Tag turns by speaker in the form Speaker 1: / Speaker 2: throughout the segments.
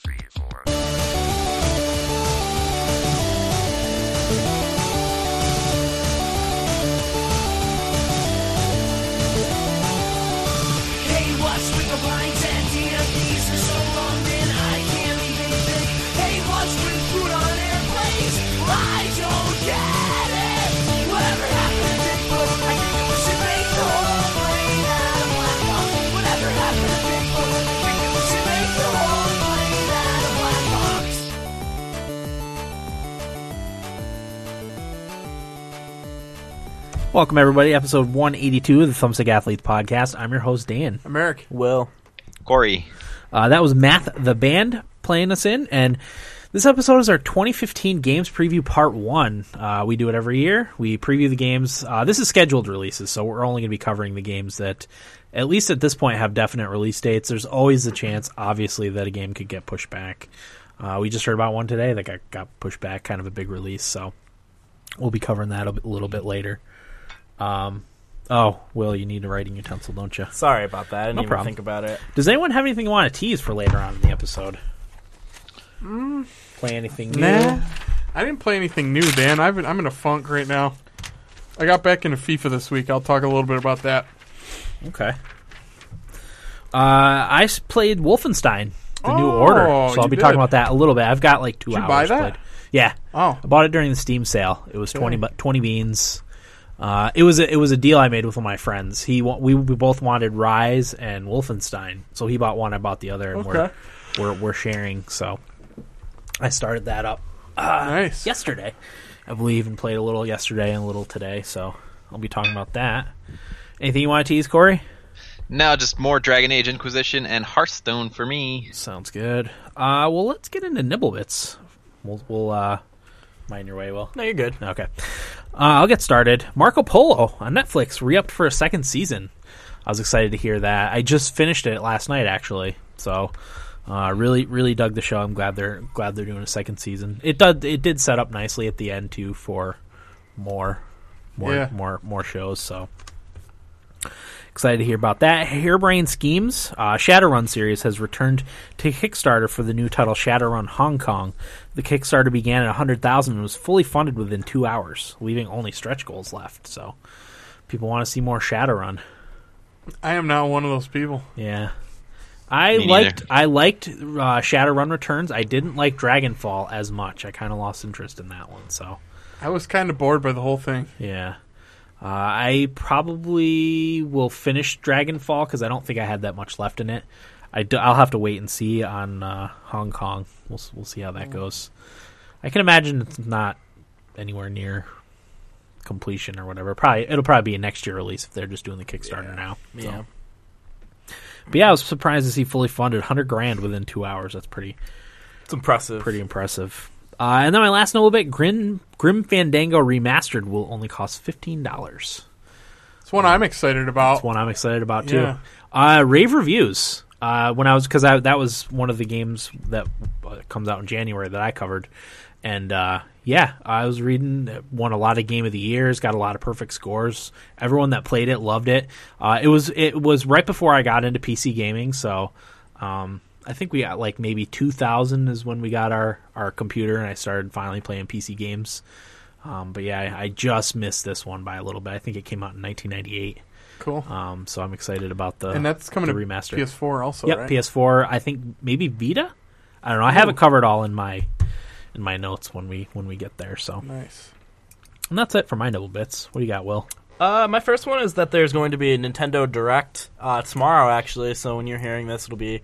Speaker 1: three, four.
Speaker 2: Hey, what's with the blinds and DMPs for so long that I can't even think? Hey, what's with food on airplanes? I don't get it. Whatever happened to Bigfoot? I think that we should make the whole plane out of black rock. Whatever happened to Bigfoot? I think that we should make the whole plane out of black box.
Speaker 3: Welcome everybody, episode 182 of the Thumbstick Athletes podcast. I'm your host Dan.
Speaker 4: Merrick.
Speaker 5: Will.
Speaker 6: Corey.
Speaker 3: Uh, that was Math the Band playing us in, and this episode is our 2015 Games Preview Part 1. Uh, we do it every year. We preview the games. Uh, this is scheduled releases, so we're only going to be covering the games that, at least at this point, have definite release dates. There's always the chance, obviously, that a game could get pushed back. Uh, we just heard about one today that got, got pushed back, kind of a big release, so we'll be covering that a bit- little bit later. Um, oh, Will, you need a writing utensil, don't you?
Speaker 5: Sorry about that. I didn't
Speaker 3: No
Speaker 5: even
Speaker 3: problem.
Speaker 5: think about it.
Speaker 3: Does anyone have anything you want to tease for later on in the episode? Play anything new?
Speaker 4: Nah. I didn't play anything new, Dan. I've been, I'm in a funk right now. I got back into FIFA this week. I'll talk a little bit about that.
Speaker 3: Okay. Uh, I s- played Wolfenstein: The New
Speaker 4: Oh,
Speaker 3: Order, so I'll
Speaker 4: you
Speaker 3: be talking
Speaker 4: did.
Speaker 3: about that a little bit. I've got like two
Speaker 4: Did you
Speaker 3: hours.
Speaker 4: buy that?
Speaker 3: Played. Yeah,
Speaker 4: Oh,
Speaker 3: I bought it during the Steam sale. It was 20, bu- 20 beans. Uh, it was a, it was a deal I made with one of my friends. He wa- we, we both wanted Rise and Wolfenstein, so he bought one, I bought the other, and
Speaker 4: Okay.
Speaker 3: we're, we're we're sharing. So I started that up.
Speaker 5: Uh,
Speaker 4: nice.
Speaker 3: yesterday, I believe, and played a little yesterday and a little today. So I'll be talking about that. Anything you want to tease, Corey?
Speaker 6: Now just more Dragon Age Inquisition and Hearthstone for me.
Speaker 3: Sounds good. Uh, well, let's get into Nibblebits. We'll, we'll uh, mind your way, Will.
Speaker 5: No, you're good.
Speaker 3: Okay. Uh, I'll get started. Marco Polo on Netflix re upped for a second season. I was excited to hear that. I just finished it last night, actually. So. Uh, really, really dug the show. I'm glad they're glad they're doing a second season. It did it did set up nicely at the end too for more, more,
Speaker 4: Yeah.
Speaker 3: more, more shows. So excited to hear about that. Hairbrain Schemes uh, Shadowrun series has returned to Kickstarter for the new title Shadowrun Hong Kong. The Kickstarter began at 100,000 and was fully funded within two hours, leaving only stretch goals left. So people want to see more Shadowrun.
Speaker 4: I am not one of those people.
Speaker 3: Yeah. I
Speaker 6: Me
Speaker 3: liked
Speaker 6: neither.
Speaker 3: I liked uh, Shadowrun Returns. I didn't like Dragonfall as much. I kind of lost interest in that one. So
Speaker 4: I was kind of bored by the whole thing.
Speaker 3: yeah, uh, I probably will finish Dragonfall because I don't think I had that much left in it. I do, I'll have to wait and see on uh, Hong Kong. We'll s- we'll see how
Speaker 5: Mm.
Speaker 3: that goes. I can imagine it's not anywhere near completion or whatever. Probably it'll probably be a next year release if they're just doing the Kickstarter now. so.
Speaker 5: Yeah.
Speaker 3: But yeah, I was surprised to see fully funded, hundred grand within two hours. That's pretty
Speaker 5: It's impressive.
Speaker 3: pretty impressive. Uh, and then my last novel bit, Grim Grim Fandango remastered, will only cost fifteen dollars.
Speaker 4: It's one I'm excited
Speaker 3: That's
Speaker 4: about.
Speaker 3: one I'm excited about too.
Speaker 4: Yeah.
Speaker 3: Uh, rave reviews. Uh, when I was because that was one of the games that uh, comes out in January that I covered, and uh, yeah, I was reading it won a lot of Game of the Years, got a lot of perfect scores. Everyone that played it loved it. Uh, it was it was right before I got into PC gaming, so um, I think we got like maybe 2000 is when we got our our computer and I started finally playing PC games. Um, but yeah, I, I just missed this one by a little bit. I think it came out in 1998.
Speaker 4: Cool.
Speaker 5: uh,
Speaker 3: Um, so I'm excited about the
Speaker 4: and that's coming
Speaker 3: the
Speaker 4: to
Speaker 3: remaster.
Speaker 4: PS4 also,
Speaker 3: yep,
Speaker 4: right?
Speaker 3: PS4. I think maybe Vita. I don't know. I have it covered all in my in my notes when we when we get there. So
Speaker 4: Nice.
Speaker 3: and that's it for my double bits. What do you got, Will?
Speaker 5: Uh, my first one is that there's going to be a Nintendo Direct uh, tomorrow, actually. So when you're hearing this, it'll be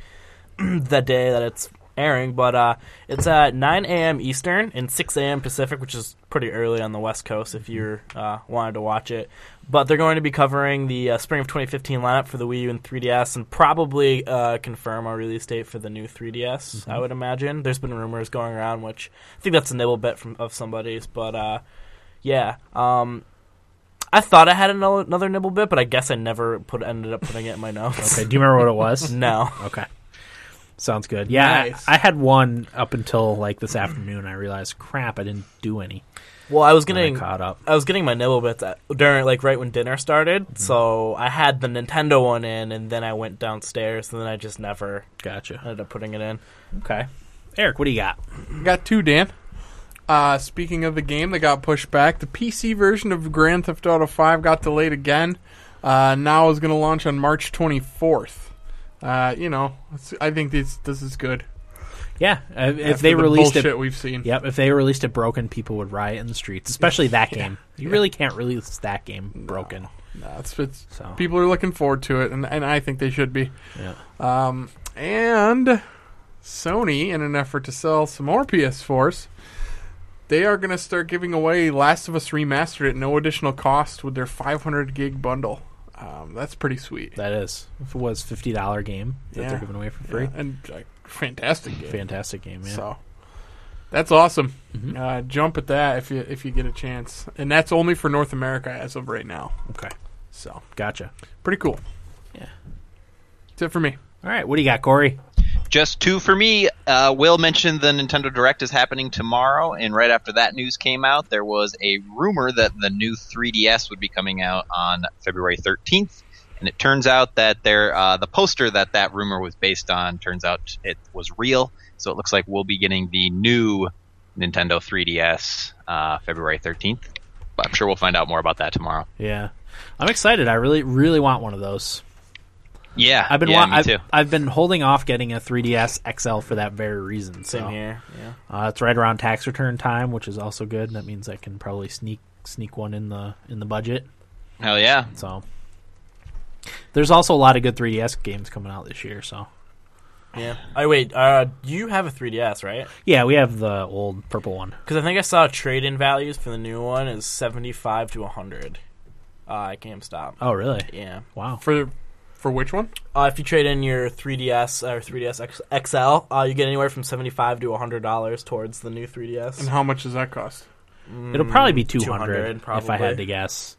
Speaker 5: the day that it's airing. But uh, it's at 9 a.m. Eastern and 6 a.m. Pacific, which is pretty early on the West Coast if you uh, wanted to watch it. But they're going to be covering the uh, spring of 2015 lineup for the Wii U and 3DS, and probably uh, confirm a release date for the new 3DS.
Speaker 3: Mm-hmm.
Speaker 5: I would imagine. There's been rumors going around, which I think that's a nibble bit from of somebody's, but. Uh, yeah. Um, I thought I had another, another nibble bit, but I guess I never put ended up putting it in my notes.
Speaker 3: Okay, do you remember what it was?
Speaker 5: no.
Speaker 3: Okay, sounds good. Yeah, I-
Speaker 4: Nice.
Speaker 3: I, had one up until like this afternoon. I realized, crap, I didn't do any.
Speaker 5: Well, I was
Speaker 3: when I
Speaker 5: getting
Speaker 3: caught up.
Speaker 5: I was getting my nibble bits at, during like right when dinner started,
Speaker 3: Mm-hmm.
Speaker 5: so I had the Nintendo one in, and then I went downstairs, and then I just never
Speaker 3: Gotcha.
Speaker 5: ended up putting it in.
Speaker 3: Okay. Eric, what do you got?
Speaker 4: Got two, Dan. Uh, speaking of the game that got pushed back, the PC version of Grand Theft Auto 5 got delayed again. Uh, now is going to launch on March 24th. Uh, you know, it's- I think this this is good.
Speaker 3: Yeah, uh, if
Speaker 4: After
Speaker 3: they
Speaker 4: the
Speaker 3: released
Speaker 4: bullshit
Speaker 3: it,
Speaker 4: we've seen.
Speaker 3: yep. If they released it broken, people would riot in the streets, especially that game. You really can't release that game broken.
Speaker 4: Nah, it's, it's,
Speaker 3: So.
Speaker 4: People are looking forward to it, and, and I think they should be.
Speaker 3: Yeah.
Speaker 4: Um, and Sony, in an effort to sell some more PS4s, they are going to start giving away Last of Us Remastered at no additional cost with their 500 gig bundle. Um, that's pretty sweet.
Speaker 3: That is, if it was fifty dollar game that
Speaker 4: Yeah.
Speaker 3: they're giving away for free,
Speaker 4: Yeah, and like, fantastic game.
Speaker 3: fantastic game. Yeah, Mm-hmm.
Speaker 4: So that's awesome. Uh, jump at that if you if you get a chance, and that's only for North America as of right now.
Speaker 3: okay,
Speaker 4: So
Speaker 3: gotcha.
Speaker 4: pretty cool.
Speaker 3: Yeah.
Speaker 4: That's it for me.
Speaker 3: All right, what do you got, Corey?
Speaker 6: Just two for me. Uh, Will mentioned the Nintendo Direct is happening tomorrow, and right after that news came out, there was a rumor that the new 3DS would be coming out on February 13th. And it turns out that there, uh, the poster that that rumor was based on turns out it was real. So it looks like we'll be getting the new Nintendo 3DS uh, February 13th. But I'm sure we'll find out more about that tomorrow.
Speaker 3: Yeah, I'm excited. I really, really want one of those.
Speaker 6: Yeah,
Speaker 3: I've been,
Speaker 6: yeah,
Speaker 3: wa-
Speaker 6: me
Speaker 3: I've,
Speaker 6: too.
Speaker 3: I've been holding off getting a 3ds XL for that very reason. So.
Speaker 5: Same here. Yeah.
Speaker 3: Uh, it's right around tax return time, which is also good. That means I can probably sneak sneak one in the in the budget.
Speaker 6: Hell yeah.
Speaker 3: So there's also a lot of good 3DS games coming out this year. So
Speaker 5: Yeah. I wait. Uh, you have a 3DS, right?
Speaker 3: yeah, we have the old purple one.
Speaker 5: Because I think I saw trade-in values for the new one is 75 to 100 uh, at GameStop.
Speaker 3: Oh really?
Speaker 5: Yeah.
Speaker 3: Wow.
Speaker 4: For for which one?
Speaker 5: Uh, if you trade in your 3DS or 3DS X- XL, uh, you get anywhere from 75 to 100 dollars towards the new 3DS.
Speaker 3: Mm-hmm.
Speaker 4: And how much does that cost?
Speaker 3: It'll probably be
Speaker 5: 200,
Speaker 3: 200, if I
Speaker 5: probably.
Speaker 3: had to guess.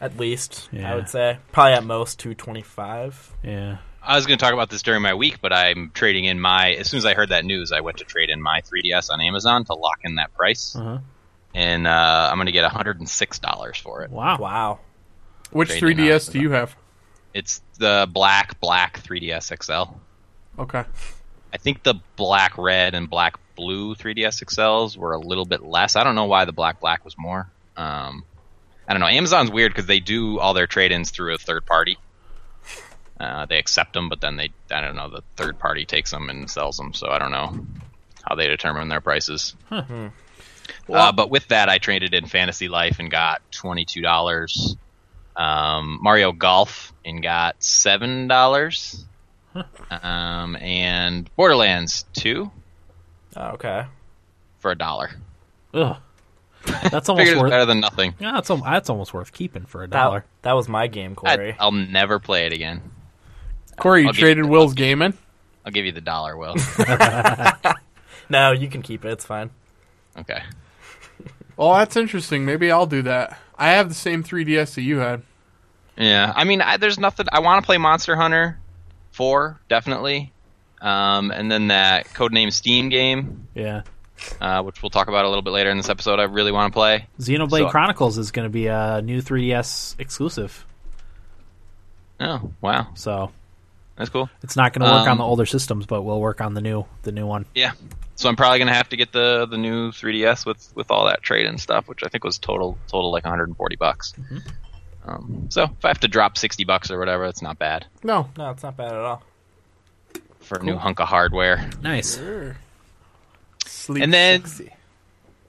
Speaker 5: At least,
Speaker 3: Yeah.
Speaker 5: I would say. Probably at most 225.
Speaker 3: Yeah.
Speaker 6: I was going to talk about this during my week, but I'm trading in my. As soon as I heard that news, I went to trade in my 3DS on Amazon to lock in that price,
Speaker 3: Uh-huh.
Speaker 6: and uh, I'm going to get $106 for it.
Speaker 3: Wow.
Speaker 5: Wow.
Speaker 4: Which
Speaker 6: Trading
Speaker 4: 3DS
Speaker 6: on-
Speaker 4: do you have?
Speaker 6: It's the black, black 3DS XL.
Speaker 3: Uh,
Speaker 4: Okay.
Speaker 6: I think the black, red, and black, blue 3DS XLs were a little bit less. I don't know why the black, black was more. Um, I don't know. Amazon's weird because they do all their trade-ins through a third party. Uh, they accept them, but then they, I don't know, the third party takes them and sells them. So I don't know how they determine their prices. uh, but with that, I traded in Fantasy Life and got twenty-two dollars. Um, Mario Golf and got seven dollars. Um, and Borderlands two
Speaker 5: Oh, okay.
Speaker 6: for a dollar.
Speaker 3: Ugh. That's almost
Speaker 6: Figured it's
Speaker 3: worth.
Speaker 6: better than nothing.
Speaker 3: Yeah, that's, al- that's almost worth keeping for a
Speaker 5: That,
Speaker 3: dollar.
Speaker 5: that was my game, Corey.
Speaker 6: I, I'll never play it again.
Speaker 4: Corey, you
Speaker 6: I'll give
Speaker 4: traded
Speaker 6: you-
Speaker 4: Will's game in?
Speaker 6: I'll give you the dollar, Will.
Speaker 5: no, you can keep it. It's fine.
Speaker 6: okay.
Speaker 4: Oh, that's interesting. Maybe I'll do that. I have the same 3DS that you had.
Speaker 6: Yeah, I mean, I, there's nothing. I want to play Monster Hunter four definitely, um, and then that Codename Steam game,
Speaker 3: Yeah.
Speaker 6: uh, which we'll talk about a little bit later in this episode. I really want to play.
Speaker 3: Xenoblade
Speaker 6: So-
Speaker 3: Chronicles is going to be a new 3DS exclusive.
Speaker 6: Oh, wow,
Speaker 3: So
Speaker 6: that's cool.
Speaker 3: it's not going to work on
Speaker 6: Um,
Speaker 3: the older systems, but we'll work on the new the new one.
Speaker 6: Yeah. So I'm probably gonna have to get the the new 3ds with with all that trade and stuff, which I think was total total like 140 bucks. Um, so if I have to drop 60 bucks or whatever, it's not bad
Speaker 4: No.
Speaker 5: No, it's not bad at all.
Speaker 6: for a new hunk of hardware.
Speaker 3: Nice.
Speaker 4: Sleep
Speaker 6: And then-
Speaker 4: sexy.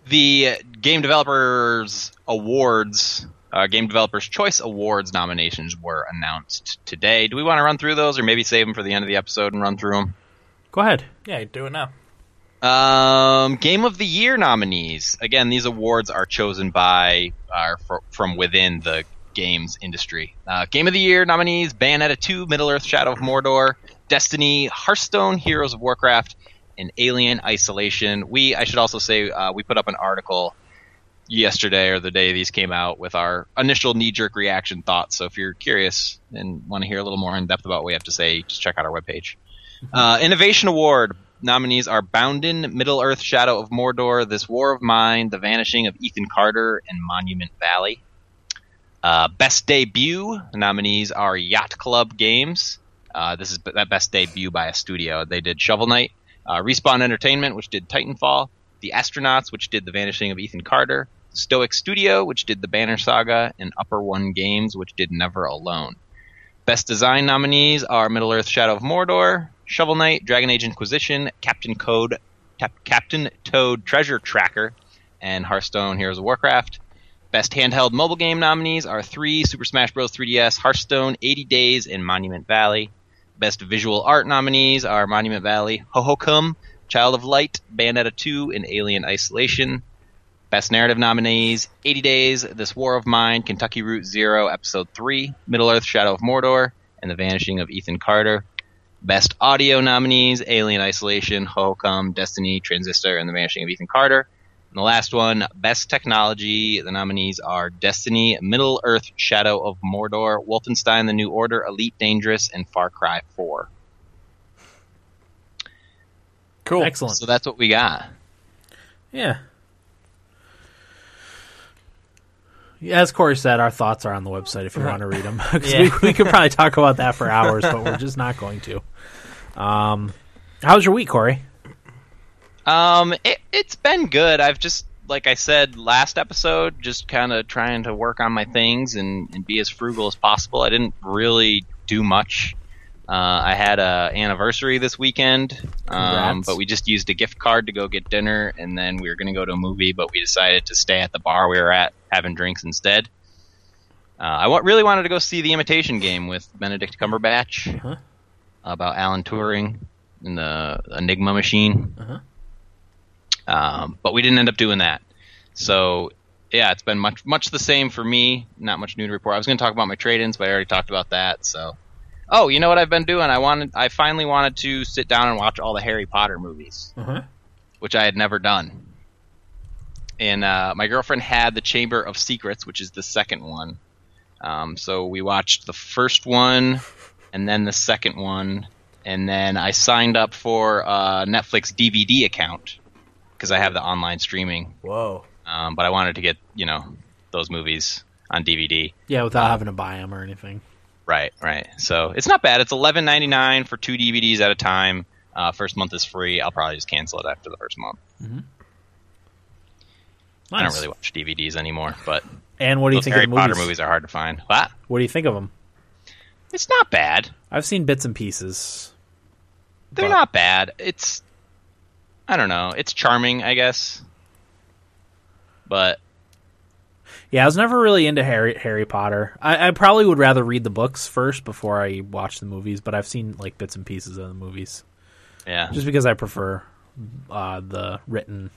Speaker 6: The Game Developers Awards, uh, Game Developers Choice Awards nominations were announced today. Do we want to run through those, or maybe save them for the end of the episode and run through them?
Speaker 3: Go ahead.
Speaker 5: Yeah, you do it now.
Speaker 6: Um, Game of the Year nominees. Again, these awards are chosen by are fr- from within the games industry. Uh, Game of the Year nominees: Bayonetta 2, Middle Earth: Shadow of Mordor, Destiny, Hearthstone, Heroes of Warcraft, and Alien: Isolation. We, I should also say, uh, we put up an article yesterday or the day these came out with our initial knee-jerk reaction thoughts. So if you're curious and want to hear a little more in depth about what we have to say, just check out our webpage. Uh, Innovation Award nominees are Bounden, Middle Earth: Shadow of Mordor, This War of Mine, The Vanishing of Ethan Carter, and Monument Valley. Uh, best debut nominees are Yacht Club Games. Uh, this is b- that best debut by a studio. They did Shovel Knight, uh, Respawn Entertainment, which did Titanfall, The Astronauts, which did The Vanishing of Ethan Carter, Stoic Studio, which did The Banner Saga, and Upper One Games, which did Never Alone. Best Design nominees are Middle Earth: Shadow of Mordor, Shovel Knight, Dragon Age Inquisition, Captain Code, Cap- Captain Toad Treasure Tracker, and Hearthstone: Heroes of Warcraft. Best handheld mobile game nominees are three Super Smash Bros. 3DS, Hearthstone, 80 Days, and Monument Valley. Best visual art nominees are Monument Valley, Hohokam, Child of Light, Bayonetta 2, and Alien Isolation. Best narrative nominees 80 Days, This War of Mine, Kentucky Route Zero, Episode 3, Middle Earth Shadow of Mordor, and The Vanishing of Ethan Carter. Best audio nominees Alien Isolation, Hohokam, Destiny, Transistor, and The Vanishing of Ethan Carter. And the last one, Best Technology. The nominees are Destiny, Middle Earth, Shadow of Mordor, Wolfenstein: The New Order, Elite Dangerous, and Far Cry 4.
Speaker 4: Cool.
Speaker 3: Excellent.
Speaker 6: So that's what we got.
Speaker 3: Yeah. Yeah, As Corey said, our thoughts are on the website if you want to read them.
Speaker 5: Yeah.
Speaker 3: we, we could probably talk about that for hours, but we're just not going to. Um, how's your week, Corey?
Speaker 6: Um, it, it's been good. I've just, like I said last episode, just kind of trying to work on my things and, and be as frugal as possible. I didn't really do much. Uh, I had a anniversary this weekend, um,
Speaker 3: Congrats.
Speaker 6: but we just used a gift card to go get dinner, and then we were going to go to a movie, but we decided to stay at the bar we were at having drinks instead. Uh, I wa- really wanted to go see The Imitation Game with Benedict Cumberbatch
Speaker 3: Uh-huh.
Speaker 6: about Alan Turing and the Enigma machine. Um, but we didn't end up doing that. So yeah, it's been much much the same for me. Not much new to report. I was going to talk about my trade-ins, but I already talked about that. So oh, you know what I've been doing? I wanted I finally wanted to sit down and watch all the Harry Potter movies,
Speaker 3: Uh-huh.
Speaker 6: which I had never done. And uh, my girlfriend had the Chamber of Secrets, which is the second one. Um, so we watched the first one, and then the second one, and then I signed up for a Netflix DVD account because I have the online streaming.
Speaker 5: Whoa.
Speaker 6: Um, but I wanted to get you know those movies on DVD.
Speaker 3: Yeah, without having to buy them or anything.
Speaker 6: Right, right. So it's not bad. It's eleven ninety nine for two DVDs at a time. Uh, first month is free. I'll probably just cancel it after the first month.
Speaker 3: Nice.
Speaker 6: I don't really watch DVDs anymore, but
Speaker 3: And what do you
Speaker 6: those
Speaker 3: think
Speaker 6: Harry
Speaker 3: of the movies?
Speaker 6: Potter movies are hard to find. What?
Speaker 3: What do you think of them?
Speaker 6: It's not bad.
Speaker 3: I've seen bits and pieces.
Speaker 6: They're
Speaker 3: But-
Speaker 6: not bad. It's I don't know. It's charming, I guess. But
Speaker 3: Yeah, I was never really into Harry Harry Potter. I, I probably would rather read the books first before I watch the movies, but I've seen like bits and pieces of the movies
Speaker 6: yeah,
Speaker 3: just because I prefer uh, the written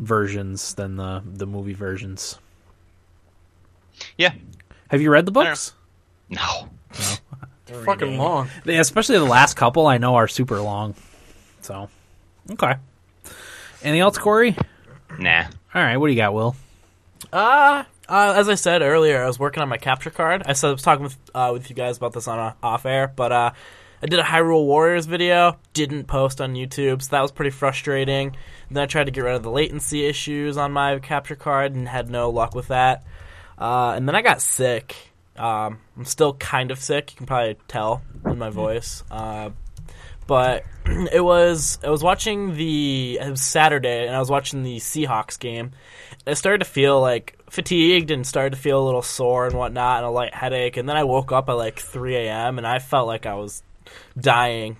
Speaker 3: versions than the the movie versions.
Speaker 6: yeah.
Speaker 3: Have you read the books?
Speaker 6: No.
Speaker 4: It's fucking long.
Speaker 3: They, especially the last couple, I know are super long. So, okay. Anything else, Corey?
Speaker 6: Nah.
Speaker 3: All right, what do you got, Will?
Speaker 5: Uh, uh, as I said earlier, I was working on my capture card. I said I was talking with uh, with you guys about this on uh, off air, but uh, I did a Hyrule Warriors video, didn't post on YouTube, so that was pretty frustrating. Then I tried to get rid of the latency issues on my capture card and had no luck with that. Uh, and then I got sick. Um, I'm still kind of sick. You can probably tell in my voice. Uh, but it was I was watching the it was Saturday and I was watching the Seahawks game. I started to feel like fatigued and started to feel a little sore and whatnot and a light headache. And then I woke up at like 3 a.m. and I felt like I was dying.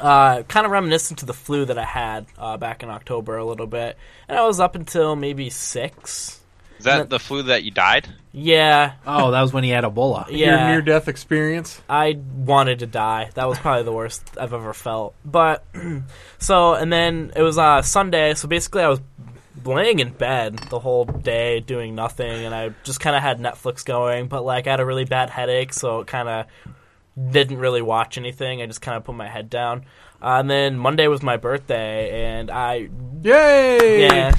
Speaker 5: Uh, kind of reminiscent to the flu that I had uh, back in October a little bit, and I was up until maybe six.
Speaker 6: Is that the flu that you died?
Speaker 5: Yeah,
Speaker 3: Oh, that was when he had Ebola.
Speaker 5: yeah.
Speaker 4: Your near death experience.
Speaker 5: I wanted to die. That was probably the worst I've ever felt. But so, and then it was uh, Sunday. So basically, I was laying in bed the whole day doing nothing, and I just kind of had Netflix going. But like, I had a really bad headache, so it kind of didn't really watch anything. I just kind of put my head down. Uh, and then Monday was my birthday, and I
Speaker 4: Yay!
Speaker 5: yeah,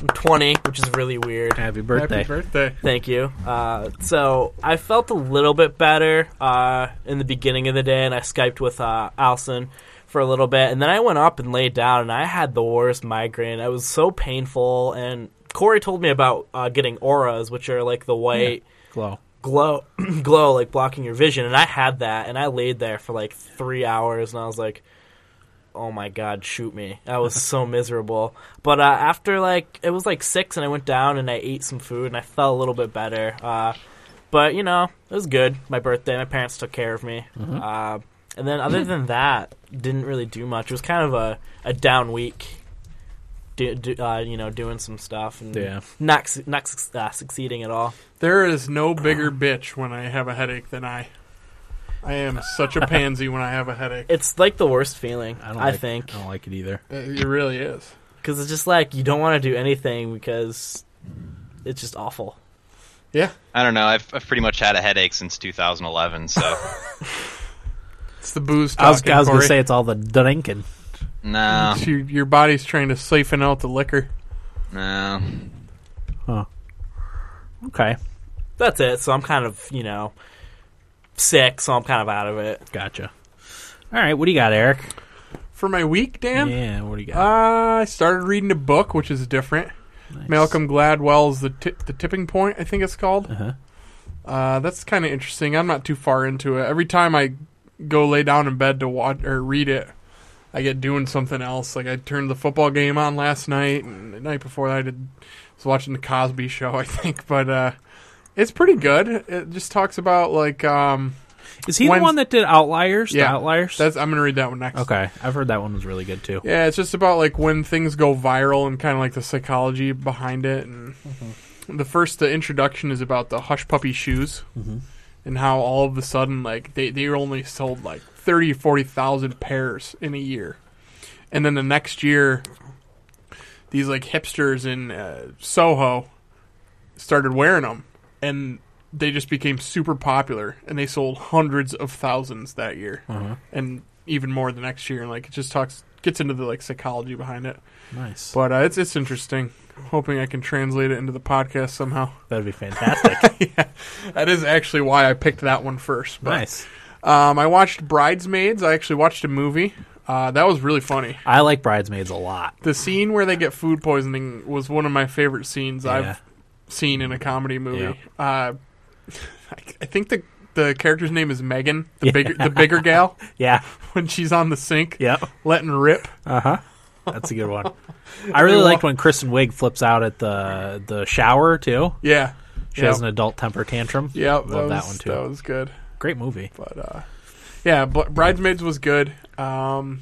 Speaker 5: I'm 20, which is really weird.
Speaker 3: Happy
Speaker 4: Happy
Speaker 3: birthday.
Speaker 4: birthday.
Speaker 5: Thank you. Uh, so I felt a little bit better uh, in the beginning of the day, and I skyped with uh, Alison for a little bit, and then I went up and laid down, and I had the worst migraine. It was so painful, and Corey told me about uh, getting auras, which are like the white
Speaker 3: Glow.
Speaker 5: glow glow like blocking your vision and i had that and i laid there for like three hours and i was like oh my god, shoot me. I was so miserable. But uh, after like it was like six, and I went down and I ate some food and I felt a little bit better. Uh, but you know, it was good. My birthday, my parents took care of me. Uh, and then other than that, didn't really do much. It was kind of a, a down week. Do, do, uh, you know, doing some stuff and
Speaker 3: Yeah.
Speaker 5: not su- not su- uh, succeeding at all.
Speaker 4: There is no bigger bitch when I have a headache than I. I am such a pansy when I have a headache.
Speaker 5: It's like the worst feeling.
Speaker 3: I
Speaker 5: I,
Speaker 3: don't. like,
Speaker 5: think
Speaker 3: I don't like it either.
Speaker 4: It it really is.
Speaker 5: because it's just like you don't want to do anything because it's just awful.
Speaker 4: Yeah,
Speaker 6: I don't know. I've, I've pretty much had a headache since 2011, so
Speaker 4: it's the booze talking.
Speaker 3: I was, I was gonna
Speaker 4: Corey.
Speaker 3: say it's all the drinking.
Speaker 6: no,
Speaker 4: It's your, your body's trying to siphon out the liquor.
Speaker 6: no.
Speaker 3: Okay,
Speaker 5: That's it. So I'm kind of you know sick, so I'm kind of out of it.
Speaker 3: gotcha. All right, what do you got, Eric?
Speaker 4: For my week, Dan,
Speaker 3: yeah, what do you got?
Speaker 4: uh, I started reading a book, which is different.
Speaker 3: Nice.
Speaker 4: Uh, Malcolm Gladwell's the Ti the tipping point, I think it's called.
Speaker 3: Uh-huh.
Speaker 4: Uh, that's kind of interesting. I'm not too far into it. Every time I go lay down in bed to watch or read it, I get doing something else. Like I turned the football game on last night, and the night before that I did was watching the Cosby Show, I think. But uh, it's pretty good. It just talks about like um,
Speaker 3: Is he
Speaker 4: When's-
Speaker 3: the one that did Outliers? the
Speaker 4: Yeah,
Speaker 3: Outliers.
Speaker 4: that's. I'm gonna read that one next.
Speaker 3: okay. I've heard that one was really good too.
Speaker 4: Yeah, it's just about like when things go viral and kind of like the psychology behind it. And the first, the introduction is about the hush puppy shoes and how all of a sudden like they they only sold like thirty forty thousand pairs in a year, and then the next year, these like hipsters in uh, Soho started wearing them, and they just became super popular, and they sold hundreds of thousands that year,
Speaker 3: Uh-huh.
Speaker 4: and even more the next year. And like it just talks gets into the like psychology behind it,
Speaker 3: Nice.
Speaker 4: but uh, it's it's interesting. Hoping I can translate it into the podcast somehow.
Speaker 3: That'd be fantastic.
Speaker 4: That is actually why I picked that one first. But,
Speaker 3: nice.
Speaker 4: Um, I watched Bridesmaids. I actually watched a movie. Uh, that was really funny.
Speaker 3: I like bridesmaids a lot.
Speaker 4: The scene where they get food poisoning was one of my favorite scenes
Speaker 3: Yeah.
Speaker 4: I've seen in a comedy movie. Uh, I, I think the the character's name is Megan, the bigger the bigger gal
Speaker 3: Yeah.
Speaker 4: when she's on the sink,
Speaker 3: Yep.
Speaker 4: letting rip.
Speaker 3: Uh huh. That's a good one. I really liked when Kristen Wiig flips out at the the shower too.
Speaker 4: Yeah,
Speaker 3: She has an adult temper tantrum.
Speaker 4: yeah,
Speaker 3: love that,
Speaker 4: was,
Speaker 3: one too.
Speaker 4: That was good.
Speaker 3: Great movie.
Speaker 4: But uh, yeah, Bl- Bridesmaids was good. Um,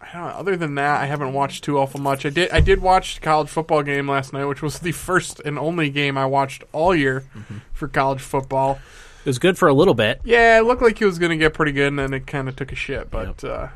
Speaker 4: I don't know, other than that, I haven't watched too awful much. I did I did watch the college football game last night, which was the first and only game I watched all year
Speaker 3: Mm-hmm.
Speaker 4: for college football.
Speaker 3: It was good for a little bit.
Speaker 4: Yeah, it looked like he was going to get pretty good, and then it kind of took a shit. But uh,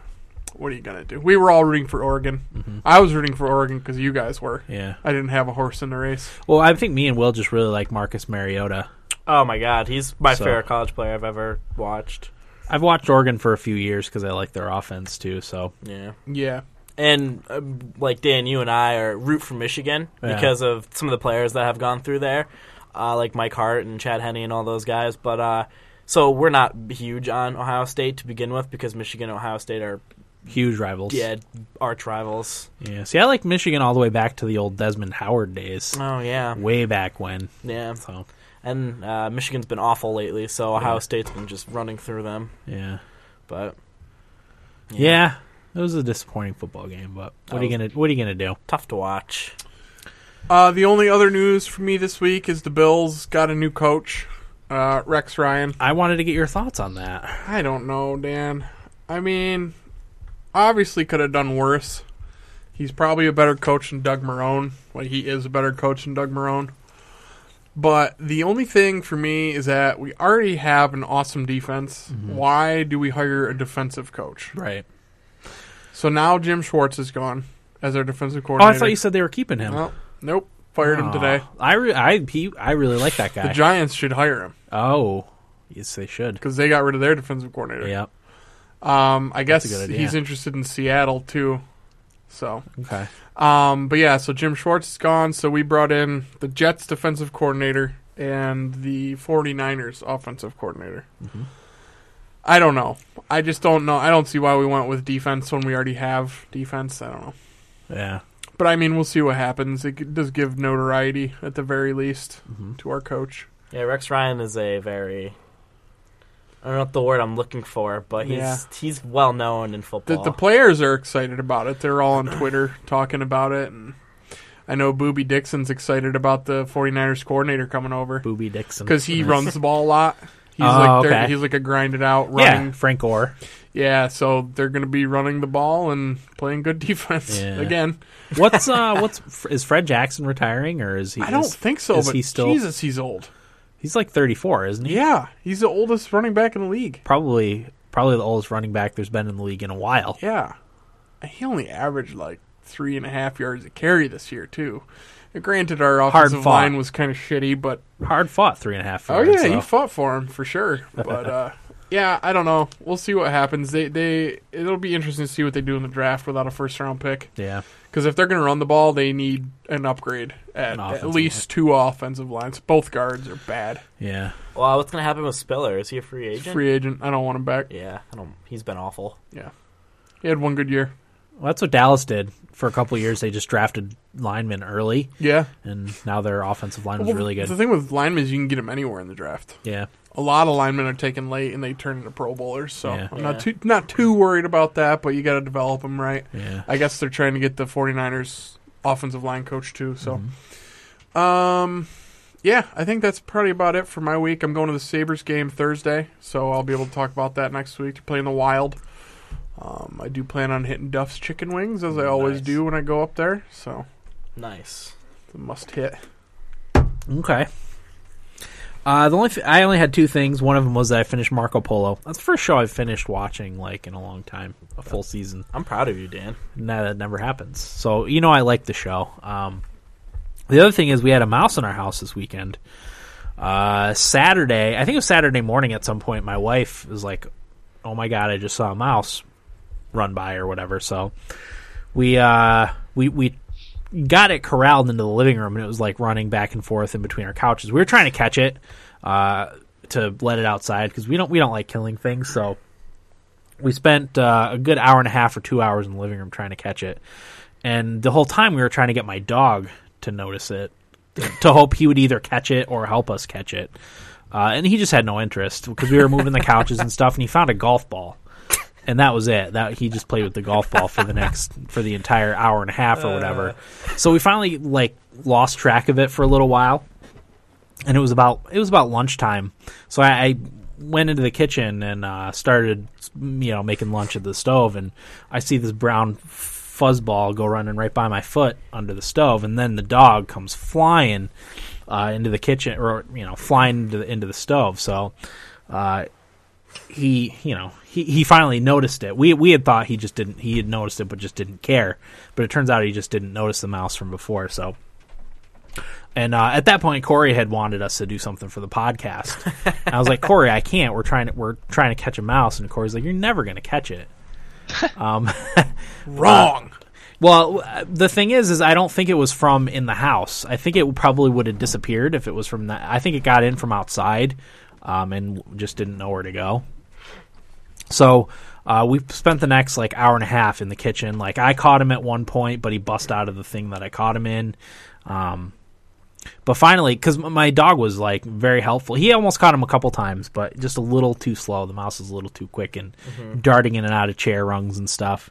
Speaker 4: what are you going to do? We were all rooting for Oregon. I was rooting for Oregon because you guys were.
Speaker 3: Yeah.
Speaker 4: I didn't have a horse in the race.
Speaker 3: Well, I think me and Will just really like Marcus Mariota.
Speaker 5: Oh my god, he's my
Speaker 3: So-
Speaker 5: favorite college player I've ever watched.
Speaker 3: I've watched Oregon for a few years because I like their offense too. So
Speaker 5: Yeah,
Speaker 4: Yeah,
Speaker 5: and um, like Dan, you and I are root for Michigan
Speaker 3: Yeah.
Speaker 5: because of some of the players that have gone through there, uh, like Mike Hart and Chad Henney and all those guys. But uh, so we're not huge on Ohio State to begin with because Michigan and Ohio State are
Speaker 3: huge rivals.
Speaker 5: dead arch rivals.
Speaker 3: Yeah. See, I like Michigan all the way back to the old Desmond Howard days,
Speaker 4: Uh.
Speaker 5: Oh yeah,
Speaker 3: way back when.
Speaker 5: yeah.
Speaker 3: So
Speaker 5: And uh, Michigan's been awful lately, so Ohio State's been just running through them.
Speaker 3: yeah,
Speaker 5: But
Speaker 3: yeah. It was a disappointing football game, but what are you
Speaker 5: was-
Speaker 3: gonna What are you gonna do?
Speaker 5: tough to watch.
Speaker 4: Uh, the only other news for me this week is the Bills got a new coach, uh, Rex Ryan.
Speaker 3: I wanted to get your thoughts on that.
Speaker 4: I don't know, Dan. I mean, obviously could have done worse. He's probably a better coach than Doug Marone. Like he is a better coach than Doug Marone. But the only thing for me is that we already have an awesome defense.
Speaker 3: Mm-hmm.
Speaker 4: Why do we hire a defensive coach?
Speaker 3: Right.
Speaker 4: So now Jim Schwartz is gone as our defensive
Speaker 3: Oh,
Speaker 4: coordinator.
Speaker 3: I thought you said they were keeping him.
Speaker 4: Well, nope, fired him
Speaker 3: Aw.
Speaker 4: today.
Speaker 3: I re- I he, I really like that
Speaker 4: The
Speaker 3: guy.
Speaker 4: Giants should hire him
Speaker 3: oh, yes, they should.
Speaker 4: because they got rid of their defensive coordinator.
Speaker 3: Yep.
Speaker 4: Um, I guess
Speaker 3: a good idea.
Speaker 4: he's interested in Seattle too. So
Speaker 3: Okay.
Speaker 4: Um, but yeah, so Jim Schwartz is gone, so we brought in the Jets defensive coordinator and the 49ers offensive coordinator. I don't know. I just don't know. I don't see why we went with defense when we already have defense. I don't know.
Speaker 3: Yeah.
Speaker 4: But I mean, we'll see what happens. It g- does give notoriety at the very least to our coach.
Speaker 5: Yeah, Rex Ryan is a very I don't know what the word I'm looking for, but he's he's well known in football.
Speaker 4: The, the players are excited about it. They're all on Twitter talking about it. And I know Booby Dixon's excited about the 49ers coordinator coming over
Speaker 3: Booby Dixon
Speaker 4: because he runs the ball a lot. He's
Speaker 3: Oh,
Speaker 4: like they're-
Speaker 3: okay.
Speaker 4: he's like a grinded out
Speaker 3: Yeah,
Speaker 4: running.
Speaker 3: Frank Gore.
Speaker 4: Yeah, so they're going to be running the ball and playing good defense
Speaker 3: Yeah.
Speaker 4: again.
Speaker 3: What's uh what's is Fred Jackson retiring or is he?
Speaker 4: I don't
Speaker 3: is-
Speaker 4: think so,
Speaker 3: Is
Speaker 4: but
Speaker 3: he still?
Speaker 4: Jesus, he's old.
Speaker 3: He's like 34, isn't he?
Speaker 4: Yeah, he's the oldest running back in the league.
Speaker 3: Probably probably the oldest running back there's been in the league in a while.
Speaker 4: Yeah. He only averaged like three and a half yards a carry this year, too. And Granted, our offensive
Speaker 3: fought.
Speaker 4: line was kind of shitty, but
Speaker 3: Hard fought three and a half.
Speaker 4: oh
Speaker 3: yards,
Speaker 4: yeah, he
Speaker 3: though.
Speaker 4: fought for him for sure. But uh, yeah, I don't know. We'll see what happens. They they it'll be interesting to see what they do in the draft without a first round pick.
Speaker 3: yeah.
Speaker 4: Because if they're going to run the ball, they need an upgrade at
Speaker 3: An
Speaker 4: at
Speaker 3: offensive
Speaker 4: least two offensive lines. Both guards are bad.
Speaker 3: Yeah.
Speaker 5: well, what's gonna happen with Spiller? Is he a free
Speaker 4: He's a
Speaker 5: agent?
Speaker 4: free agent. I don't want him back.
Speaker 5: Yeah, I don't. He's been awful.
Speaker 4: Yeah, he had one good year.
Speaker 3: Well, that's what Dallas did for a couple of years. They just drafted linemen early,
Speaker 4: Yeah,
Speaker 3: and now their offensive line was
Speaker 4: Well,
Speaker 3: really
Speaker 4: The
Speaker 3: good.
Speaker 4: thing with linemen is you can get them anywhere in the draft.
Speaker 3: Yeah.
Speaker 4: a lot of linemen are taken late and they turn into pro bowlers. So
Speaker 3: Yeah.
Speaker 4: I'm
Speaker 5: Yeah.
Speaker 4: not too not too worried about that, but you got to develop them right.
Speaker 3: Yeah.
Speaker 4: I guess they're trying to get the 49ers offensive line coach too. So, um, yeah, I think that's probably about it for my week. I'm going to the Sabres game Thursday, so I'll be able to talk about that next week. They're playing the Wild. Um, I do plan on hitting Duff's chicken wings as I always
Speaker 5: Nice.
Speaker 4: do when I go up there. So
Speaker 5: Nice.
Speaker 4: it's a must hit.
Speaker 3: Okay. Uh, the only f- I only had two things. One of them was that I finished Marco Polo. That's the first show I've finished watching like in a long time, a full season.
Speaker 5: I'm proud of you, Dan.
Speaker 3: No, that never happens. So you know, I like the show. Um, the other thing is, we had a mouse in our house this weekend. Uh, Saturday, I think it was Saturday morning. At some point, my wife was like, "Oh my god, I just saw a mouse run by or whatever." So we uh, we we got it corralled into the living room, and it was like running back and forth in between our couches. We were trying to catch it uh, to let it outside because we don't we don't like killing things. So we spent uh, a good hour and a half or two hours in the living room trying to catch it and the whole time we were trying to get my dog to notice it to hope he would either catch it or help us catch it uh, and he just had no interest because we were moving the couches and stuff and he found a golf ball and that was it that he just played with the golf ball for the next for the entire hour and a half or whatever so we finally like lost track of it for a little while and it was about it was about lunchtime so i, I went into the kitchen and uh, started you know making lunch at the stove and i see this brown fuzzball go running right by my foot under the stove and then the dog comes flying uh, into the kitchen or you know flying into the, into the stove so uh, he you know he, he finally noticed it we we had thought he just didn't he had noticed it but just didn't care but it turns out he just didn't notice the mouse from before so and uh, at that point, Corey had wanted us to do something for the podcast. And I was like, Corey, I can't. We're trying to we're trying to catch a mouse, and Corey's like, you're never going to catch it.
Speaker 4: Wrong.
Speaker 3: Well, uh, the thing is, is I don't think it was from in the house. I think it probably would have disappeared if it was from that. I think it got in from outside, um, and just didn't know where to go. So uh, we spent the next like hour and a half in the kitchen. Like I caught him at one point, but he bust out of the thing that I caught him in. Um, but finally, because my dog was like very helpful, he almost caught him a couple times, but just a little too slow. The mouse was a little too quick and darting in and out of chair rungs and stuff.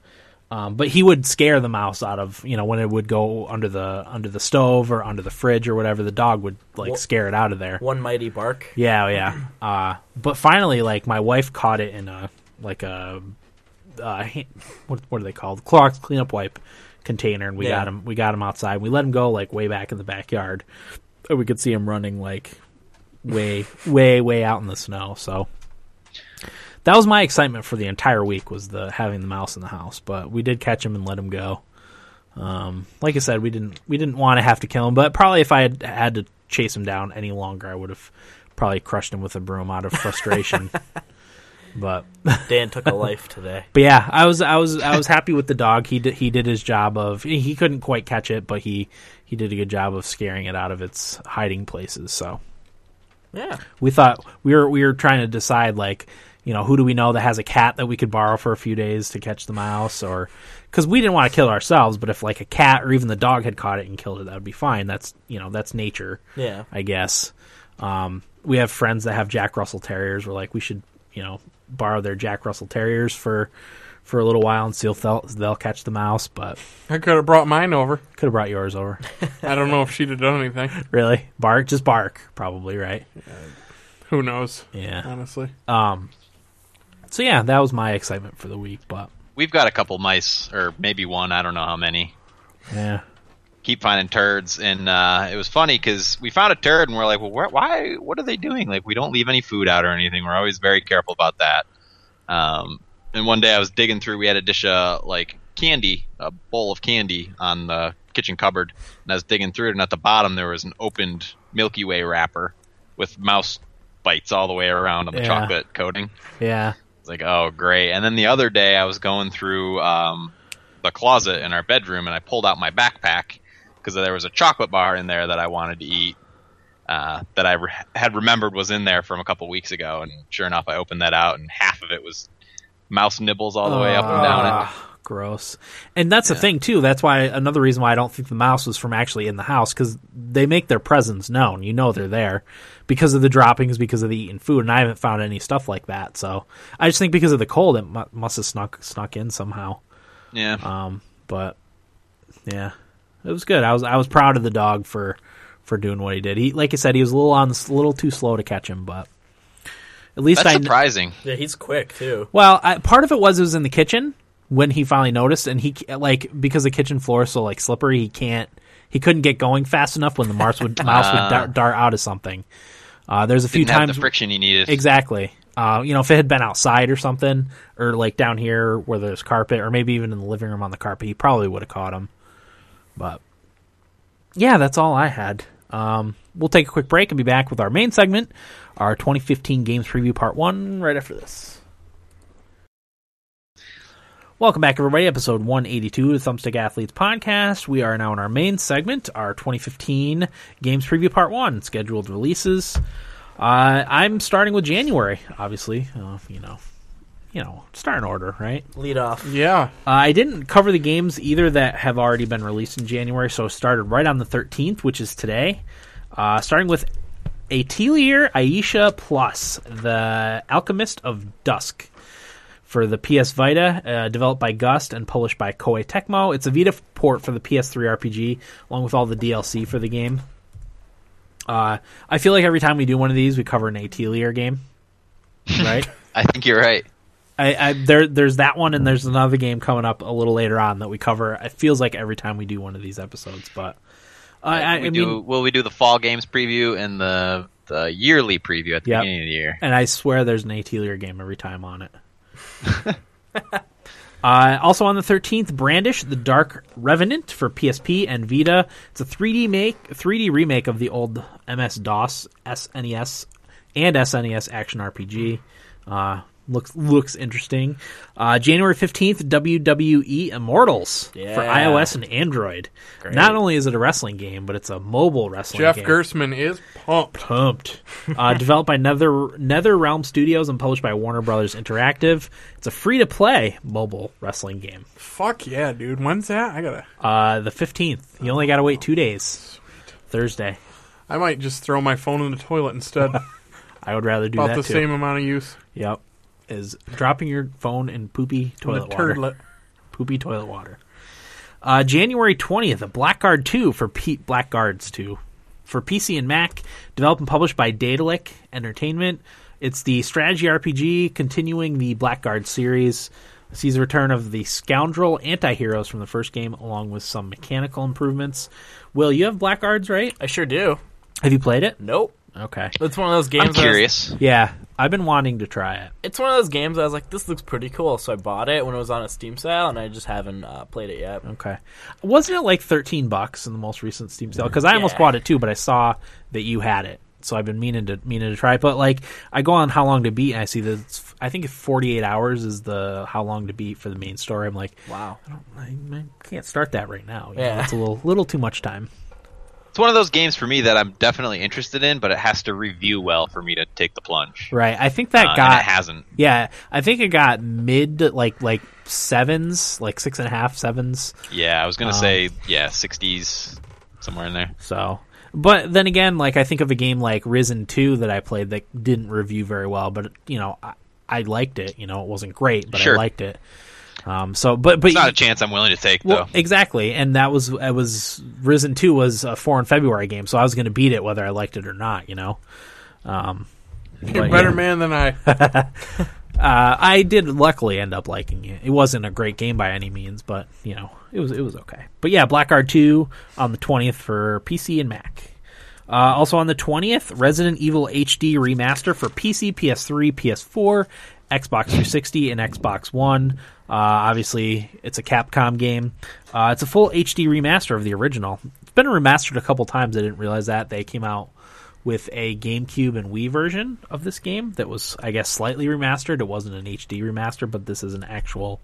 Speaker 3: Um, but he would scare the mouse out of you know when it would go under the under the stove or under the fridge or whatever. The dog would like
Speaker 5: Wha-
Speaker 3: scare it out of there.
Speaker 5: One mighty bark.
Speaker 3: Yeah, yeah. Uh, but finally, like my wife caught it in a like a uh, ha- what what are they called? Clorox cleanup wipe container, and we
Speaker 5: Yeah.
Speaker 3: got him. We got him outside. We let him go like way back in the backyard, and we could see him running like way way way out in the snow. So that was my excitement for the entire week was the having the mouse in the house. But we did catch him and let him go. Um, like I said, we didn't we didn't want to have to kill him, but probably if I had had to chase him down any longer, I would have probably crushed him with a broom out of frustration. but
Speaker 5: Dan took a life today.
Speaker 3: but yeah, I was I was I was happy with the dog. He did he did his job of he couldn't quite catch it, but he he did a good job of scaring it out of its hiding places. So
Speaker 5: Yeah.
Speaker 3: we thought we were we were trying to decide like you know who do we know that has a cat that we could borrow for a few days to catch the mouse or because we didn't want to kill it ourselves but if like a cat or even the dog had caught it and killed it that would be fine that's you know that's nature
Speaker 5: Yeah.
Speaker 3: i guess um, we have friends that have jack russell terriers we're like we should you know borrow their Jack Russell Terriers for for a little while and see if they'll they'll catch the mouse. But
Speaker 4: I could have brought mine over.
Speaker 3: could have brought yours over.
Speaker 4: I don't know if she'd have done anything.
Speaker 3: really, bark, just bark, probably right.
Speaker 4: Who knows?
Speaker 3: Yeah.
Speaker 4: Honestly,
Speaker 3: Um. So yeah, that was my excitement for the week. But
Speaker 6: We've got a couple mice, or maybe one. I don't know how many.
Speaker 3: yeah,
Speaker 6: keep finding turds, and uh, it was funny because we found a turd, and we're like, "Well, wh- why? What are they doing? Like, we don't leave any food out or anything. We're always very careful about that." Um, and one day I was digging through. We had a dish of like candy, a bowl of candy on the kitchen cupboard, and I was digging through it, and at the bottom there was an opened Milky Way wrapper with mouse bites all the way around on the
Speaker 3: Yeah.
Speaker 6: chocolate coating.
Speaker 3: yeah.
Speaker 6: It's like, oh, great. And then the other day, I was going through um, the closet in our bedroom, and I pulled out my backpack because there was a chocolate bar in there that I wanted to eat uh, that I re- had remembered was in there from a couple weeks ago. And sure enough, I opened that out, and half of it was mouse nibbles all the way up and down. it.
Speaker 3: Ah, Gross. And that's the thing too. That's why another reason why I don't think the mouse was from actually in the house because they make their presence known. You know they're there because of the droppings, because of the eating food, and I haven't found any stuff like that. So I just think because of the cold, it mu- must have snuck snuck in somehow.
Speaker 6: Yeah.
Speaker 3: Um, but yeah, it was good. I was I was proud of the dog for for doing what he did. He like I said, he was a little on a little too slow to catch him, but at least
Speaker 6: That's
Speaker 3: I. kn-
Speaker 6: surprising.
Speaker 5: Yeah, he's quick too.
Speaker 3: well, I, part of it was it was in the kitchen when he finally noticed, and he ca- like because the kitchen floor is so like slippery, he can't he couldn't get going fast enough when the mouse would mouse would dart, dart out of something. Uh, there's a few
Speaker 6: Ah. Didn't have
Speaker 3: times
Speaker 6: the friction you needed.
Speaker 3: exactly. Uh, you know, if it had been outside or something, or like down here where there's carpet, or maybe even in the living room on the carpet, he probably would have caught him. But yeah, that's all I had. Um, we'll take a quick break and be back with our main segment, our 2015 games preview part one, right after this. Welcome back, everybody. Episode 182 of the Thumbstick Athletes Podcast. We are now in our main segment, our 2015 Games Preview Part 1, scheduled releases. Uh, I'm starting with January, obviously. Uh, you know, you know, start in order, right?
Speaker 5: Lead off.
Speaker 4: yeah.
Speaker 3: Uh, I didn't cover the games either that have already been released in January, so it started right on the 13th, which is today. Uh, starting with Atelier Aisha Plus, The Alchemist of Dusk for the PS Vita, uh, developed by Gust and published by Koei Tecmo. It's a Vita port for the PS3 RPG, along with all the DLC for the game. Uh, I feel like every time we do one of these, we cover an Atelier game, right?
Speaker 6: I think you're right.
Speaker 3: I, I there there's that one and there's another game coming up a little later on that we cover. It feels like every time we do one of these episodes, but I, I,
Speaker 6: we
Speaker 3: I
Speaker 6: do.
Speaker 3: mean,
Speaker 6: well, we do the fall games preview and the the yearly preview at the
Speaker 3: Yep.
Speaker 6: beginning of the year.
Speaker 3: and I swear there's an Atelier game every time on it. uh, also on the 13th, Brandish: The Dark Revenant for PSP and Vita. It's a 3D make 3D remake of the old MS DOS SNES and SNES action RPG. Uh, looks looks interesting. Uh, January 15th, WWE E Immortals for
Speaker 5: Yeah.
Speaker 3: iOS and Android. Not only is it a wrestling game, but it's a mobile wrestling
Speaker 4: Jeff
Speaker 3: game
Speaker 4: Gersman is pumped.
Speaker 3: pumped. Uh, developed by Nether Nether Realm Studios and published by Warner Brothers Interactive. It's a free to play mobile wrestling game.
Speaker 4: Fuck yeah, dude. When's that? I gotta.
Speaker 3: Uh, the fifteenth. You only got to wait two days. Thursday.
Speaker 4: I might just throw my phone in the toilet instead.
Speaker 3: I would rather do
Speaker 4: About
Speaker 3: that
Speaker 4: the
Speaker 3: too.
Speaker 4: same amount of use.
Speaker 3: Yep. Is dropping your phone in poopy
Speaker 4: In the
Speaker 3: toilet water.
Speaker 4: turdlet.
Speaker 3: Poopy toilet water. Uh, January twentieth, the Blackguard two for P- Blackguards two for PC and Mac, developed and published by Datalic Entertainment. It's the strategy RPG continuing the Blackguard series. Sees the return of the scoundrel anti-heroes from the first game, along with some mechanical improvements. Will you have Blackguards? Right?
Speaker 5: I sure do.
Speaker 3: Have you played it?
Speaker 5: Nope.
Speaker 3: Okay.
Speaker 5: It's one of those games.
Speaker 6: I'm
Speaker 5: that I was-
Speaker 6: curious.
Speaker 3: Yeah, I've been wanting to try it.
Speaker 5: it's one of those games. I was like, this looks pretty cool, so I bought it when it was on a Steam sale, and I just haven't uh, played it yet.
Speaker 3: Okay. Wasn't it like 13 bucks in the most recent Steam
Speaker 6: Mm-hmm.
Speaker 3: sale? Because I almost
Speaker 5: Yeah.
Speaker 3: bought it too, but I saw that you had it. So I've been meaning to meaning to try, it. but like I go on how long to beat, and I see that it's, I think 48 hours is the how long to beat for the main story. I'm like,
Speaker 5: Wow.
Speaker 3: I, I can't start that right now. You know,
Speaker 5: Yeah.
Speaker 3: it's a little little too much time.
Speaker 6: It's one of those games for me that I'm definitely interested in, but it has to review well for me to take the plunge.
Speaker 3: Right. I think that
Speaker 6: Uh, and
Speaker 3: got
Speaker 6: it hasn't.
Speaker 3: yeah. I think it got mid like like sevens, like six and a half sevens.
Speaker 6: Yeah, I was gonna say yeah, 60s somewhere in there.
Speaker 3: So, but then again, like I think of a game like Risen Two that I played that didn't review very well, but you know, I, I liked it. You know, it wasn't great, but
Speaker 6: Sure.
Speaker 3: I liked it. Um, so, but but
Speaker 6: It's not a chance I'm willing to take,
Speaker 3: well,
Speaker 6: though.
Speaker 3: exactly, and that was I was Risen Two was a foreign February game, so I was going to beat it whether I liked it or not. You know, um,
Speaker 4: You're a
Speaker 3: but,
Speaker 4: better
Speaker 3: yeah.
Speaker 4: man than I.
Speaker 3: Uh, I did luckily end up liking it. It wasn't a great game by any means, but you know, it was it was okay. But yeah, Blackguard Two on the twentieth for PC and Mac. Uh, also on the twentieth, Resident Evil HD remaster for PC, PS3, PS4, Xbox 360, and Xbox One. Uh, obviously, it's a Capcom game. Uh, it's a full HD remaster of the original. It's been remastered a couple times. I didn't realize that they came out with a GameCube and Wii version of this game that was, I guess, slightly remastered. It wasn't an HD remaster, but this is an actual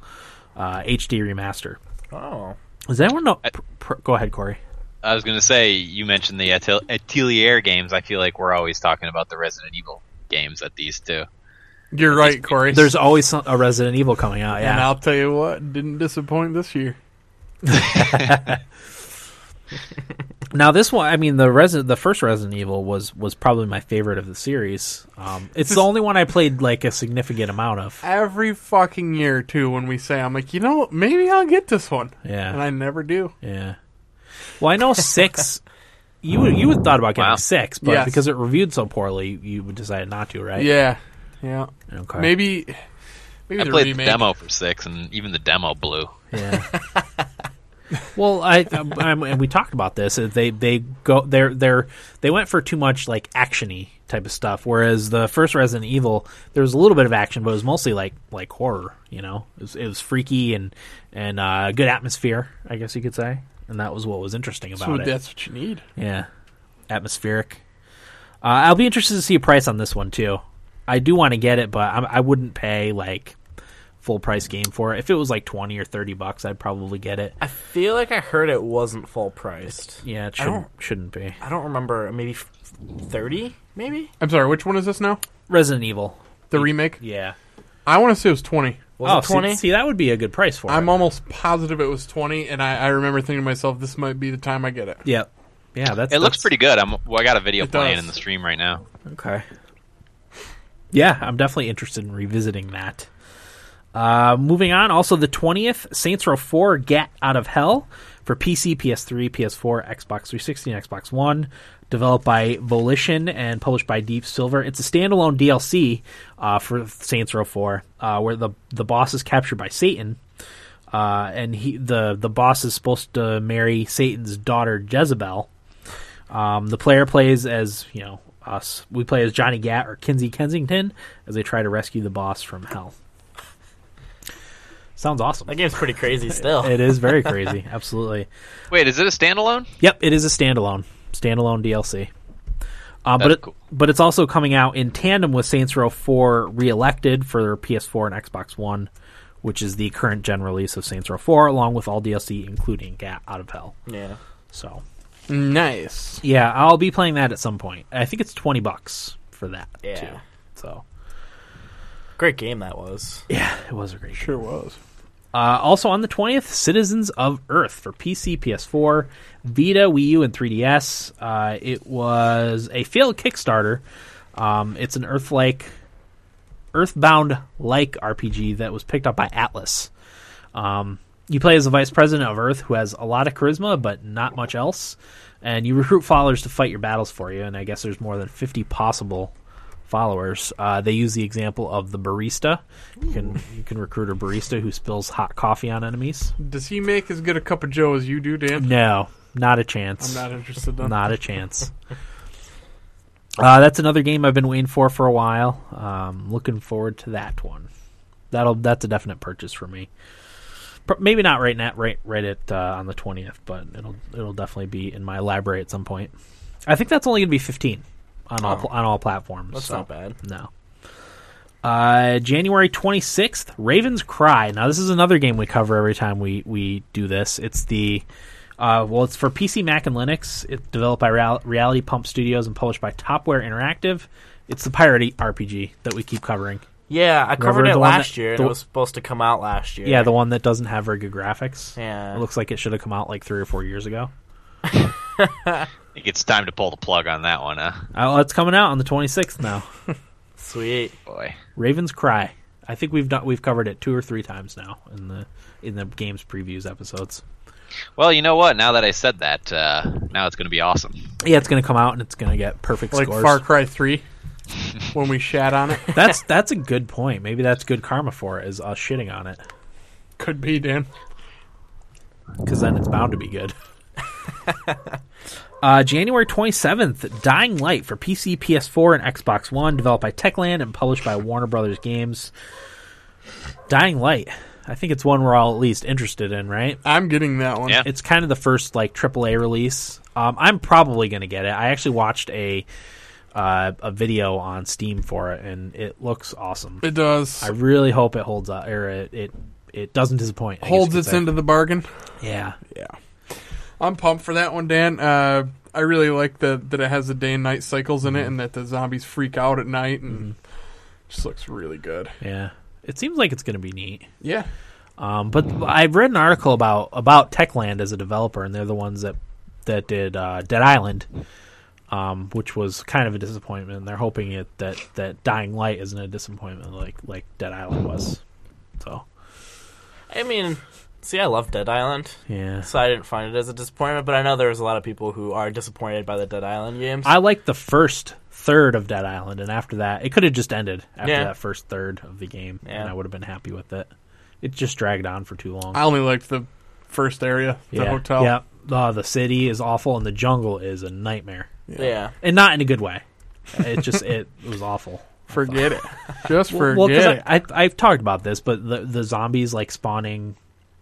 Speaker 3: uh, HD remaster.
Speaker 5: Oh,
Speaker 3: Does anyone know? pr- pr- go ahead, Corey.
Speaker 6: I was going to say, you mentioned the Atel- Atelier games. I feel like we're always talking about the Resident Evil games at these two.
Speaker 4: You're right, Corey.
Speaker 3: There's always some, a Resident Evil coming out.
Speaker 4: and
Speaker 3: Yeah,
Speaker 4: I'll tell you what, didn't disappoint this year.
Speaker 3: now this one, I mean, the Resident, the first Resident Evil was was probably my favorite of the series. Um, it's the only one I played like a significant amount of.
Speaker 4: Every fucking year too, when we say, I'm like, you know, maybe I'll get this one,
Speaker 3: Yeah,
Speaker 4: and I never do.
Speaker 3: Yeah. Well, I know six. You would, you would thought about getting
Speaker 6: Wow.
Speaker 3: six, but
Speaker 4: Yes.
Speaker 3: because it reviewed so poorly, you decided not to, right?
Speaker 4: Yeah, yeah.
Speaker 3: Okay.
Speaker 4: Maybe, maybe
Speaker 6: I
Speaker 4: the
Speaker 6: played
Speaker 4: remake.
Speaker 6: the demo for six, and even the demo blew.
Speaker 3: Yeah. well, I, I am and we talked about this. uh, They they go they're they're they went for too much like actiony type of stuff, whereas the first Resident Evil there was a little bit of action, but it was mostly like like horror. You know, it was, it was freaky and and uh, good atmosphere, I guess you could say, and that was what was interesting about
Speaker 4: So
Speaker 3: it.
Speaker 4: that's what you need.
Speaker 3: Yeah, atmospheric. Uh, I'll be interested to see a price on this one too. I do want to get it, but I'm, I wouldn't pay like full price game for it. If it was like twenty or thirty bucks, I'd probably get it.
Speaker 5: I feel like I heard it wasn't full priced.
Speaker 3: Yeah, it
Speaker 5: I
Speaker 3: shouldn't
Speaker 5: don't-
Speaker 3: shouldn't be.
Speaker 5: I don't remember. Maybe f- thirty, maybe.
Speaker 4: I'm sorry, which one is this now?
Speaker 3: Resident Evil.
Speaker 4: The remake?
Speaker 3: Yeah.
Speaker 4: I want to say it was
Speaker 3: oh,
Speaker 4: 20.
Speaker 5: Was
Speaker 3: see-
Speaker 5: it twenty?
Speaker 3: See, that would be a good price for
Speaker 4: I'm
Speaker 3: it.
Speaker 4: almost positive it was 20, and I, I remember thinking to myself, this might be the time I get it.
Speaker 3: Yeah. Yeah, that's
Speaker 6: It looks
Speaker 3: that's-
Speaker 6: pretty good. I'm, well, I got a video
Speaker 4: It
Speaker 6: playing
Speaker 4: does.
Speaker 6: in the stream right now.
Speaker 3: Okay. Yeah, I'm definitely interested in revisiting that. Uh, moving on, also the 20th, Saints Row 4 Get Out of Hell for PC, PS3, PS4, Xbox 360, and Xbox One. Developed by Volition and published by Deep Silver. It's a standalone DLC uh, for Saints Row 4, uh, where the, the boss is captured by Satan uh, and he the the boss is supposed to marry Satan's daughter Jezebel. Um, the player plays as you know us. We play as Johnny Gat or Kinsey Kensington as they try to rescue the boss from hell. Sounds awesome.
Speaker 5: That game's pretty crazy still.
Speaker 3: It is very crazy. Absolutely.
Speaker 6: Wait, is it a standalone?
Speaker 3: Yep, it is a standalone standalone DLC. Uh, but
Speaker 6: That's
Speaker 3: it,
Speaker 6: cool.
Speaker 3: but it's also coming out in tandem with Saints Row 4 Reelected for PS4 and Xbox One, which is the current gen release of Saints Row 4, along with all DLC, including Gat Out of Hell.
Speaker 5: yeah.
Speaker 3: So
Speaker 4: Nice.
Speaker 3: yeah, I'll be playing that at some point. I think it's twenty bucks for that
Speaker 5: Yeah.
Speaker 3: too. So
Speaker 5: Great game that was.
Speaker 3: yeah, it was a great. Game.
Speaker 4: Sure was.
Speaker 3: Uh, also on the 20th, Citizens of Earth for PC, PS4, Vita, Wii U, and 3DS. Uh, it was a failed Kickstarter. Um, it's an Earth-like, Earthbound-like RPG that was picked up by Atlas. Um, you play as the vice president of Earth, who has a lot of charisma but not much else, and you recruit followers to fight your battles for you. And I guess there's more than 50 possible followers. Uh, they use the example of the barista. You can you can recruit a barista who spills hot coffee on enemies.
Speaker 4: Does he make as good a cup of joe as you do, Dan?
Speaker 3: No, not a chance.
Speaker 4: I'm not interested in
Speaker 3: Not a chance. Uh, that's another game I've been waiting for for a while. Um, looking forward to that one. That'll that's a definite purchase for me. Pro- Maybe not right now, right right at uh, on the twentieth, but it'll it'll definitely be in my library at some point. I think that's only going to be fifteen on all
Speaker 5: Oh.
Speaker 3: pl- on all platforms.
Speaker 5: That's
Speaker 3: so-
Speaker 5: not bad.
Speaker 3: No. Uh, January 26th, Raven's Cry. Now, this is another game we cover every time we, we do this. It's the, uh, well, it's for PC, Mac, and Linux. It's developed by Real- Reality Pump Studios and published by Topware Interactive. It's the pirate E RPG that we keep covering.
Speaker 5: Yeah, I covered
Speaker 3: Remember
Speaker 5: it
Speaker 3: the one
Speaker 5: last
Speaker 3: that-
Speaker 5: year, and
Speaker 3: the-
Speaker 5: it was supposed to come out last year.
Speaker 3: Yeah, the one that doesn't have very good graphics.
Speaker 5: Yeah.
Speaker 3: It looks like it should have come out like three or four years ago.
Speaker 6: I think it's time to pull the plug on that one, huh? Oh,
Speaker 3: Uh, well, it's coming out on the 26th now.
Speaker 5: Sweet.
Speaker 6: Boy.
Speaker 3: Raven's Cry. I think we've done we've covered it two or three times now in the in the games previews episodes.
Speaker 6: Well, you know what? Now that I said that, uh, now it's going to be awesome.
Speaker 3: Yeah, it's going to come out and it's going to get perfect
Speaker 4: Like
Speaker 3: scores.
Speaker 4: Far Cry 3 when we shat on it.
Speaker 3: That's that's a good point. Maybe that's good karma for it is us shitting on it
Speaker 4: Could be, Dan.
Speaker 3: because then it's bound to be good. uh, January 27th, Dying Light for PC, PS4, and Xbox One, developed by Techland and published by Warner Brothers Games. Dying Light. I think it's one we're all at least interested in, right?
Speaker 4: I'm getting that one.
Speaker 6: Yeah.
Speaker 3: it's kind of the first like AAA release. Um, I'm probably going to get it. I actually watched a uh, a video on Steam for it, and it looks awesome.
Speaker 4: It does.
Speaker 3: I really hope it holds up, or it it, it doesn't disappoint. I guess
Speaker 4: holds
Speaker 3: you could
Speaker 4: its
Speaker 3: say.
Speaker 4: end of the bargain.
Speaker 3: yeah.
Speaker 4: I'm pumped for that one, Dan. Uh, I really like the, that it has the day and night cycles
Speaker 3: Mhm.
Speaker 4: in it and that the zombies freak out at night and just looks really good.
Speaker 3: Yeah. It seems like it's going to be neat.
Speaker 4: Yeah.
Speaker 3: Um, but I read an article about about Techland as a developer, and they're the ones that that did uh, Dead Island, um, which was kind of a disappointment. And they're hoping it that that Dying Light isn't a disappointment like like Dead Island was. So
Speaker 5: I mean, see, I love Dead Island,
Speaker 3: yeah,
Speaker 5: so I didn't find it as a disappointment. But I know there's a lot of people who are disappointed by the Dead Island games.
Speaker 3: I liked the first third of Dead Island, and after that, it could have just ended after
Speaker 5: Yeah.
Speaker 3: that first third of the game, and
Speaker 5: Yeah.
Speaker 3: I would have been happy with it. It just dragged on for too long.
Speaker 4: I only liked the first area, the
Speaker 3: yeah.
Speaker 4: hotel.
Speaker 3: Yeah, Uh, the city is awful, and the jungle is a nightmare,
Speaker 5: yeah.
Speaker 3: and not in a good way. It just it was awful.
Speaker 4: Forget it. Just forget
Speaker 3: Well, because
Speaker 4: it.
Speaker 3: I, I I've talked about this, but the the zombies like spawning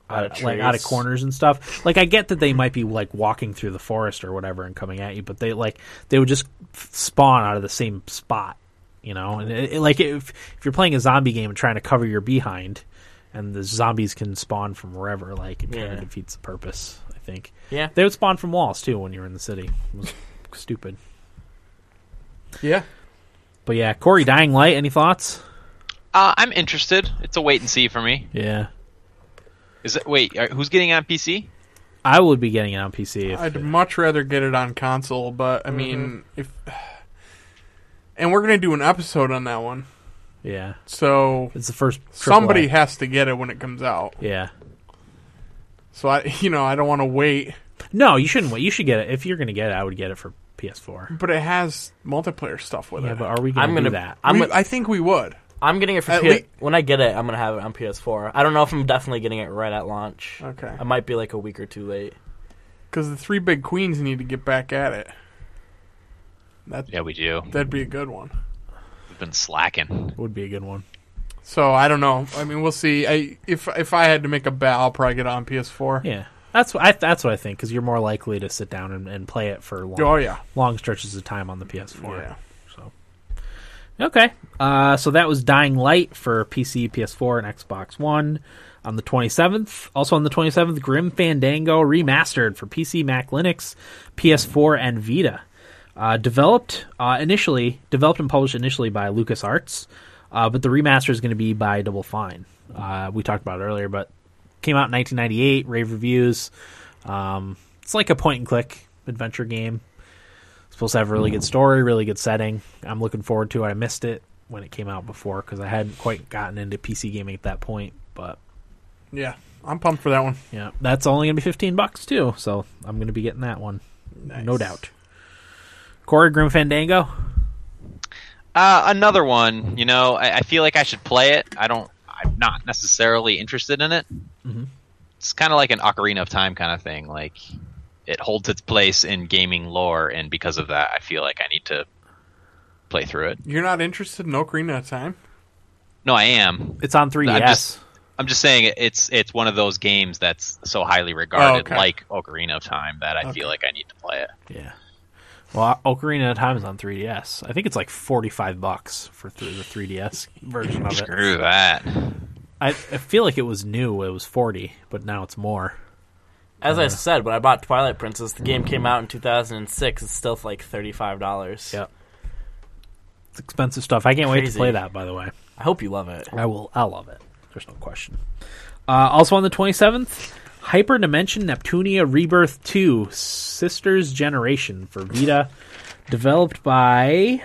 Speaker 5: Out of
Speaker 3: out, like out of
Speaker 5: trees.
Speaker 3: corners and stuff. Like I get that they might be like walking through the forest or whatever and coming at you, but they like they would just f- spawn out of the same spot, you know. And it, it- like if if you're playing a zombie game and trying to cover your behind, and the zombies can spawn from wherever, like it kind
Speaker 5: Yeah.
Speaker 3: of defeats the purpose. I think
Speaker 5: Yeah.
Speaker 3: they would spawn from walls too when you're in the city. It was stupid.
Speaker 4: yeah.
Speaker 3: But yeah, Corey, Dying Light. Any thoughts?
Speaker 6: Uh, I'm interested. It's a wait and see for me.
Speaker 3: Yeah.
Speaker 6: Is it, wait, uh, who's getting on PC?
Speaker 3: I would be getting it on PC if
Speaker 4: I'd much rather get it on console, but I
Speaker 3: Mm-hmm.
Speaker 4: mean, if and we're gonna do an episode on that one,
Speaker 3: Yeah,
Speaker 4: so
Speaker 3: it's the first. AAA.
Speaker 4: somebody has to get it when it comes out.
Speaker 3: Yeah.
Speaker 4: So I, you know, I don't want to wait,
Speaker 3: No, you shouldn't wait. You should get it. If you're going to get it, I would get it for PS4.
Speaker 4: but it has multiplayer stuff with
Speaker 3: Yeah,
Speaker 4: it.
Speaker 3: but are we
Speaker 5: I'm
Speaker 3: going to
Speaker 5: gonna-
Speaker 3: do that?
Speaker 5: I'm
Speaker 4: We-
Speaker 5: gonna-
Speaker 4: I think we would.
Speaker 5: I'm getting it for
Speaker 4: At
Speaker 5: P-
Speaker 4: lea-
Speaker 5: when I get it. I'm gonna have it on PS4. I don't know if I'm definitely getting it right at launch.
Speaker 4: Okay.
Speaker 5: I might be like a week or two late.
Speaker 4: Because the three big queens need to get back at it. That
Speaker 6: Yeah, we do.
Speaker 4: that'd be a good one.
Speaker 6: We've been slacking.
Speaker 3: Would be a good one.
Speaker 4: So I don't know. I mean, we'll see. I if if I had to make a bet, I'll probably get it on PS4.
Speaker 3: Yeah, that's what I, that's what I think because you're more likely to sit down and, and play it for long,
Speaker 4: Oh yeah.
Speaker 3: long stretches of time on the PS4.
Speaker 4: Yeah.
Speaker 3: So okay, uh, so that was Dying Light for PC, PS4, and Xbox One on the 27th. Also on the 27th, Grim Fandango remastered for PC, Mac, Linux, PS4, and Vita. Uh, developed uh, initially, developed and published initially by LucasArts, uh, but the remaster is going to be by Double Fine. Uh, we talked about it earlier, but came out in 1998, rave reviews. Um, it's like a point and click adventure game. It's supposed to have a really good story, really good setting. I'm looking forward to it. I missed it when it came out before because I hadn't quite gotten into PC gaming at that point. But
Speaker 4: Yeah. I'm pumped for that one.
Speaker 3: yeah, that's only gonna be 15 bucks too, so I'm gonna be getting that one, no
Speaker 4: Nice.
Speaker 3: doubt. Corey Grim Fandango.
Speaker 6: Uh, another one. You know, I, I feel like I should play it. I don't. I'm not necessarily interested in it. It's kind of like an Ocarina of Time kind of thing. Like it holds its place in gaming lore, and because of that, I feel like I need to play through it.
Speaker 4: You're not interested in Ocarina of Time?
Speaker 6: No, I am.
Speaker 3: It's on 3DS.
Speaker 6: just- I'm just saying it- it's it's one of those games that's so highly regarded,
Speaker 4: okay.
Speaker 6: like Ocarina of Time, that I
Speaker 4: Okay.
Speaker 6: feel like I need to play it.
Speaker 3: Yeah. Well, Ocarina of Time is on 3DS. I think it's like 45 bucks for th- the 3DS version of it.
Speaker 6: Screw that.
Speaker 3: I, I feel like it was new. It was 40, but now it's more.
Speaker 5: As
Speaker 4: Uh-huh.
Speaker 5: I said, when I bought Twilight Princess, the game came out in 2006. It's still like thirty-five dollars.
Speaker 3: Yep. It's expensive stuff. I can't wait to
Speaker 5: Crazy.
Speaker 3: play that. By the way,
Speaker 5: I hope you love it.
Speaker 3: I will. I love it. There's no question. Uh, also on the 27th, Hyper Dimension Neptunia Rebirth 2: Sisters Generation for Vita, developed by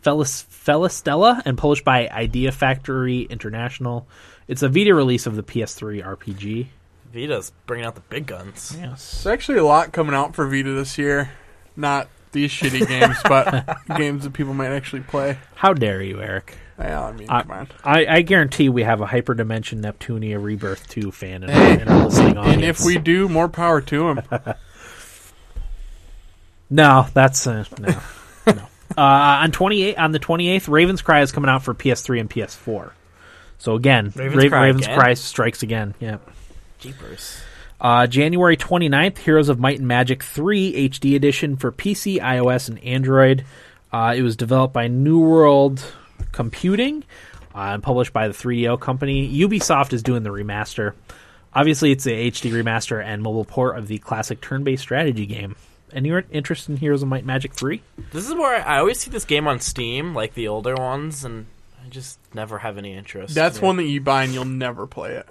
Speaker 3: Felis, Felistella and published by Idea Factory International. It's a Vita release of the PS3 RPG.
Speaker 5: Vita's bringing out the big guns.
Speaker 3: Yes.
Speaker 4: There's actually a lot coming out for Vita this year. Not these shitty games, but games that people might actually play.
Speaker 3: How dare you, Eric?
Speaker 4: Well, I mean,
Speaker 3: I,
Speaker 4: come on.
Speaker 3: I, I guarantee we have a Hyperdimension Neptunia Rebirth 2 fan in our, in our listening audience.
Speaker 4: And if we do, more power to them.
Speaker 3: No, that's uh, no. no. Uh, on twenty eight on the twenty eighth, Raven's Cry is coming out for PS3 and PS4. So again,
Speaker 5: Raven's
Speaker 3: Ra-
Speaker 5: Cry
Speaker 3: Raven's
Speaker 5: again?
Speaker 3: Cry strikes again. Yeah.
Speaker 5: Jeepers.
Speaker 3: Uh, January 29th, Heroes of Might and Magic 3 HD Edition for PC, iOS, and Android. Uh, it was developed by New World Computing uh, and published by the 3DO company. Ubisoft is doing the remaster. Obviously, it's a HD remaster and mobile port of the classic turn based strategy game. Any interest in Heroes of Might and Magic 3?
Speaker 5: This is where I always see this game on Steam, like the older ones, and I just never have any interest.
Speaker 4: That's
Speaker 5: Yeah.
Speaker 4: one that you buy and you'll never play it.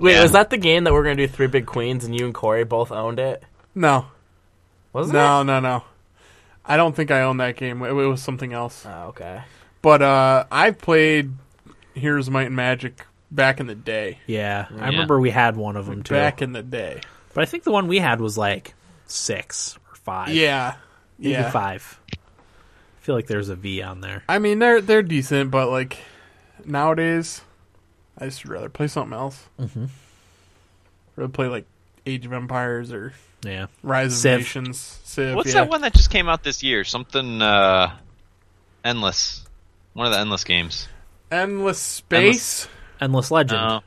Speaker 5: Wait,
Speaker 6: Yeah.
Speaker 5: was that the game that we're gonna do Three Big Queens and you and Corey both owned it?
Speaker 4: No,
Speaker 5: Wasn't it?
Speaker 4: no, no, no. I don't think I own that game. It, it was something else.
Speaker 5: Oh, okay.
Speaker 4: But uh, I played Heroes of Might and Magic back in the day.
Speaker 3: Yeah, I remember we had one of them too.
Speaker 4: Back in the day.
Speaker 3: But I think the one we had was like six or five.
Speaker 4: Yeah,
Speaker 3: Maybe
Speaker 4: yeah.
Speaker 3: five. I feel like there's a V on there.
Speaker 4: I mean, they're they're decent, but like nowadays, I just would rather play something else. Mm-hmm. Rather play like Age of Empires or
Speaker 3: Yeah.
Speaker 4: Rise of
Speaker 3: Civ.
Speaker 4: Nations. Civ,
Speaker 6: What's
Speaker 4: yeah.
Speaker 6: that one that just came out this year? Something uh, endless. One of the endless games.
Speaker 4: Endless Space
Speaker 3: Endless Legend.
Speaker 6: Uh,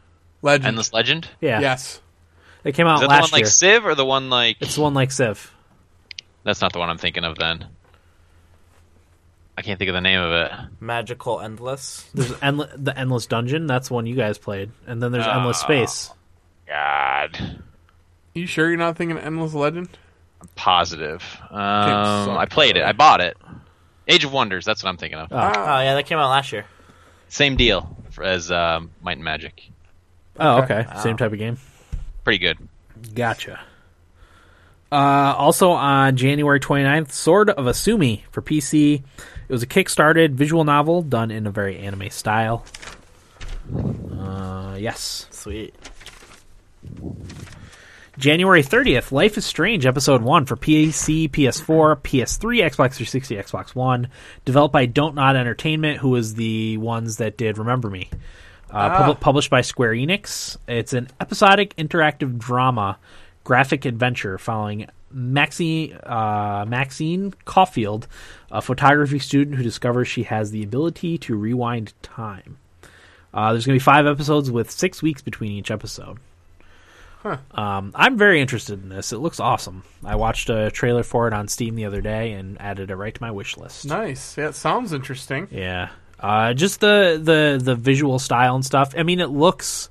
Speaker 4: Legend.
Speaker 6: endless Legend.
Speaker 3: yeah.
Speaker 4: Yes.
Speaker 3: It came out
Speaker 6: Is that the one
Speaker 3: last
Speaker 6: like
Speaker 3: year.
Speaker 6: Civ or the one like?
Speaker 3: it's the one like Civ.
Speaker 6: That's not the one I'm thinking of. Then I can't think of the name of it.
Speaker 5: Magical Endless.
Speaker 3: There's endle- the Endless Dungeon. That's the one you guys played. And then there's Endless Space.
Speaker 6: God,
Speaker 4: You sure you're not thinking Endless Legend?
Speaker 6: positive. Um,
Speaker 4: suck,
Speaker 6: I played it. I bought it. Age of Wonders. That's what I'm thinking of.
Speaker 3: Ah,
Speaker 4: Ah.
Speaker 5: Oh yeah, that came out last year.
Speaker 6: Same deal for- as um, Might and Magic.
Speaker 3: Oh, okay. Same type of game.
Speaker 6: Pretty good.
Speaker 3: Gotcha. Uh, also on January 29th, Sword of Asumi for PC. It was a kickstarted visual novel done in a very anime style. Uh, yes.
Speaker 5: Sweet.
Speaker 3: January 30th, Life is Strange Episode 1 for PC, PS4, PS3, Xbox 360, Xbox One, developed by Don't Nod Entertainment, who was the ones that did Remember Me. Uh, pub- published by Square Enix. It's an episodic interactive drama graphic adventure following Maxi, uh, Maxine Caulfield, a photography student who discovers she has the ability to rewind time. Uh, there's going to be five episodes with six weeks between each episode. Um, I'm very interested in this. It looks awesome. I watched a trailer for it on Steam the other day and added it right to my wish list.
Speaker 4: Nice. Yeah, it sounds interesting.
Speaker 3: Yeah, uh, just the the the visual style and stuff. I mean, it looks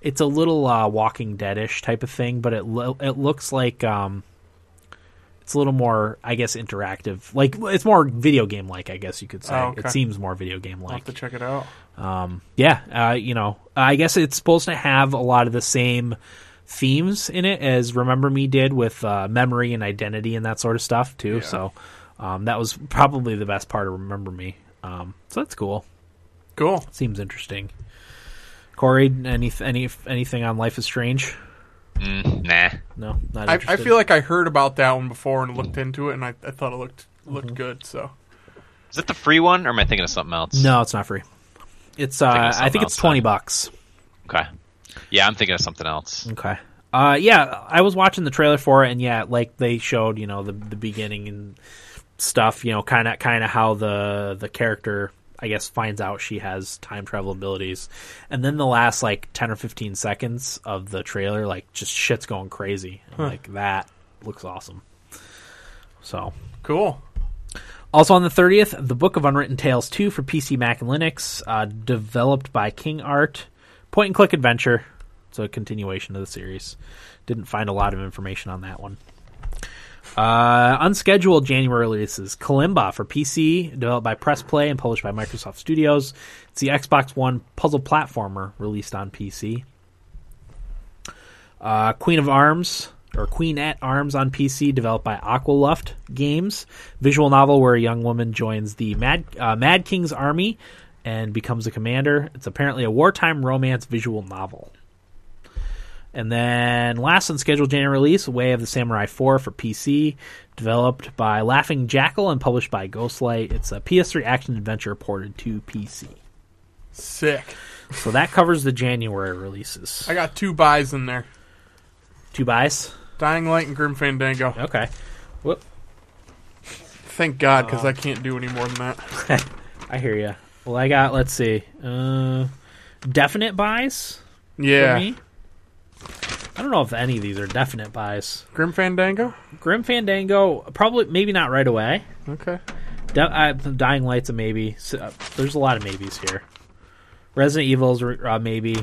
Speaker 3: it's a little uh, Walking Deadish type of thing, but it lo- it looks like um, it's a little more, I guess, interactive. Like it's more video game like, I guess you could say.
Speaker 4: Oh, okay.
Speaker 3: It seems more video game
Speaker 4: I'll
Speaker 3: like.
Speaker 4: have to check it out.
Speaker 3: Yeah, uh, you know, I guess it's supposed to have a lot of the same themes in it as Remember Me did with uh, memory and identity and that sort of stuff too. So um, that was probably the best part of Remember Me. Um, so that's cool.
Speaker 4: Cool.
Speaker 3: Seems interesting. Corey, any any anything on Life is Strange?
Speaker 6: Mm, nah.
Speaker 3: No, not
Speaker 4: I, I
Speaker 3: interested.
Speaker 4: feel like I heard about that one before and looked into it, and I, I thought it looked looked
Speaker 3: Mm-hmm.
Speaker 4: good. So
Speaker 6: Is that the free one, or am I thinking of something else?
Speaker 3: no, it's not free. It's uh,
Speaker 6: Thinking of
Speaker 3: I
Speaker 6: something
Speaker 3: think it's
Speaker 6: else
Speaker 3: twenty
Speaker 6: then.
Speaker 3: bucks.
Speaker 6: Okay. Yeah, I'm thinking of something else.
Speaker 3: Okay. Uh, yeah, I was watching the trailer for it, and yeah, like they showed, you know, the the beginning and stuff, you know, kind of kind of how the the character, I guess, finds out she has time travel abilities, and then the last like ten or fifteen seconds of the trailer, like just shit's going crazy, And, like that looks awesome. So
Speaker 4: cool.
Speaker 3: also on the 30th, The Book of Unwritten Tales 2 for PC, Mac, and Linux, uh, developed by King Art. Point and click adventure. It's a continuation of the series. Didn't find a lot of information on that one. Uh, unscheduled January releases Kalimba for PC, developed by Press Play and published by Microsoft Studios. It's the Xbox One puzzle platformer released on PC. Uh, Queen of Arms or Queen at Arms on PC, developed by Aqualuft Games, visual novel where a young woman joins the Mad uh, Mad King's army and becomes a commander. It's apparently a wartime romance visual novel. And then last on scheduled January release, Way of the Samurai 4 for PC, developed by Laughing Jackal and published by Ghostlight. It's a PS3 action adventure ported to PC.
Speaker 4: Sick.
Speaker 3: So that covers the January releases.
Speaker 4: I got two buys in there.
Speaker 3: Two buys.
Speaker 4: Dying Light and Grim Fandango.
Speaker 3: Okay. Whoop.
Speaker 4: Thank God, because
Speaker 3: Uh,
Speaker 4: I can't do any more than that.
Speaker 3: I hear you. Well, I got let's see. Uh definite buys for
Speaker 4: Yeah.
Speaker 3: me. I don't know if any of these are definite buys.
Speaker 4: Grim Fandango?
Speaker 3: Grim Fandango probably maybe not right away.
Speaker 4: Okay.
Speaker 3: De- I, Dying Light's a maybe. So, uh, there's a lot of maybes here. Resident Evil's a uh, maybe.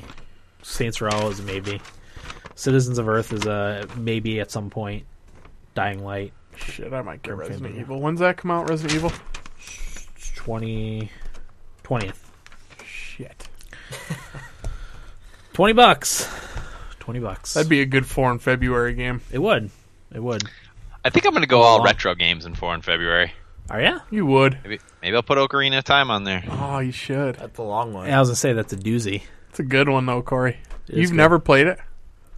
Speaker 3: Saints Row is a maybe. Citizens of Earth is a maybe at some point. Dying Light
Speaker 4: Shit, I might get
Speaker 3: Grim
Speaker 4: Resident
Speaker 3: Fandango.
Speaker 4: Evil. When's that come out, Resident Evil?
Speaker 3: 20 20th.
Speaker 4: Shit.
Speaker 3: 20 bucks. 20 bucks.
Speaker 4: That'd be a good foreign February game.
Speaker 3: it would. It would.
Speaker 6: I think I'm going to go all
Speaker 3: wow.
Speaker 6: retro games in four in February.
Speaker 3: Are ya?
Speaker 4: You would.
Speaker 6: Maybe maybe I'll put Ocarina of Time on there.
Speaker 4: Oh, you should.
Speaker 5: That's a long one.
Speaker 3: Yeah, I was gonna say that's a doozy.
Speaker 4: It's a good one, though, Corey.
Speaker 3: is
Speaker 4: You've
Speaker 3: good.
Speaker 4: never played it?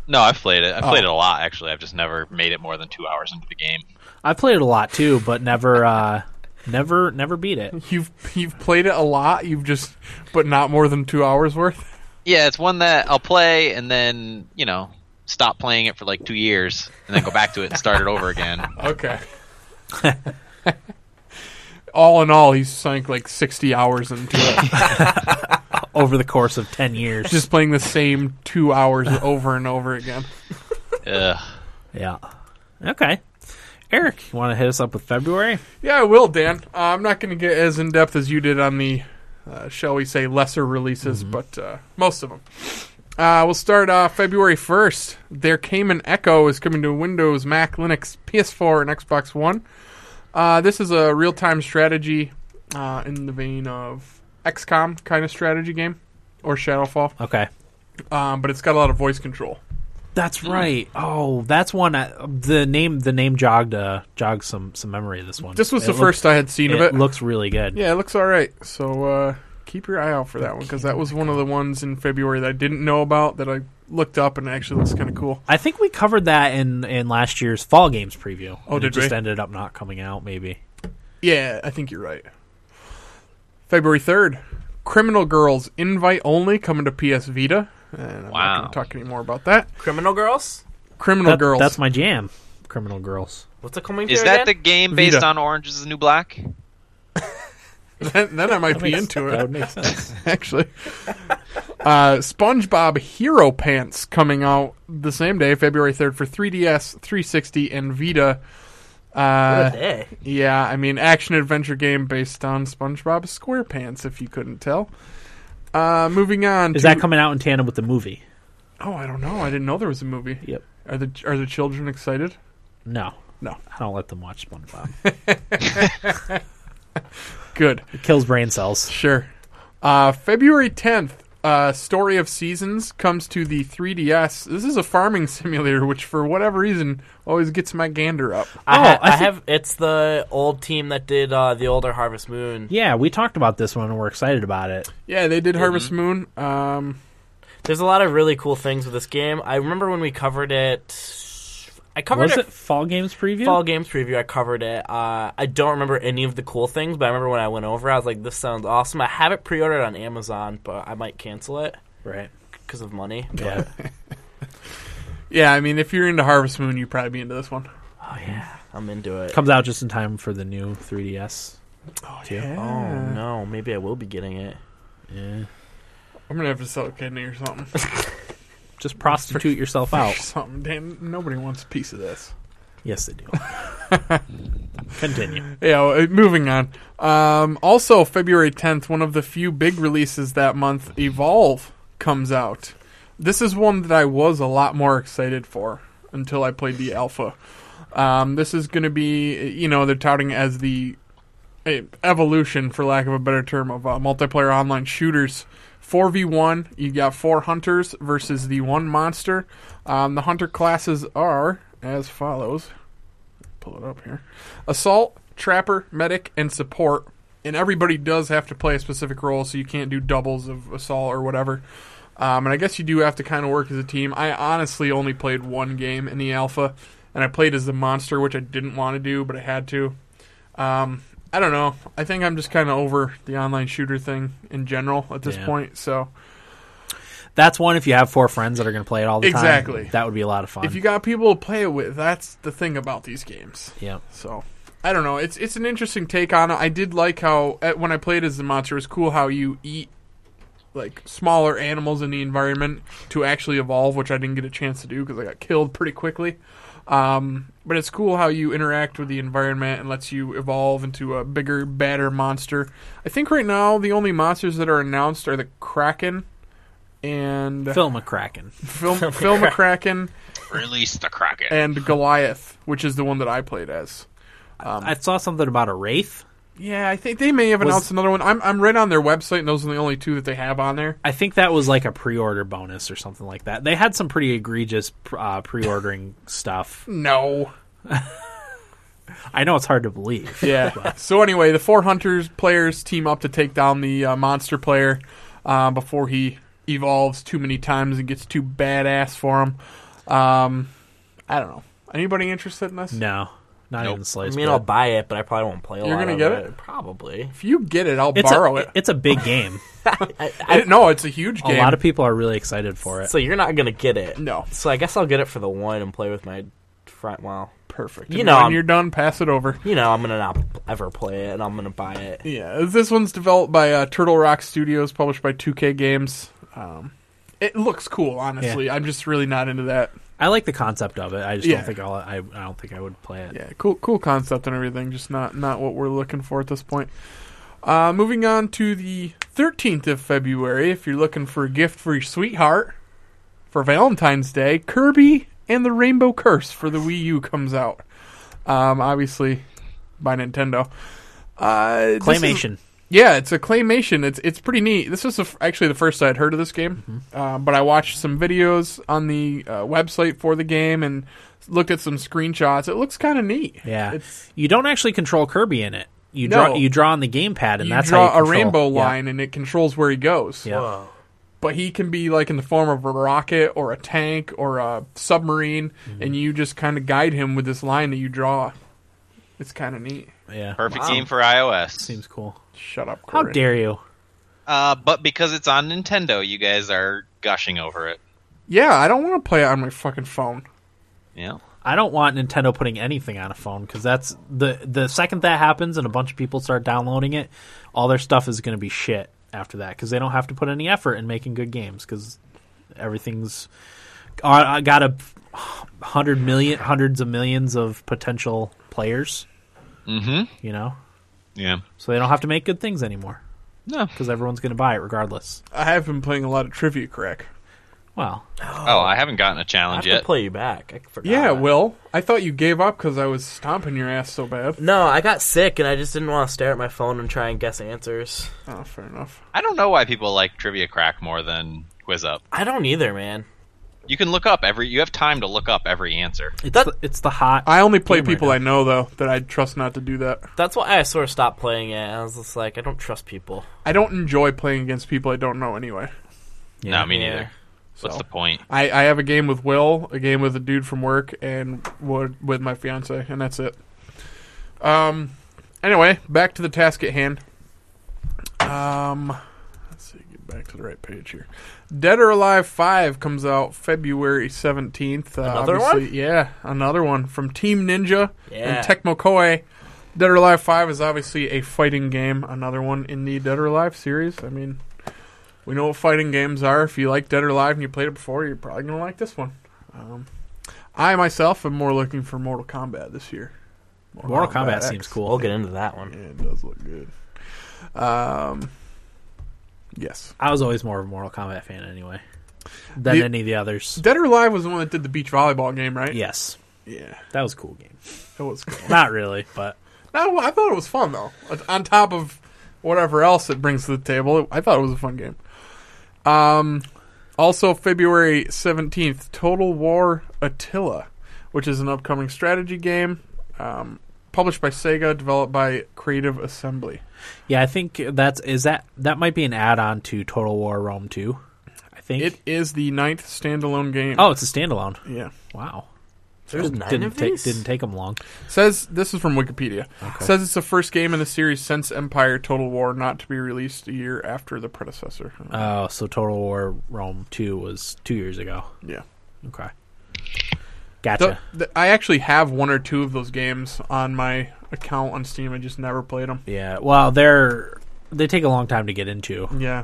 Speaker 6: No, I've played it. I've played it a lot actually. I've just never made it more than two hours into the game.
Speaker 3: I played it a lot too, but never, uh, never, never beat it.
Speaker 4: You've you've played it a lot. You've just, but not more than two hours worth.
Speaker 6: Yeah, it's one that I'll play and then you know stop playing it for like two years and then go back to it and start it over again.
Speaker 4: Okay. all in all, he's sunk like sixty hours into it,
Speaker 3: Over the course of ten years,
Speaker 4: just playing the same two hours over and over again.
Speaker 6: Ugh.
Speaker 3: yeah. Okay, Eric, you want to hit us up with February?
Speaker 4: Yeah, I will, Dan. Uh, I'm not going to get as in depth as you did on the, uh, shall we say, lesser releases,
Speaker 3: Mm-hmm.
Speaker 4: but uh, most of them. Uh, we'll start uh, February 1st. There Came an Echo is coming to Windows, Mac, Linux, PS4, and Xbox One. Uh, this is a real time strategy uh, in the vein of XCOM kind of strategy game or Shadowfall,
Speaker 3: Okay,
Speaker 4: um, but it's got a lot of voice control.
Speaker 3: that's right. Oh, that's one. I, the name, the name jogged, uh, jogged some some memory of this one.
Speaker 4: This was
Speaker 3: It
Speaker 4: the
Speaker 3: looks-
Speaker 4: first I had seen
Speaker 3: It
Speaker 4: of it.
Speaker 3: looks really good.
Speaker 4: Yeah, it looks all right. So uh, keep your eye out for that one because that was one of the ones in February that I didn't know about that I looked up and it actually looks kind of cool.
Speaker 3: I think we covered that in in last year's fall games preview.
Speaker 4: Oh,
Speaker 3: and
Speaker 4: did
Speaker 3: it just
Speaker 4: we?
Speaker 3: ended up not coming out. Maybe.
Speaker 4: Yeah, I think you're right. February third, Criminal Girls invite only coming to PS Vita. And I'm not
Speaker 6: Wow.
Speaker 4: going to talk any more about that.
Speaker 5: Criminal Girls?
Speaker 4: Criminal
Speaker 3: That-
Speaker 4: Girls.
Speaker 3: That's my jam. Criminal Girls.
Speaker 5: What's it coming
Speaker 6: Is
Speaker 5: to
Speaker 6: that the
Speaker 5: again?
Speaker 6: game based
Speaker 4: Vita.
Speaker 6: on Orange is the New Black?
Speaker 4: then, then I might be into
Speaker 3: That
Speaker 4: it
Speaker 3: would make sense.
Speaker 4: actually. Uh, SpongeBob Hero Pants coming out the same day, February third, for 3DS, 360, and Vita.
Speaker 5: What
Speaker 4: Uh,
Speaker 5: a day.
Speaker 4: Yeah, I mean, action adventure game based on SpongeBob SquarePants, if you couldn't tell. Uh, moving on.
Speaker 3: Is
Speaker 4: to-
Speaker 3: that coming out in tandem with the movie?
Speaker 4: Oh, I don't know. I didn't know there was a movie.
Speaker 3: Yep.
Speaker 4: Are the are the children excited?
Speaker 3: No.
Speaker 4: No.
Speaker 3: I don't let them watch SpongeBob.
Speaker 4: Good.
Speaker 3: it kills brain cells.
Speaker 4: Sure. Uh, February tenth. Uh, Story of Seasons comes to the 3DS. This is a farming simulator, which for whatever reason always gets my gander up.
Speaker 5: I, ha-
Speaker 3: Oh, I
Speaker 5: I,
Speaker 3: think-
Speaker 5: have. It's the old team that did uh, the older Harvest Moon.
Speaker 3: Yeah, we talked about this one and we're excited about it.
Speaker 4: Yeah, they did Harvest Moon. Um,
Speaker 5: There's a lot of really cool things with this game. I remember when we covered it. I covered
Speaker 3: Was it Fall Games preview?
Speaker 5: Fall games preview. I covered it. Uh, I don't remember any of the cool things, but I remember when I went over, I was like, "This sounds awesome." I have it pre-ordered on Amazon, but I might cancel it
Speaker 3: right.
Speaker 5: because of money.
Speaker 3: Yeah.
Speaker 4: yeah, I mean, if you're into Harvest Moon, you'd probably be into this one.
Speaker 5: Oh yeah, I'm into it.
Speaker 3: Comes out just in time for the new 3DS.
Speaker 4: Oh,
Speaker 5: Oh no, maybe I will be getting it.
Speaker 3: Yeah.
Speaker 4: I'm going to have to sell a kidney or something.
Speaker 3: Just prostitute yourself out.
Speaker 4: something. Damn, nobody wants a piece of this.
Speaker 3: Yes, they do. Continue.
Speaker 4: Yeah, well, uh, moving on. Um, also, February 10th, one of the few big releases that month, Evolve, comes out. This is one that I was a lot more excited for until I played the alpha. Um, this is going to be, you know, they're touting it as the eh, evolution, for lack of a better term, of uh, multiplayer online shooters. 4v1, you got four hunters versus the one monster. Um, the hunter classes are as follows. Pull it up here: assault, trapper, medic, and support. And everybody does have to play a specific role, so you can't do doubles of assault or whatever. Um, and I guess you do have to kind of work as a team. I honestly only played one game in the alpha, and I played as the monster, which I didn't want to do, but I had to. Um, I don't know. I think I'm just kind of over the online shooter thing in general at this
Speaker 3: Yeah.
Speaker 4: point. So
Speaker 3: That's one if you have four friends that are going to play it all the time.
Speaker 4: Exactly.
Speaker 3: That would be a lot of fun.
Speaker 4: if you got people to play it with, that's the thing about these games.
Speaker 3: yeah.
Speaker 4: So I don't know. It's it's an interesting take on it. I did like how at, when I played as the monster, it was cool how you eat like smaller animals in the environment to actually evolve, which I didn't get a chance to do because I got killed pretty quickly. Um, but it's cool how you interact with the environment and lets you evolve into a bigger, badder monster. I think right now the only monsters that are announced are the Kraken and
Speaker 3: Phil McCracken.
Speaker 4: Phil, Phil McCracken
Speaker 6: Release the Kraken.
Speaker 4: and Goliath, which is the one that I played as.
Speaker 3: I saw something about a wraith.
Speaker 4: Yeah, I think they may have announced another one. I'm I'm right on their website, and those are the only two that they have on there.
Speaker 3: I think that was like a pre-order bonus or something like that. They had some pretty egregious uh, pre-ordering stuff.
Speaker 4: No.
Speaker 3: I know it's hard to believe.
Speaker 4: Yeah. so anyway, the four hunters players team up to take down the uh, monster player uh, before he evolves too many times and gets too badass for him. Um, I don't know. Anybody interested in this?
Speaker 3: No, not
Speaker 6: Nope.
Speaker 3: even
Speaker 5: I
Speaker 3: slice.
Speaker 5: mean,
Speaker 3: but-
Speaker 5: I'll buy it, but I probably won't play a
Speaker 4: You're
Speaker 5: lot
Speaker 4: gonna
Speaker 5: of
Speaker 4: get
Speaker 5: it.
Speaker 4: it?
Speaker 5: Probably.
Speaker 4: If you get it, I'll
Speaker 3: it's
Speaker 4: borrow
Speaker 3: a,
Speaker 4: it.
Speaker 3: It's a big game.
Speaker 4: I, no, it's a huge
Speaker 3: a
Speaker 4: game.
Speaker 3: lot of people are really excited for it.
Speaker 5: So you're not gonna get it.
Speaker 4: No.
Speaker 5: So I guess I'll get it for the one and play with my friend. Well,
Speaker 4: perfect.
Speaker 5: You
Speaker 4: And
Speaker 5: know,
Speaker 4: when
Speaker 5: I'm-
Speaker 4: you're done, pass it over.
Speaker 5: you know, I'm gonna not ever play it, and I'm gonna buy it.
Speaker 4: Yeah, this one's developed by uh, Turtle Rock Studios, published by 2K Games. Um, it looks cool, honestly. I'm just really not into that.
Speaker 3: I like the concept of it. I just
Speaker 4: Yeah.
Speaker 3: don't think I'll. I, I don't think I would play it.
Speaker 4: Yeah, cool, cool concept and everything, just not not what we're looking for at this point. Uh, moving on to the 13th of February, if you're looking for a gift for your sweetheart for Valentine's Day, Kirby and the Rainbow Curse for the Wii U comes out. Um, obviously by Nintendo. Uh, this is-
Speaker 3: Claymation.
Speaker 4: Yeah, it's a claymation. It's it's pretty neat. This was the f- actually the first I'd heard of this game,
Speaker 3: Mm-hmm.
Speaker 4: uh, but I watched some videos on the uh, website for the game and looked at some screenshots. It looks kind of neat.
Speaker 3: yeah,
Speaker 4: it's,
Speaker 3: you don't actually control Kirby in it. You
Speaker 4: No.
Speaker 3: draw. You draw on the gamepad, and
Speaker 4: you
Speaker 3: that's
Speaker 4: draw
Speaker 3: how you
Speaker 4: a
Speaker 3: control.
Speaker 4: rainbow
Speaker 3: Yeah.
Speaker 4: line and it controls where he goes.
Speaker 3: Yeah.
Speaker 4: But he can be like in the form of a rocket or a tank or a submarine,
Speaker 3: Mm-hmm.
Speaker 4: and you just kind of guide him with this line that you draw. It's kind of neat.
Speaker 3: yeah.
Speaker 6: Perfect
Speaker 5: Wow.
Speaker 6: game for iOS.
Speaker 3: Seems cool.
Speaker 4: Shut up,
Speaker 3: How
Speaker 4: Corey.
Speaker 3: dare you?
Speaker 6: Uh, but because it's on Nintendo, you guys are gushing over it.
Speaker 4: Yeah, I don't want to play it on my fucking phone.
Speaker 6: Yeah.
Speaker 3: I don't want Nintendo putting anything on a phone because that's the the second that happens and a bunch of people start downloading it, all their stuff is going to be shit after that because they don't have to put any effort in making good games because everything's I I got a hundred million hundreds of millions of potential players. Mm-hmm. You know,
Speaker 6: Yeah.
Speaker 3: so they don't have to make good things anymore
Speaker 6: No.
Speaker 3: because everyone's going to buy it regardless.
Speaker 4: I have been playing a lot of Trivia Crack.
Speaker 3: Well,
Speaker 6: Oh, I haven't gotten a
Speaker 5: I have
Speaker 6: challenge
Speaker 5: to
Speaker 6: yet.
Speaker 5: play you back. I forgot.
Speaker 4: Yeah, Will. I thought you gave up because I was stomping your ass so bad.
Speaker 5: No, I got sick, and I just didn't want to stare at my phone and try and guess answers.
Speaker 4: Oh, fair enough.
Speaker 6: I don't know why people like Trivia Crack more than Quiz Up.
Speaker 5: I don't either, man.
Speaker 6: You can look up every. You have time to look up every answer.
Speaker 3: it's
Speaker 5: That-
Speaker 3: the, it's the hot.
Speaker 4: I only play
Speaker 3: Game right
Speaker 4: people
Speaker 3: now.
Speaker 4: I know, though, that I trust not to do that.
Speaker 5: That's why I sort of stopped playing it. I was just like, I don't trust people.
Speaker 4: I don't enjoy playing against people I don't know anyway.
Speaker 3: Yeah.
Speaker 6: no, me
Speaker 5: Yeah.
Speaker 6: neither. What's
Speaker 4: So.
Speaker 6: the point?
Speaker 4: I, I have a game with Will, a game with a dude from work, and would, with my fiance, and that's it. Um. Anyway, back to the task at hand. Um. Let's see. Get back to the right page here. Dead or Alive Five comes out February seventeenth. Uh,
Speaker 5: Another
Speaker 4: obviously- Yeah, another one from Team Ninja
Speaker 5: Yeah.
Speaker 4: and Tecmo Koei. Dead or Alive Five is obviously a fighting game. Another one in the Dead or Alive series. I mean, we know what fighting games are. If you like Dead or Alive and you played it before, you're probably gonna like this one. Um, I myself am more looking for Mortal Kombat this year.
Speaker 3: Mortal Kombat seems
Speaker 4: X.
Speaker 5: We'll
Speaker 3: cool.
Speaker 5: get into that one.
Speaker 4: Yeah, it does look good. Um, yes.
Speaker 3: I was always more of a Mortal Kombat fan anyway than
Speaker 4: The-
Speaker 3: any of the others.
Speaker 4: Dead or Alive was the one that did the beach volleyball game, right?
Speaker 3: Yes,
Speaker 4: Yeah,
Speaker 3: that was a cool game.
Speaker 4: it was cool.
Speaker 3: Not really, but
Speaker 4: no, I thought it was fun though. On top of whatever else it brings to the table, I thought it was a fun game. Um, also February seventeenth, Total War Attila, which is an upcoming strategy game um, published by Sega, developed by Creative Assembly.
Speaker 3: Yeah, I think that's is that that might be an add-on to Total War Rome 2. I think.
Speaker 4: It is the ninth standalone game.
Speaker 3: oh, it's a standalone.
Speaker 4: yeah.
Speaker 3: Wow.
Speaker 5: There's nine
Speaker 3: didn't
Speaker 5: of
Speaker 3: take
Speaker 5: these?
Speaker 3: didn't take them long.
Speaker 4: Says this is from Wikipedia. Says it's the first game in the series since Empire Total War, not to be released a year after the predecessor.
Speaker 3: Oh, so Total War Rome 2 was 2 years ago.
Speaker 4: yeah.
Speaker 3: Okay.
Speaker 4: The-
Speaker 3: Gotcha.
Speaker 4: the- I actually have one or two of those games on my account on Steam. I just never played them.
Speaker 3: yeah. Well, they're they take a long time to get into.
Speaker 4: Yeah.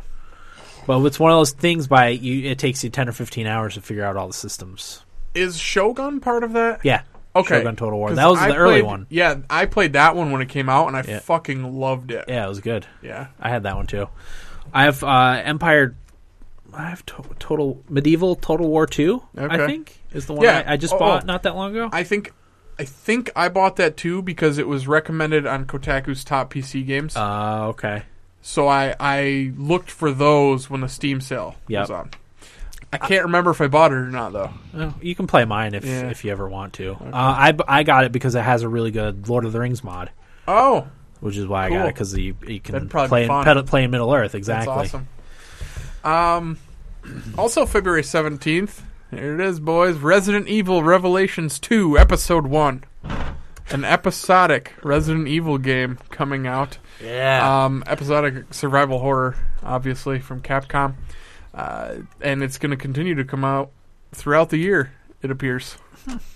Speaker 3: But it's one of those things by you it takes you 10 or 15 hours to figure out all the systems.
Speaker 4: Is Shogun part of that?
Speaker 3: Yeah.
Speaker 4: Okay.
Speaker 3: Shogun Total War.
Speaker 4: 'Cause
Speaker 3: That was
Speaker 4: I
Speaker 3: the early
Speaker 4: played-
Speaker 3: one.
Speaker 4: Yeah, I played that one when it came out, and I
Speaker 3: Yeah.
Speaker 4: fucking loved it.
Speaker 3: Yeah, it was good.
Speaker 4: Yeah.
Speaker 3: I had that one too. I have uh, Empire. I have to- total medieval Total War Two. I
Speaker 4: Okay.
Speaker 3: think is the one
Speaker 4: Yeah.
Speaker 3: I, I just
Speaker 4: Oh,
Speaker 3: bought
Speaker 4: oh.
Speaker 3: not that long ago.
Speaker 4: I think, I think I bought that too because it was recommended on Kotaku's top PC games.
Speaker 3: uh, okay.
Speaker 4: so I I looked for those when the Steam sale
Speaker 3: Yep.
Speaker 4: was on. I can't remember if I bought it or not though.
Speaker 3: Well, you can play mine if
Speaker 4: Oh. Yeah.
Speaker 3: if you ever want to. Uh, I b- I got it because it has a really good Lord of the Rings mod,
Speaker 4: Oh,
Speaker 3: which is why I got
Speaker 4: Cool.
Speaker 3: it because you, you can
Speaker 4: That'd probably be
Speaker 3: play in,
Speaker 4: fun.
Speaker 3: ped- play in Middle Earth
Speaker 4: that's
Speaker 3: exactly.
Speaker 4: awesome. Um, also February seventeenth. Here it is, boys. Resident Evil Revelations two, episode one. An episodic Resident Evil game coming out.
Speaker 5: Yeah.
Speaker 4: um, episodic survival horror, obviously from Capcom, uh, and it's going to continue to come out throughout the year. It appears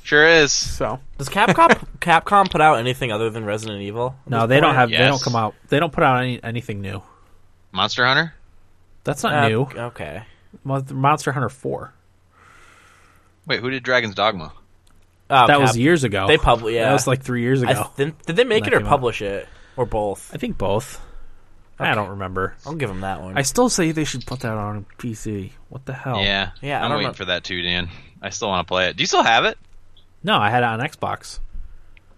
Speaker 6: Sure is.
Speaker 4: so.
Speaker 5: Does Capcom Capcom put out anything other than Resident Evil?
Speaker 3: No, they don't have. They
Speaker 6: Yes.
Speaker 3: don't come out. They don't put out any, anything new.
Speaker 6: Monster Hunter?
Speaker 3: That's not
Speaker 5: Uh,
Speaker 3: new.
Speaker 5: Okay.
Speaker 3: Mon- Monster Hunter Four.
Speaker 6: Wait, who did Dragon's Dogma?
Speaker 5: Oh,
Speaker 3: That was
Speaker 5: Cap-
Speaker 3: years ago.
Speaker 5: They probably yeah.
Speaker 3: That was like three years ago.
Speaker 5: I thi- did they make
Speaker 3: That
Speaker 5: it or
Speaker 3: came out.
Speaker 5: publish it or both?
Speaker 3: I think both. I don't remember.
Speaker 5: I'll give them that one.
Speaker 3: I still say they should put that on PC. What the hell?
Speaker 6: Yeah.
Speaker 5: Oh. Yeah, I
Speaker 6: I'm
Speaker 5: don't
Speaker 6: waiting
Speaker 5: know-
Speaker 6: for that too, Dan. I still want to play it. Do you still have it?
Speaker 3: No, I had it on Xbox.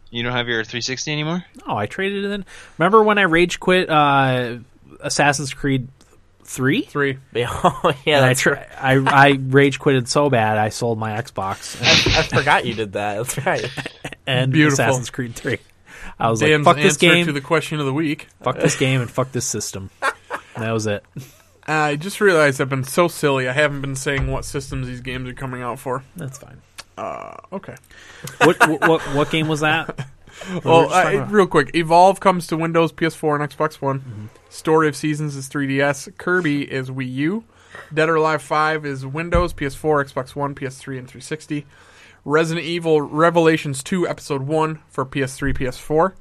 Speaker 6: You don't have your 360 anymore?
Speaker 3: No, I traded it in. Remember when I rage quit uh, Assassin's Creed 3?
Speaker 4: Three.
Speaker 5: oh yeah,
Speaker 3: And I,
Speaker 5: that's
Speaker 3: tra-
Speaker 5: right.
Speaker 3: I I rage quitted so bad I sold my Xbox and,
Speaker 5: I forgot you did that. That's right.
Speaker 3: and
Speaker 4: Beautiful.
Speaker 3: Assassin's Creed 3. I was
Speaker 4: Dan's
Speaker 3: like, fuck this
Speaker 4: answer
Speaker 3: game,
Speaker 4: to the question of the week.
Speaker 3: fuck this game, and fuck this system. And that was it.
Speaker 4: I just realized I've been so silly. I haven't been saying what systems these games are coming out for.
Speaker 3: That's fine.
Speaker 4: Okay.
Speaker 3: What what what, what game was that?
Speaker 4: Well,
Speaker 3: just talking
Speaker 4: uh,
Speaker 3: about- Mm-hmm.
Speaker 4: real quick, Evolve comes to Windows, PS4, and Xbox One. Story of Seasons is 3DS. Kirby is Wii U. Dead or Alive 5 is Windows, PS4, Xbox One, PS3, and 360. Resident Evil Revelations 2 Episode 1 for PS3, PS4.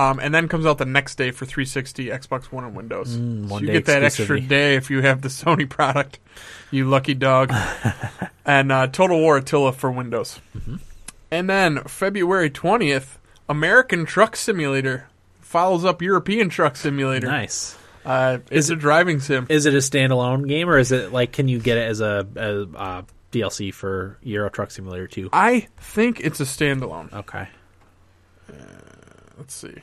Speaker 4: Um, and then comes out the next day for 360, Xbox One, and Windows. so
Speaker 3: Mm, one
Speaker 4: you
Speaker 3: day
Speaker 4: get that extra
Speaker 3: exclusivity.
Speaker 4: day if you have the Sony product. You lucky dog. and uh, Total War Attila for Windows.
Speaker 3: Mm-hmm.
Speaker 4: And then February 20th, American Truck Simulator follows up European Truck Simulator.
Speaker 3: Nice.
Speaker 4: Uh, it's a driving sim.
Speaker 3: Is it a standalone game or is it like can you get it as a, a uh, DLC for Euro Truck Simulator 2?
Speaker 4: I think it's a standalone.
Speaker 3: Okay.
Speaker 4: Let's see.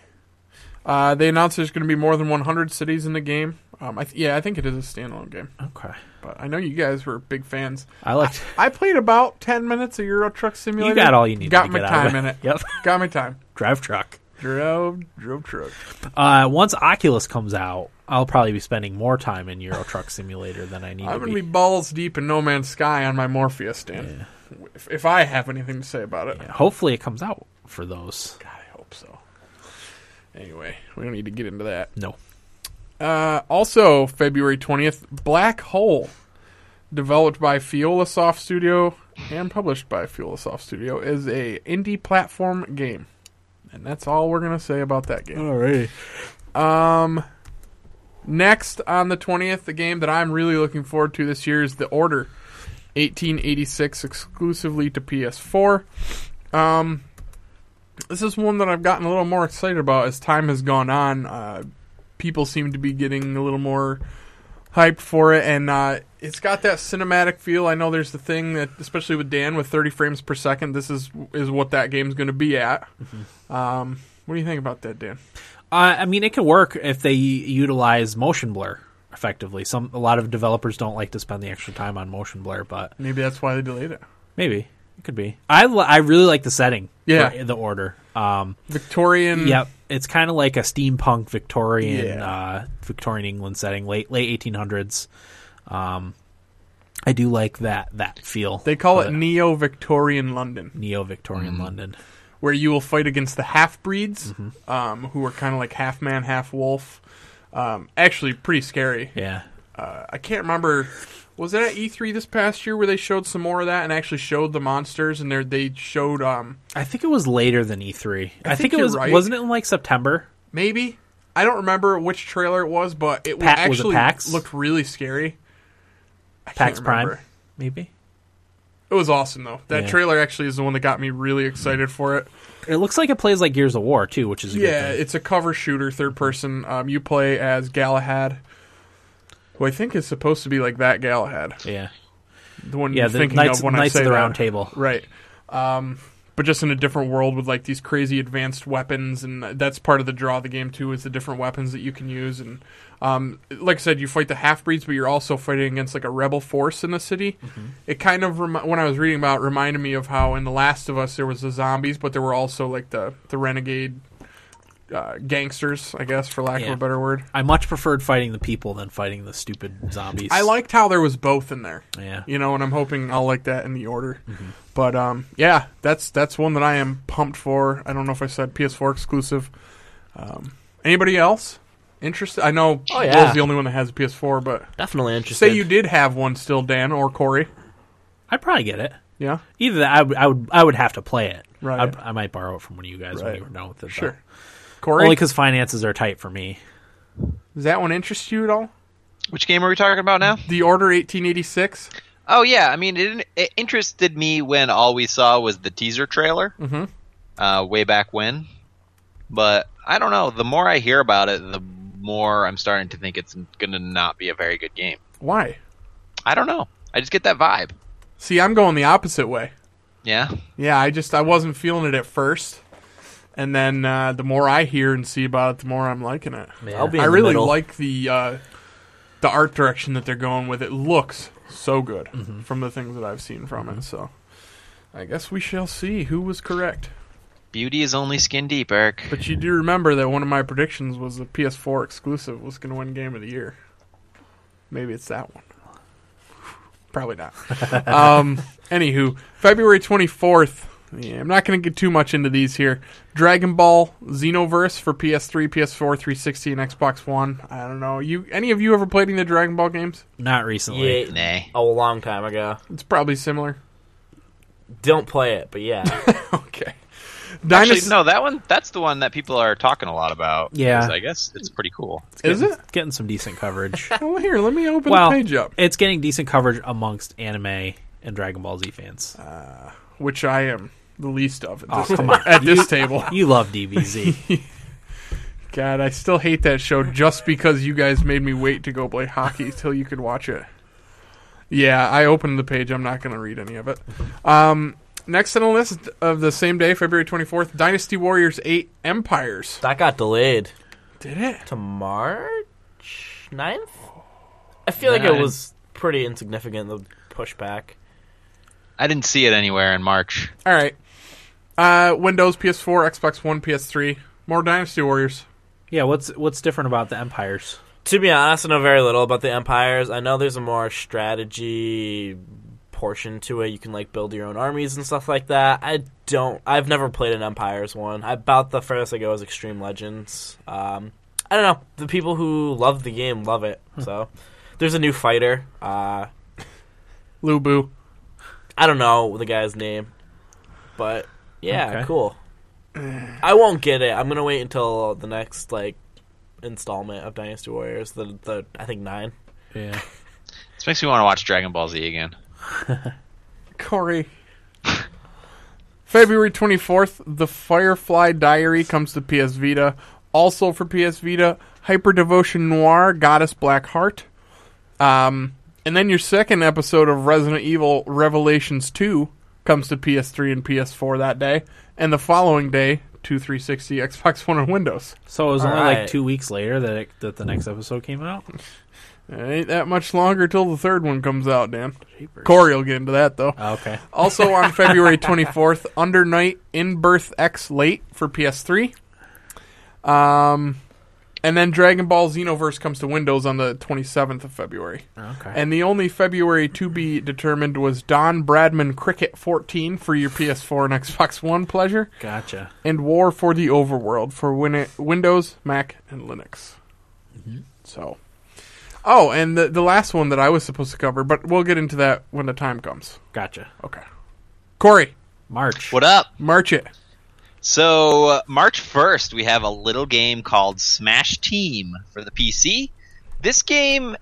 Speaker 4: Uh, they announced there's going to be more than 100 cities in the game. Um, I th- yeah, I think it is a standalone game.
Speaker 3: Okay.
Speaker 4: But I know you guys were big fans.
Speaker 3: I liked
Speaker 4: I played about 10 minutes of Euro Truck Simulator.
Speaker 3: You got all you needed
Speaker 4: Got
Speaker 3: to
Speaker 4: my
Speaker 3: get out
Speaker 4: time
Speaker 3: of it.
Speaker 4: in it.
Speaker 3: Yep.
Speaker 4: Got my time.
Speaker 3: Drive Truck.
Speaker 4: Drove, drove truck.
Speaker 3: Uh, once Oculus comes out, I'll probably be spending more time in Euro Truck Simulator than I need
Speaker 4: I'm
Speaker 3: to
Speaker 4: going
Speaker 3: be.
Speaker 4: to be balls deep in No Man's Sky on my Morpheus stand. If, if I have anything to say about it.
Speaker 3: Yeah, Hopefully, it comes out for those.
Speaker 4: God, I hope so. Anyway, we don't need to get into that.
Speaker 3: No.
Speaker 4: Uh, also, February 20th, Black Hole, developed by Fiola Soft Studio and published by Fiola Soft Studio, is a indie platform game. And that's all we're going to say about that game.
Speaker 3: right.
Speaker 4: Um, next on the 20th, the game that I'm really looking forward to this year is The Order 1886 exclusively to PS4. Um, this is one that I've gotten a little more excited about as time has gone on. Uh, people seem to be getting a little more hyped for it, and uh, it's got that cinematic feel. I know there's the thing that, especially with Dan, with 30 frames per second, this is is what that game's going to be at. Um, what do you think about that, Dan?
Speaker 3: Uh, I mean, it can work if they utilize motion blur effectively. Some a lot of developers don't like to spend the extra time on motion blur, but
Speaker 4: Maybe that's why they delayed it.
Speaker 3: maybe Could be. I li- I really like the setting.
Speaker 4: Yeah.
Speaker 3: for the order. Um,
Speaker 4: Victorian.
Speaker 3: Yep, it's kind of like a steampunk Victorian
Speaker 4: Yeah.
Speaker 3: uh, Victorian England setting, late late eighteen hundreds. Um, I do like that that feel.
Speaker 4: They call it Hmm.
Speaker 3: of
Speaker 4: Neo Victorian London,
Speaker 3: neo Victorian London.
Speaker 4: where you will fight against the half breeds,
Speaker 3: Mm-hmm.
Speaker 4: um, who are kind of like half man, half wolf. Um, actually, pretty scary.
Speaker 3: Yeah,
Speaker 4: I can't remember. Was it at E3 this past year where they showed some more of that and actually showed the monsters and they they showed um
Speaker 3: I think it was later than E three. I,
Speaker 4: think
Speaker 3: think, it
Speaker 4: you're
Speaker 3: was
Speaker 4: right.
Speaker 3: wasn't it in like September?
Speaker 4: maybe I don't remember which trailer it was, but it was
Speaker 3: Pa- was it
Speaker 4: actually
Speaker 3: PAX?
Speaker 4: looked really scary. I can't
Speaker 3: PAX Prime,
Speaker 4: remember.
Speaker 3: maybe.
Speaker 4: It was awesome though. That
Speaker 3: Yeah.
Speaker 4: trailer actually is the one that got me really excited for it.
Speaker 3: It looks like it plays like Gears of War too, which is a
Speaker 4: Yeah,
Speaker 3: good thing. Mm-hmm.
Speaker 4: it's a cover shooter, third person. Um, you play as Galahad, who I think is supposed to be like that Galahad,
Speaker 3: yeah,
Speaker 4: the one
Speaker 3: Yeah,
Speaker 4: you're
Speaker 3: the
Speaker 4: thinking
Speaker 3: Knights-
Speaker 4: of when
Speaker 3: Knights
Speaker 4: I
Speaker 3: of
Speaker 4: say
Speaker 3: the
Speaker 4: that.
Speaker 3: Round Table.
Speaker 4: right? Um, but just in a different world with like these crazy advanced weapons, and that's part of the draw of the game too is the different weapons that you can use. And um, like I said, you fight the half breeds, but you're also fighting against like a rebel force in the city.
Speaker 3: Mm-hmm.
Speaker 4: It kind of remi- when I was reading about it, reminded me of how in The Last of Us there was the zombies, but there were also like the the renegade. Uh, gangsters, I guess, for lack of
Speaker 3: Yeah.
Speaker 4: a better word.
Speaker 3: I much preferred fighting the people than fighting the stupid zombies.
Speaker 4: I liked how there was both in there.
Speaker 3: Yeah.
Speaker 4: You know, and I'm hoping I'll like that in the order. But um, yeah, that's that's one that I am pumped for. I don't know if I said PS4 exclusive. Um, anybody else interested? I know
Speaker 5: Oh, yeah.
Speaker 4: Will's the only one that has a PS4, but
Speaker 5: Definitely interesting.
Speaker 4: say you did have one still, Dan or Corey.
Speaker 3: I'd probably get it.
Speaker 4: Yeah,
Speaker 3: Either that, I, would- I would I would have to play it.
Speaker 4: Right.
Speaker 3: I'd- I, might borrow it from one of you guys when
Speaker 4: Right.
Speaker 3: you were done with it. though.
Speaker 4: sure. Corey,
Speaker 3: Only because finances are tight for me.
Speaker 4: does that one interest you at all?
Speaker 6: Which game are we talking about now?
Speaker 4: The Order 1886.
Speaker 6: Oh yeah, I mean it, it interested me when all we saw was the teaser trailer, mm-hmm. uh, way back when. But I don't know. The more I hear about it, the more I'm starting to think it's going to not be a very good game.
Speaker 4: Why?
Speaker 6: I don't know. I just get that vibe.
Speaker 4: See, I'm going the opposite way.
Speaker 6: Yeah.
Speaker 4: Yeah, I just I wasn't feeling it at first, and then uh, the more I hear and see about it, the more I'm liking it.
Speaker 5: I'll be in
Speaker 4: I
Speaker 5: the
Speaker 4: really
Speaker 5: middle.
Speaker 4: like the uh, the art direction that they're going with. It looks so good
Speaker 5: Mm-hmm.
Speaker 4: from the things that I've seen from it. So I guess we shall see who was correct.
Speaker 6: Beauty is only skin deep, Eric.
Speaker 4: But you do remember that one of my predictions was the PS4 exclusive was going to win Game of the Year. Maybe it's that one. Probably not. um, anywho, February 24th. Yeah, I'm not going to get too much into these here. Dragon Ball Xenoverse for PS3, PS4, 360, and Xbox One. I don't know. You any of you ever played any of the Dragon Ball games?
Speaker 3: Not recently.
Speaker 5: Yeah,
Speaker 6: Nay.
Speaker 5: a long time ago.
Speaker 4: It's probably similar.
Speaker 5: Don't play it, but yeah.
Speaker 4: Okay.
Speaker 6: Actually,
Speaker 4: Dinos-
Speaker 6: no, that one. That's the one that people are talking a lot about.
Speaker 3: Yeah.
Speaker 6: 'cause I guess it's pretty cool.
Speaker 4: Is it?
Speaker 3: It's getting some decent coverage.
Speaker 4: Well, here, let me open
Speaker 3: well,
Speaker 4: the page up,
Speaker 3: it's getting decent coverage amongst anime and Dragon Ball Z fans.
Speaker 4: Ah. which I am the least of at
Speaker 3: Oh,
Speaker 4: this,
Speaker 3: come on.
Speaker 4: at this table.
Speaker 3: you love DBZ.
Speaker 4: God, I still hate that show just because you guys made me wait to go play hockey till you could watch it. Yeah, I opened the page. I'm not going to read any of it. Um, next on the list of the same day, February 24th, Dynasty Warriors 8 Empires.
Speaker 5: that got delayed
Speaker 4: Did it?
Speaker 5: to March 9th? I feel like it
Speaker 6: Nine.
Speaker 5: was pretty insignificant, the pushback.
Speaker 6: I didn't see it anywhere in March.
Speaker 4: All right. Uh, Windows, PS4, Xbox One, PS3. More Dynasty Warriors.
Speaker 3: yeah, what's what's different about the Empires?
Speaker 5: To be honest, I know very little about the empires. I know there's a more strategy portion to it. You can like build your own armies and stuff like that. I don't. I've never played an empires one. I About the furthest I go is Extreme Legends. Um, I don't know. The people who love the game love it. So there's a new fighter. Uh,
Speaker 4: Lubu.
Speaker 5: I don't know the guy's name, but yeah,
Speaker 3: Okay.
Speaker 5: cool. I won't get it. I'm gonna wait until the next like installment of Dynasty Warriors. The the I think nine.
Speaker 3: Yeah.
Speaker 6: This makes me want to watch Dragon Ball Z again.
Speaker 4: Corey. February 24th, The Firefly Diary comes to PS Vita. Also for PS Vita, Hyper Devotion Noir, Goddess Black Heart. Um, and then your second episode of Resident Evil Revelations 2 comes to PS3 and PS4 that day. And the following day, to 360, Xbox One, and Windows.
Speaker 3: So it was
Speaker 5: All
Speaker 3: only
Speaker 5: right.
Speaker 3: like two weeks later that it, that the next episode came out.
Speaker 4: It ain't that much longer till the third one comes out, Dan. Corey will get into that though.
Speaker 3: Oh, okay.
Speaker 4: Also on February 24th, Under Night in Birth X Late for PS3. Um, and then Dragon Ball Xenoverse comes to Windows on the 27th of February.
Speaker 3: Okay.
Speaker 4: And the only February to be determined was Don Bradman Cricket 14 for your PS4 and Xbox One pleasure,
Speaker 3: gotcha.
Speaker 4: and War for the Overworld for Win- Windows, Mac, and Linux. So. Oh, and the, the last one that I was supposed to cover, but we'll get into that when the time comes.
Speaker 3: Gotcha.
Speaker 4: Okay. Corey,
Speaker 3: March.
Speaker 6: What up?
Speaker 4: march it.
Speaker 6: So uh, March 1st, we have a little game called Smash Team for the PC. This game,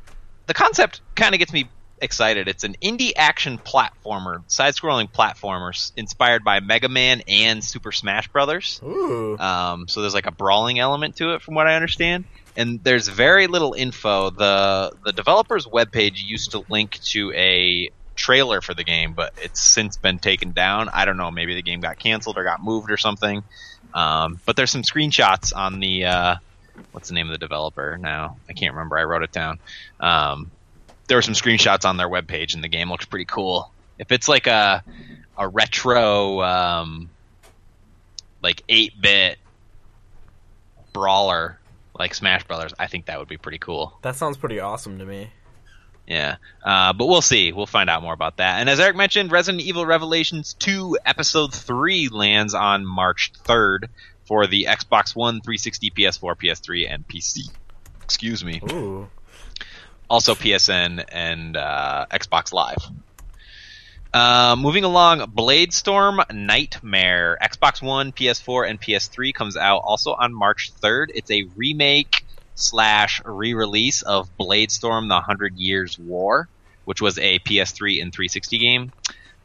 Speaker 6: the concept kind of gets me excited. It's an indie action platformer, side-scrolling platformer s- inspired by Mega Man and Super Smash Brothers.
Speaker 5: Ooh.
Speaker 6: Um, so there's like a brawling element to it, from what I understand. And there's very little info. the The developer's webpage used to link to a trailer for the game, but it's since been taken down. I don't know. Maybe the game got canceled or got moved or something. Um, but there's some screenshots on the uh, what's the name of the developer now? I can't remember. I wrote it down. Um, there were some screenshots on their webpage, and the game looks pretty cool. If it's like a a retro um, like eight bit brawler like Smash Brothers, I think that would be pretty cool.
Speaker 5: That sounds pretty awesome to me.
Speaker 6: Yeah. Uh, but we'll see. We'll find out more about that. And as Eric mentioned, Resident Evil Revelations 2 Episode 3 lands on March 3rd for the Xbox One, 360, PS4, PS3, and PC. Excuse me.
Speaker 5: Ooh.
Speaker 6: Also PSN and uh, Xbox Live. Uh, moving along, Bladestorm Nightmare, Xbox One, PS4, and PS3 comes out also on March 3rd. It's a remake slash re-release of Bladestorm: The Hundred Years War, which was a PS3 and 360 game.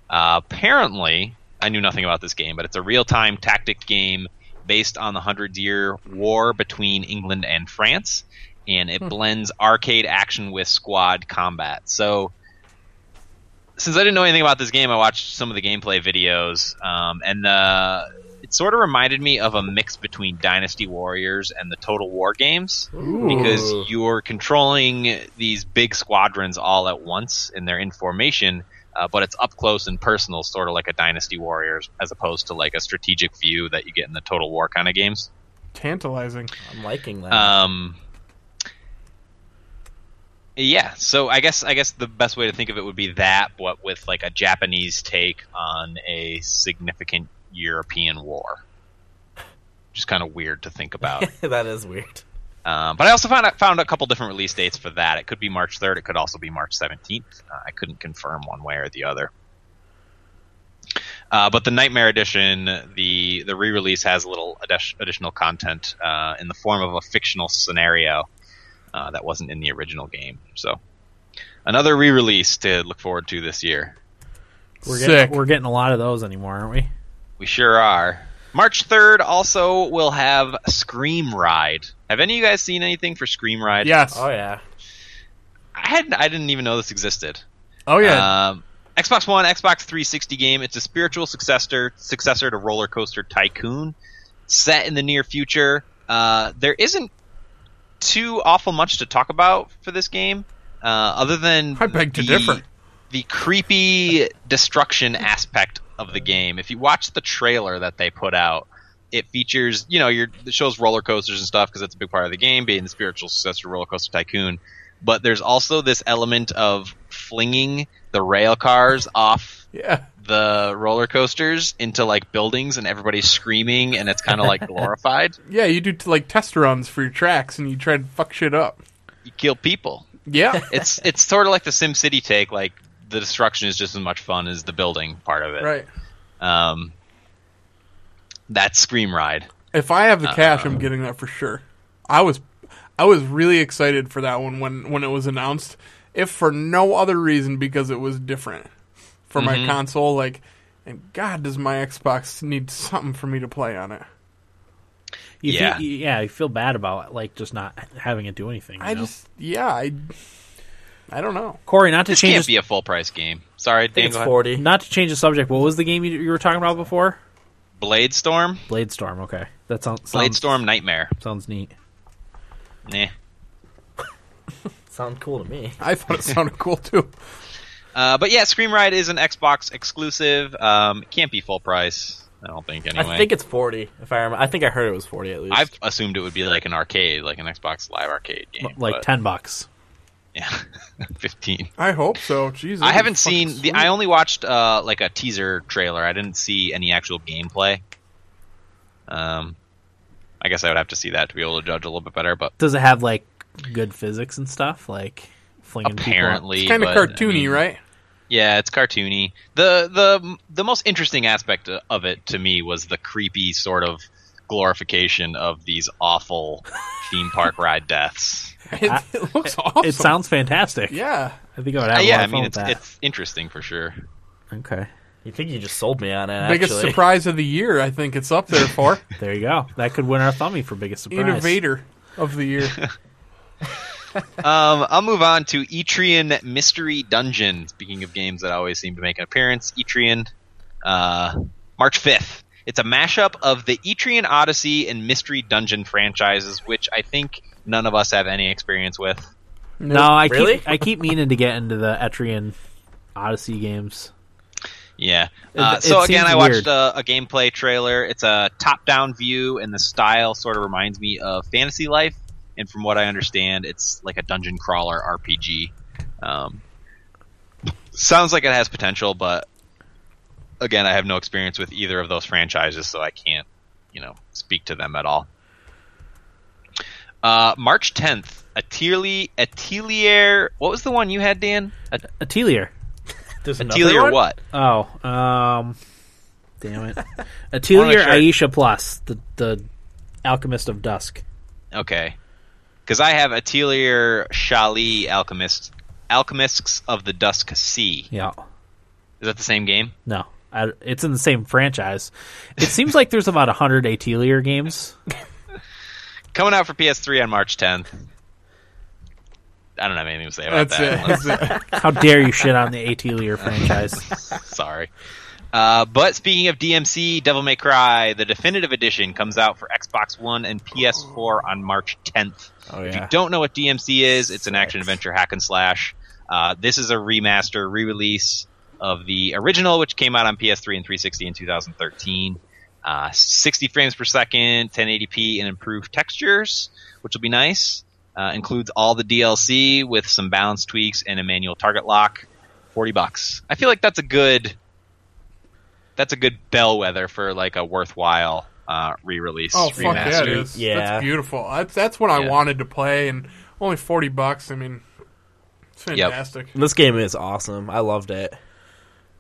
Speaker 6: Uh, apparently, I knew nothing about this game, but it's a real-time tactic game based on the Hundred Year War between England and France, and it blends arcade action with squad combat. So since I didn't know anything about this game, I watched some of the gameplay videos, um, and uh, it sort of reminded me of a mix between Dynasty Warriors and the Total War games because you're controlling these big squadrons all at once, and they're in formation. Uh, but it's up close and personal, sort of like a Dynasty Warriors, as opposed to like a strategic view that you get in the Total War kind of games.
Speaker 4: Tantalizing.
Speaker 5: I'm liking that.
Speaker 6: Um, yeah, so I guess I guess the best way to think of it would be that, but with like a Japanese take on a significant European war. Just kind of weird to think about.
Speaker 5: that is weird.
Speaker 6: um, but I also found out, found a couple different release dates for that. It could be March third. It could also be March seventeenth. Uh, I couldn't confirm one way or the other. Uh, but the Nightmare Edition, the the re-release has a little addi- additional content uh, in the form of a fictional scenario uh, that wasn't in the original game. So another re-release to look forward to this year.
Speaker 3: We're
Speaker 4: Sick.
Speaker 3: getting, We're getting a lot of those anymore, aren't we?
Speaker 6: We sure are. March third also will have Scream Ride. Have any of you guys seen anything for Scream Ride?
Speaker 4: yes.
Speaker 5: Oh yeah.
Speaker 6: I hadn't. I didn't even know this existed.
Speaker 4: Oh,
Speaker 5: Uh,
Speaker 4: yeah.
Speaker 6: Um, Xbox One, Xbox 360 game. It's a spiritual successor successor to Roller Coaster Tycoon, set in the near future. Uh, there isn't too awful much to talk about for this game, uh, other than
Speaker 4: I beg to differ.
Speaker 6: The creepy destruction aspect of the game. If you watch the trailer that they put out, it features you know your it shows roller coasters and stuff because that's a big part of the game being the spiritual successor to roller coaster tycoon but there's also this element of flinging the rail cars off
Speaker 4: yeah.
Speaker 6: the roller coasters into like buildings and everybody's screaming and it's kind of like glorified
Speaker 4: Yeah, you do like test runs for your tracks and you try to fuck shit up.
Speaker 6: you kill people
Speaker 4: Yeah.
Speaker 6: it's it's sort of like the sim city take like the destruction is just as much fun as the building part of it
Speaker 4: right.
Speaker 6: um that's scream ride
Speaker 4: If I have the cash,
Speaker 5: Uh,
Speaker 4: I'm getting that for sure. I was I was really excited for that one when when it was announced, if for no other reason because it was different for
Speaker 5: Mm-hmm.
Speaker 4: my console like and god does my Xbox need something for me to play on it.
Speaker 3: You
Speaker 6: Yeah.
Speaker 3: Feel, yeah. You feel bad about like just not having it do anything. You
Speaker 4: I
Speaker 3: know?
Speaker 4: just yeah, I I don't know.
Speaker 3: Corey, not to
Speaker 6: this
Speaker 3: change
Speaker 6: can't
Speaker 3: this,
Speaker 6: be a full price game sorry
Speaker 5: I think
Speaker 6: Dan,
Speaker 5: it's
Speaker 6: go ahead.
Speaker 5: forty.
Speaker 3: not to change the subject. What was the game you, you were talking about before?
Speaker 6: blade storm
Speaker 3: Bladestorm. Okay,
Speaker 5: um,
Speaker 3: that sounds sounds,
Speaker 6: Blade Storm Nightmare.
Speaker 3: sounds neat.
Speaker 6: Nah.
Speaker 5: Sound cool to me.
Speaker 4: I thought it sounded cool too.
Speaker 6: Uh, but yeah, Scream Ride is an Xbox exclusive. Um, it can't be full price. I don't think anyway.
Speaker 5: I think it's forty. If I remember, I think I heard it was forty at least.
Speaker 6: I've assumed it would be like an arcade, like an Xbox Live arcade game.
Speaker 3: like
Speaker 6: but-
Speaker 3: ten bucks.
Speaker 6: yeah, fifteen.
Speaker 4: I hope so. Jesus,
Speaker 6: I
Speaker 4: fucking
Speaker 6: haven't seen. The,
Speaker 4: sweet.
Speaker 6: I only watched uh, like a teaser trailer. I didn't see any actual gameplay. Um, I guess I would have to see that to be able to judge a little bit better. But
Speaker 3: Does it have like good physics and stuff? Like flinging people up?
Speaker 6: apparently,
Speaker 4: It's kind of
Speaker 6: but, I
Speaker 4: cartoony,
Speaker 6: mean,
Speaker 4: right?
Speaker 6: Yeah, it's cartoony. the the The most interesting aspect o- of it to me was the creepy sort of glorification of these awful theme park ride deaths.
Speaker 4: It, it looks awesome.
Speaker 3: It sounds fantastic.
Speaker 4: yeah.
Speaker 3: I think I would have a
Speaker 6: Uh, yeah,
Speaker 3: lot
Speaker 6: I
Speaker 3: of fun
Speaker 6: mean
Speaker 3: with
Speaker 6: it's
Speaker 3: that.
Speaker 6: it's interesting for sure.
Speaker 3: Okay,
Speaker 5: you think you just sold me on it?
Speaker 4: Biggest
Speaker 5: actually.
Speaker 4: surprise of the year, I think it's up there for.
Speaker 3: there you go. That could win our thummy for biggest surprise.
Speaker 4: Innovator of the year.
Speaker 6: Um, I'll move on to Etrian Mystery Dungeon. Speaking of games that always seem to make an appearance, Etrian, uh, March 5th. It's a mashup of the Etrian Odyssey and Mystery Dungeon franchises, which I think none of us have any experience with.
Speaker 3: No, I
Speaker 5: Really?
Speaker 3: keep I keep meaning to get into the Etrian Odyssey games.
Speaker 6: Yeah. Uh,
Speaker 3: It- it
Speaker 6: so again,
Speaker 3: seems
Speaker 6: I watched uh,
Speaker 3: weird.
Speaker 6: a, a gameplay trailer. It's a top-down view, and the style sort of reminds me of Fantasy Life. And from what I understand, it's like a dungeon crawler RPG. Um, sounds like it has potential, but again, I have no experience with either of those franchises, so I can't, you know, speak to them at all. Uh, March 10th, Atelier, Atelier, what was the one you had, Dan?
Speaker 3: Atelier.
Speaker 5: There's another
Speaker 6: Atelier
Speaker 5: one?
Speaker 6: what?
Speaker 3: Oh, um, damn it. Atelier
Speaker 6: shirt.
Speaker 3: Aisha Plus, the the alchemist of dusk.
Speaker 6: Okay. Because I have Atelier Shali Alchemist, Alchemists of the Dusk Sea.
Speaker 3: Yeah.
Speaker 6: Is that the same game?
Speaker 3: No, I, it's in the same franchise. It seems like there's about hundred Atelier games.
Speaker 6: Coming out for PS3 on March 10th. I don't have anything to say about
Speaker 4: That's
Speaker 6: that.
Speaker 4: it. That's it.
Speaker 3: How dare you shit on the Atelier franchise?
Speaker 6: Sorry. Uh, but speaking of DMC, Devil May Cry, the definitive edition comes out for Xbox One and PS4 on March 10th.
Speaker 5: Oh
Speaker 6: If you
Speaker 5: yeah.
Speaker 6: don't know what DMC is, it's an action adventure hack and slash. Uh, this is a remaster, re release of the original, which came out on PS3 and 360 in 2013. Uh, 60 frames per second, 1080p, and improved textures, which will be nice. Uh, includes all the DLC with some balance tweaks and a manual target lock. 40 bucks. I feel like that's a good that's a good bellwether for like a worthwhile uh, re-release
Speaker 4: Oh fuck yeah,
Speaker 6: remaster.
Speaker 4: it is.
Speaker 5: Yeah.
Speaker 4: That's beautiful. That's that's what I
Speaker 6: Yeah.
Speaker 4: wanted to play, and only forty bucks. I mean, it's
Speaker 6: Yep.
Speaker 4: fantastic.
Speaker 5: This game is awesome. I loved it.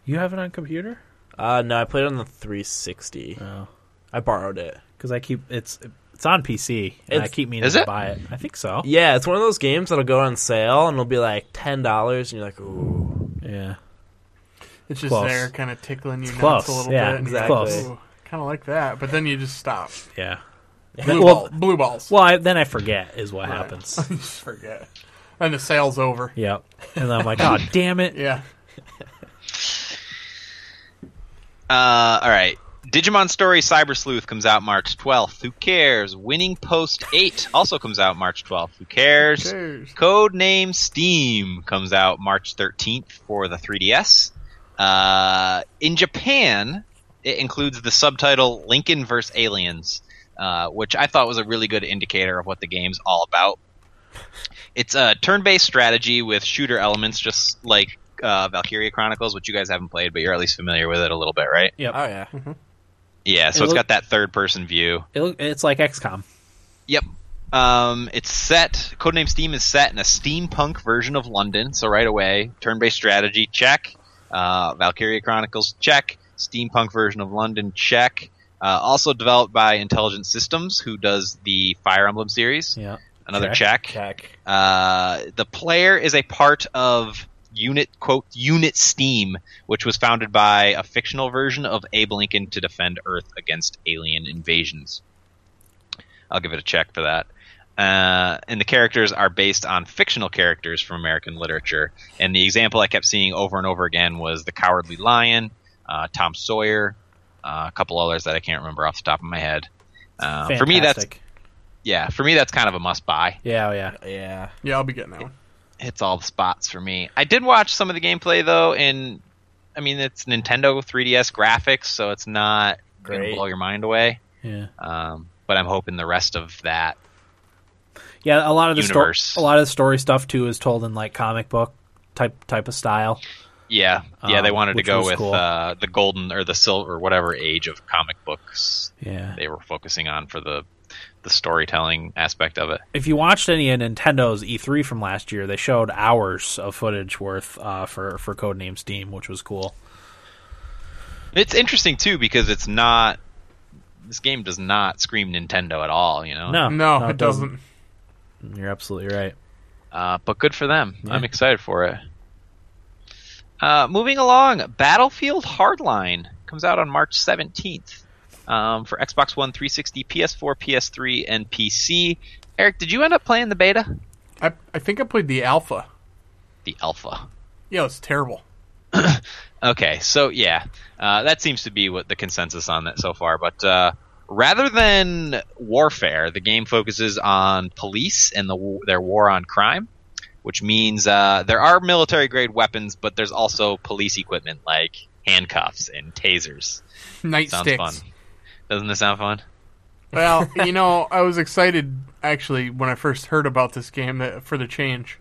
Speaker 3: You have it on computer?
Speaker 5: Uh, no, I played it on the 360.
Speaker 3: No,
Speaker 5: I borrowed it.
Speaker 3: because I keep it's it's on PC and I
Speaker 5: It's-
Speaker 3: keep meaning
Speaker 6: is
Speaker 3: to
Speaker 6: it?
Speaker 3: buy it. I think so.
Speaker 5: Yeah, it's one of those games that'll go on sale and it'll be like ten dollars, and you're like, ooh,
Speaker 3: Yeah.
Speaker 4: It's just
Speaker 3: Close.
Speaker 4: there, kind of tickling your
Speaker 3: close,
Speaker 4: nuts a little
Speaker 3: yeah,
Speaker 4: bit. and you're
Speaker 5: exactly.
Speaker 4: Like, Ooh, kind of like that, but then you just stop.
Speaker 3: Yeah.
Speaker 4: Blue,
Speaker 3: Well-
Speaker 4: ball, blue balls.
Speaker 3: Well, I, then I forget is what happens.
Speaker 4: Just forget. And the sale's over.
Speaker 3: Yep. And then I'm like, oh damn it.
Speaker 4: Yeah.
Speaker 6: Uh, all right. Digimon Story Cyber Sleuth comes out March 12th. Who cares? Winning Post 8 also comes out March 12th. Who cares?
Speaker 4: Cheers.
Speaker 6: Code Name Steam comes out March 13th for the 3DS. Uh, in Japan, it includes the subtitle Lincoln vs. Aliens, uh, which I thought was a really good indicator of what the game's all about. It's a turn-based strategy with shooter elements, just like uh, Valkyria Chronicles, which you guys haven't played, but you're at least familiar with it a little bit, right?
Speaker 3: Yep.
Speaker 5: oh yeah,
Speaker 4: Mm-hmm.
Speaker 6: Yeah, so
Speaker 3: It
Speaker 6: it's
Speaker 3: look-
Speaker 6: got that third-person view.
Speaker 3: It look- it's like XCOM.
Speaker 6: Yep. Um, it's set. Codename Steam is set in a steampunk version of London. So right away, turn-based strategy check. Uh, Valkyria Chronicles check. Steampunk version of London check. Uh, also developed by Intelligent Systems, who does the Fire Emblem series.
Speaker 3: Yeah.
Speaker 6: Another
Speaker 3: Check.
Speaker 6: check.
Speaker 5: check.
Speaker 6: Uh, the player is a part of unit quote unit steam which was founded by a fictional version of abe lincoln to defend earth against alien invasions i'll give it a check for that uh, and the characters are based on fictional characters from american literature and the example i kept seeing over and over again was the cowardly lion uh, tom sawyer uh, a couple others that i can't remember off the top of my head uh, for me that's
Speaker 3: Fantastic.
Speaker 6: Uh, yeah for me that's kind of a must buy
Speaker 3: yeah, oh, yeah.
Speaker 5: Yeah,
Speaker 4: Yeah, I'll be getting that one.
Speaker 6: hits all the spots for me. I did watch some of the gameplay though, and I mean it's Nintendo 3DS graphics, so it's not gonna
Speaker 5: Great.
Speaker 6: blow your mind away.
Speaker 3: Yeah.
Speaker 6: Um, but I'm hoping the rest of that.
Speaker 3: Yeah, a lot of the story,
Speaker 6: Universe.
Speaker 3: a lot of the story stuff too is told in like comic book type type of style.
Speaker 6: Yeah, yeah, they
Speaker 3: Um,
Speaker 6: wanted to
Speaker 3: which
Speaker 6: go
Speaker 3: was
Speaker 6: with
Speaker 3: cool.
Speaker 6: uh, the golden or the silver, whatever age of comic books
Speaker 3: Yeah.
Speaker 6: they were focusing on for the the storytelling aspect of it.
Speaker 3: If you watched any of Nintendo's E3 from last year, they showed hours of footage worth uh, for for Codename Steam, which was cool.
Speaker 6: It's interesting too because it's not. This game does not scream Nintendo at all, you know.
Speaker 3: No,
Speaker 5: Uh,
Speaker 4: No, it doesn't.
Speaker 3: doesn't. You're absolutely right.
Speaker 6: Uh, but good for them. I'm excited for it. Uh, moving along, Battlefield Hardline comes out on March 17th um, for Xbox One, 360, PS4, PS3, and PC. Eric, did you end up playing the beta?
Speaker 4: I, I think I played the alpha.
Speaker 6: The alpha.
Speaker 4: Yeah, it's terrible.
Speaker 6: Okay, so yeah, uh, that seems to be what the consensus on that so far. But uh, rather than warfare, the game focuses on police and the, w- their war on crime, which means uh, there are military grade weapons, but there's also police equipment like handcuffs and tasers.
Speaker 4: Night
Speaker 6: Sounds
Speaker 4: sticks.
Speaker 6: fun. Doesn't this sound fun?
Speaker 4: Well, you know, I was excited actually when I first heard about this game that, for the change,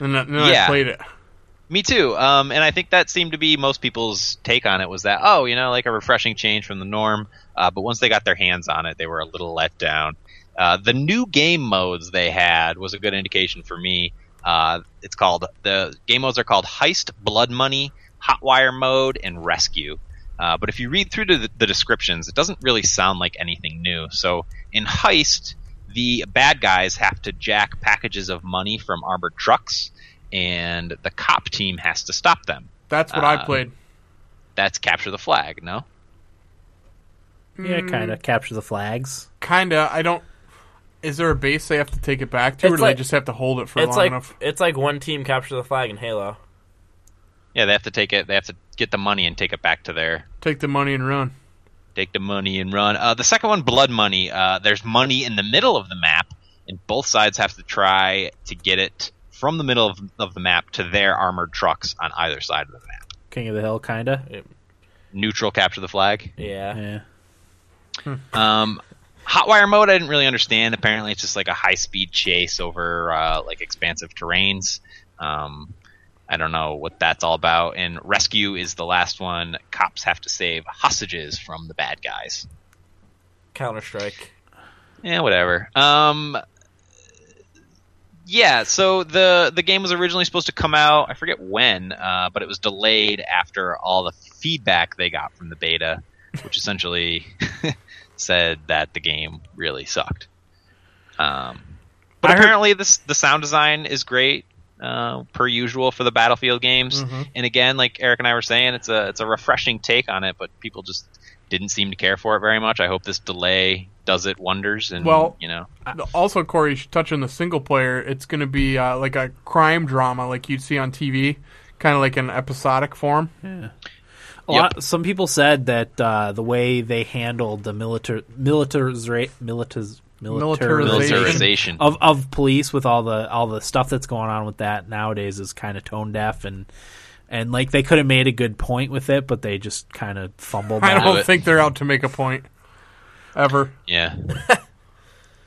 Speaker 4: and then, then
Speaker 6: Yeah.
Speaker 4: I played it.
Speaker 6: Me too. Um, and I think that seemed to be most people's take on it was that oh, you know, like a refreshing change from the norm. Uh, but once they got their hands on it, they were a little let down. Uh, the new game modes they had was a good indication for me. Uh, it's called the game modes are called Heist, Blood Money, Hotwire Mode, and Rescue. Uh, but if you read through to the, the descriptions, it doesn't really sound like anything new. So in Heist, the bad guys have to jack packages of money from armored trucks, and the cop team has to stop them.
Speaker 4: That's what
Speaker 6: Um,
Speaker 4: I played.
Speaker 6: That's capture the flag, no?
Speaker 3: Yeah, kind of capture the flags.
Speaker 4: Kinda. I don't. Is there a base they have to take it back to,
Speaker 5: It's
Speaker 4: or do
Speaker 5: like-
Speaker 4: they just have to hold it for
Speaker 5: It's
Speaker 4: long
Speaker 5: like
Speaker 4: enough?
Speaker 5: it's like one team capture the flag in Halo.
Speaker 6: Yeah, they have to take it. They have to get the money and take it back to their
Speaker 4: Take the money and run.
Speaker 6: take the money and run. Uh, the second one, blood money. Uh, there's money in the middle of the map, and both sides have to try to get it from the middle of, of the map to their armored trucks on either side of the map.
Speaker 3: King of the Hill, kind of.
Speaker 6: Neutral capture the flag.
Speaker 5: Yeah.
Speaker 3: Yeah.
Speaker 6: Um, hotwire mode, I didn't really understand. Apparently, it's just like a high speed chase over uh, like expansive terrains. Um, I don't know what that's all about. And rescue is the last one. Cops have to save hostages from the bad guys.
Speaker 5: Counter Strike.
Speaker 6: Yeah, whatever. Um, yeah. So the the game was originally supposed to come out. I forget when, uh, but it was delayed after all the feedback they got from the beta, which essentially said that the game really sucked. Um, but
Speaker 3: I heard-
Speaker 6: apparently, this the sound design is great. Uh, per usual for the Battlefield games,
Speaker 3: Mm-hmm.
Speaker 6: and again, like Eric and I were saying, it's a it's a refreshing take on it, but people just didn't seem to care for it very much. I hope this delay does it wonders, and
Speaker 4: Well,
Speaker 6: you know,
Speaker 4: The- also, Corey, you should touch on the single player. It's going to be uh, like a crime drama, like you'd see on TV, kind of like an episodic form.
Speaker 3: A
Speaker 6: Yep.
Speaker 3: lot, some people said that uh, the way they handled the militar militariz, militariz,
Speaker 6: Militarization.
Speaker 3: of of police with all the all the stuff that's going on with that nowadays is kind of tone deaf and and like they could have made a good point with it, but they just kind of fumbled.
Speaker 4: I
Speaker 3: at it.
Speaker 6: Do
Speaker 4: don't
Speaker 6: it.
Speaker 4: think they're out to make a point ever.
Speaker 6: yeah.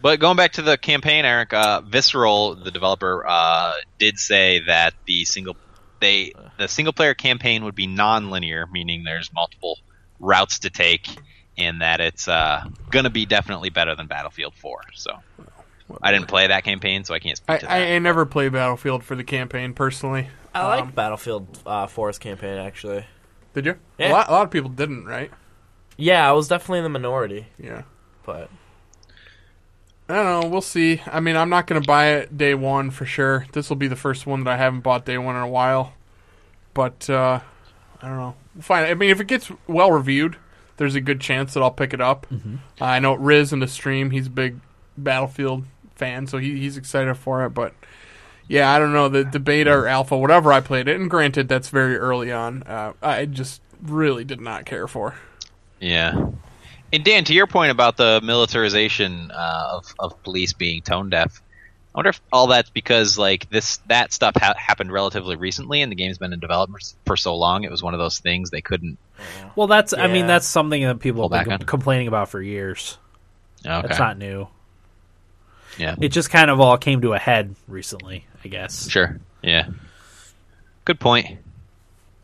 Speaker 6: but going back to the campaign, Eric, uh, Visceral, the developer, uh, did say that the single they the single player campaign would be non-linear, meaning there's multiple routes to take, and that it's uh, gonna be definitely better than Battlefield 4. So. I didn't play that campaign, so I can't speak
Speaker 4: I,
Speaker 6: to that.
Speaker 4: I, I never play Battlefield for the campaign personally.
Speaker 5: I like Battlefield uh, 4's campaign actually.
Speaker 4: Did you?
Speaker 5: Yeah.
Speaker 4: A, lot, a lot of people didn't, right?
Speaker 5: Yeah, I was definitely in the minority,
Speaker 4: Yeah.
Speaker 5: but
Speaker 4: I don't know. We'll see. I mean, I'm not going to buy it day one for sure. This will be the first one that I haven't bought day one in a while. But uh, I don't know. We'll find. I mean, if it gets well reviewed, there's a good chance that I'll pick it up.
Speaker 3: Mm-hmm.
Speaker 4: I know Riz in the stream. He's a big Battlefield fan, so he, he's excited for it. But yeah, I don't know the, the beta or alpha, whatever I played it. And granted, that's very early on. Uh, I just really did not care for.
Speaker 6: Yeah. And Dan, to your point about the militarization uh, of, of police being tone deaf, I wonder if all that's because like this that stuff ha- happened relatively recently, and the game's been in development for so long. It was one of those things they couldn't.
Speaker 3: Well, that's I
Speaker 5: Yeah.
Speaker 3: mean that's something that people
Speaker 6: Pull
Speaker 3: have
Speaker 6: back
Speaker 3: been
Speaker 6: on.
Speaker 3: complaining about for years.
Speaker 6: Okay.
Speaker 3: That's not new.
Speaker 6: yeah.
Speaker 3: It just kind of all came to a head recently, I guess.
Speaker 6: Sure. Yeah. Good point.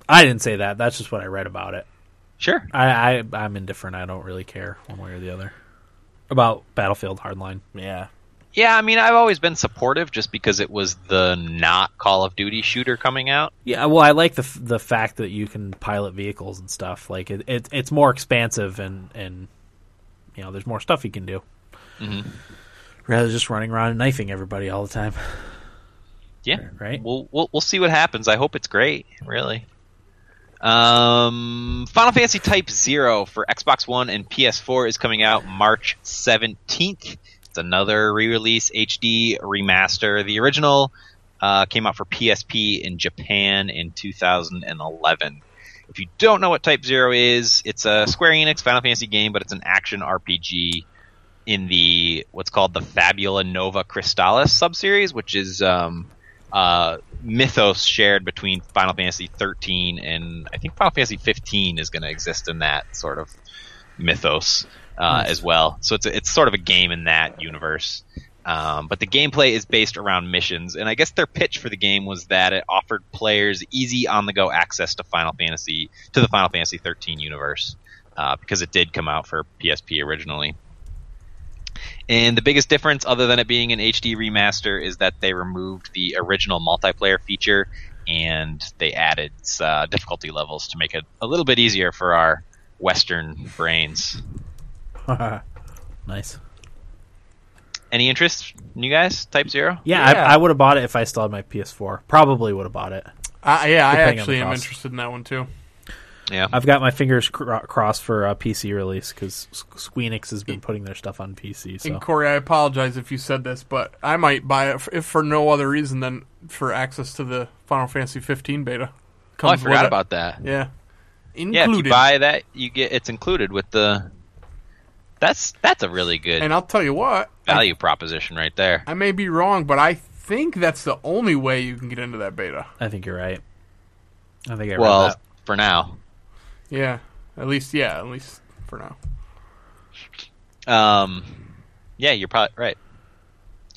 Speaker 3: I didn't say that. That's just what I read about it.
Speaker 6: Sure.
Speaker 3: I, I I'm indifferent. I don't really care one way or the other about Battlefield Hardline.
Speaker 5: Yeah.
Speaker 6: Yeah, I mean, I've always been supportive just because it was the not Call of Duty shooter coming out.
Speaker 3: Yeah, well, I like the f- the fact that you can pilot vehicles and stuff. Like it, it it's more expansive and and you know there's more stuff you can do.
Speaker 6: Mm-hmm.
Speaker 3: Rather than just running around and knifing everybody all the time.
Speaker 6: Yeah,
Speaker 3: Right.
Speaker 6: We'll we'll, we'll see what happens. I hope it's great. Really. Um, Final Fantasy Type Zero for Xbox One and PS4 is coming out March seventeenth. It's another re-release HD remaster. The original uh, came out for PSP in Japan in 2011. If you don't know what Type Zero is, it's a Square Enix Final Fantasy game, but it's an action RPG in the what's called the Fabula Nova Crystallis subseries, which is um, uh, mythos shared between Final Fantasy 13 and I think Final Fantasy 15 is going to exist in that sort of mythos uh, as well. So it's a, it's sort of a game in that universe. Um, but the gameplay is based around missions, and I guess their pitch for the game was that it offered players easy on-the-go access to Final Fantasy to the Final Fantasy 13 universe uh, because it did come out for PSP originally. And the biggest difference, other than it being an HD remaster, is that they removed the original multiplayer feature and they added uh, difficulty levels to make it a little bit easier for our Western brains.
Speaker 3: nice.
Speaker 6: Any interest, in you guys? Type Zero?
Speaker 3: Yeah,
Speaker 5: Yeah.
Speaker 3: I, I would have bought it if I still had my PS4. Probably would have bought it.
Speaker 4: Uh, yeah, I
Speaker 3: Depending on
Speaker 4: actually
Speaker 3: the
Speaker 4: am
Speaker 3: cost.
Speaker 4: interested in that one too.
Speaker 6: Yeah.
Speaker 3: I've got my fingers cr- uh, crossed for a PC release because Squeenix has been putting their stuff on PC. So
Speaker 4: And Corey, I apologize if you said this, but I might buy it f- if for no other reason than for access to the Final Fantasy 15 beta.
Speaker 6: oh, I
Speaker 4: Comes with
Speaker 6: forgot
Speaker 4: it.
Speaker 6: about that.
Speaker 4: Yeah,
Speaker 6: Yeah, if you
Speaker 4: included.
Speaker 6: buy that, you get it's included with the. That's that's a really good
Speaker 4: and I'll tell you what, I,
Speaker 6: value proposition right there.
Speaker 4: I may be wrong, but I think that's the only way you can get into that beta.
Speaker 3: I think you're right. I think I read
Speaker 6: Well,
Speaker 3: that.
Speaker 6: for now.
Speaker 4: Yeah, at least yeah, at least for now.
Speaker 6: Um, yeah, you're probably right.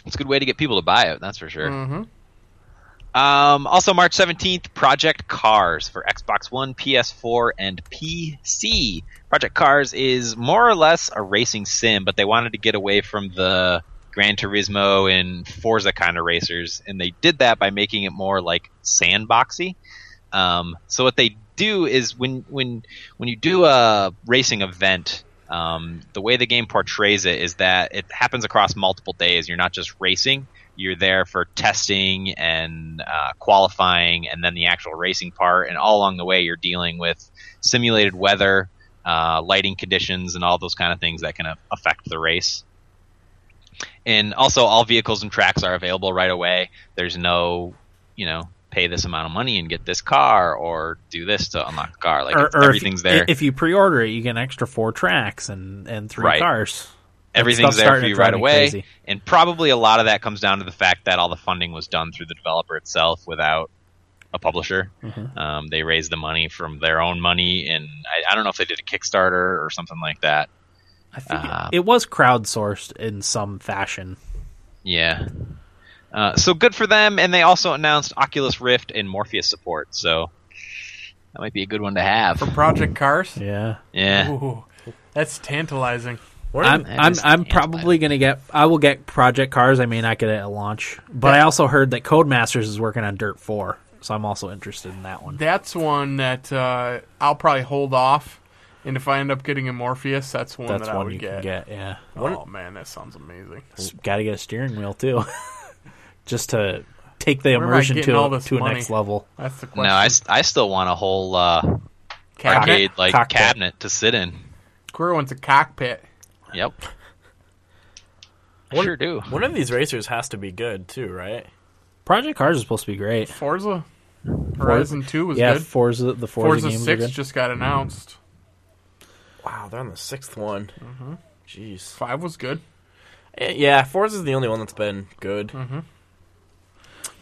Speaker 6: It's a good way to get people to buy it. That's for sure. Um, also, March seventeenth, Project Cars for Xbox One, PS4, and PC. Project Cars is more or less a racing sim, but they wanted to get away from the Gran Turismo and Forza kind of racers, and they did that by making it more like sandboxy. Um, so what they do is when when when you do a racing event, um, the way the game portrays it is that it happens across multiple days. You're not just racing; you're there for testing and uh, qualifying, and then the actual racing part. And all along the way, you're dealing with simulated weather, uh, lighting conditions, and all those kind of things that can a- affect the race and also all vehicles and tracks are available right away there's no you know pay this amount of money and get this car or do this to unlock the car like it's-
Speaker 3: if-
Speaker 6: everything's there
Speaker 3: If you pre-order it, you get an extra four tracks and and three
Speaker 6: Right.
Speaker 3: cars. That
Speaker 6: everything's
Speaker 3: stuff's
Speaker 6: there for
Speaker 3: starting to
Speaker 6: you
Speaker 3: drive
Speaker 6: right
Speaker 3: me
Speaker 6: away
Speaker 3: crazy.
Speaker 6: and probably a lot of that comes down to the fact that all the funding was done through the developer itself without a publisher
Speaker 3: Mm-hmm.
Speaker 6: um, they raised the money from their own money and I, I don't know if they did a kickstarter or something like that
Speaker 3: I think it-
Speaker 6: Uh,
Speaker 3: it, was crowdsourced in some fashion.
Speaker 6: Yeah. Uh, so good for them, and they also announced Oculus Rift and Morpheus support, so that might be a good one to have.
Speaker 4: Project Cars.
Speaker 3: Yeah,
Speaker 6: Yeah.
Speaker 4: Ooh, that's tantalizing.
Speaker 3: I'm
Speaker 6: That
Speaker 3: I'm,
Speaker 6: is
Speaker 3: I'm
Speaker 6: hands
Speaker 3: probably gonna get. I will get Project Cars. I may not get it at launch, but I also heard that Codemasters is working on Dirt Four, so I'm also interested in that one.
Speaker 4: That's one that uh, I'll probably hold off. And if I end up getting a Morpheus, that's one
Speaker 3: That's
Speaker 4: that I
Speaker 3: one
Speaker 4: would
Speaker 3: you
Speaker 4: get.
Speaker 3: can get. Yeah,
Speaker 4: Oh man, that sounds amazing.
Speaker 3: got to get a steering wheel too, just to take the
Speaker 4: am I
Speaker 3: immersion
Speaker 4: getting
Speaker 3: to
Speaker 4: all
Speaker 3: a-
Speaker 4: this
Speaker 3: to a
Speaker 4: money?
Speaker 3: next level.
Speaker 4: That's the
Speaker 6: No,
Speaker 4: question.
Speaker 6: I, s- I still want a whole uh,
Speaker 4: Cabinet?
Speaker 6: arcade like
Speaker 3: Cockpit.
Speaker 6: cabinet to sit in.
Speaker 4: Squirrel wants a cockpit.
Speaker 6: Yep. I
Speaker 5: What-
Speaker 6: sure do.
Speaker 5: One of these racers has to be good too, right?
Speaker 3: Project Cars is supposed to be great.
Speaker 4: Forza Horizon Two was
Speaker 3: yeah,
Speaker 4: good.
Speaker 3: Forza the Forza,
Speaker 4: Forza
Speaker 3: games are
Speaker 4: Six
Speaker 3: good.
Speaker 4: just got announced.
Speaker 5: Wow, they're on the sixth one. Jeez.
Speaker 4: Five was good.
Speaker 5: Eh, Yeah, Forza's the only one that's been good.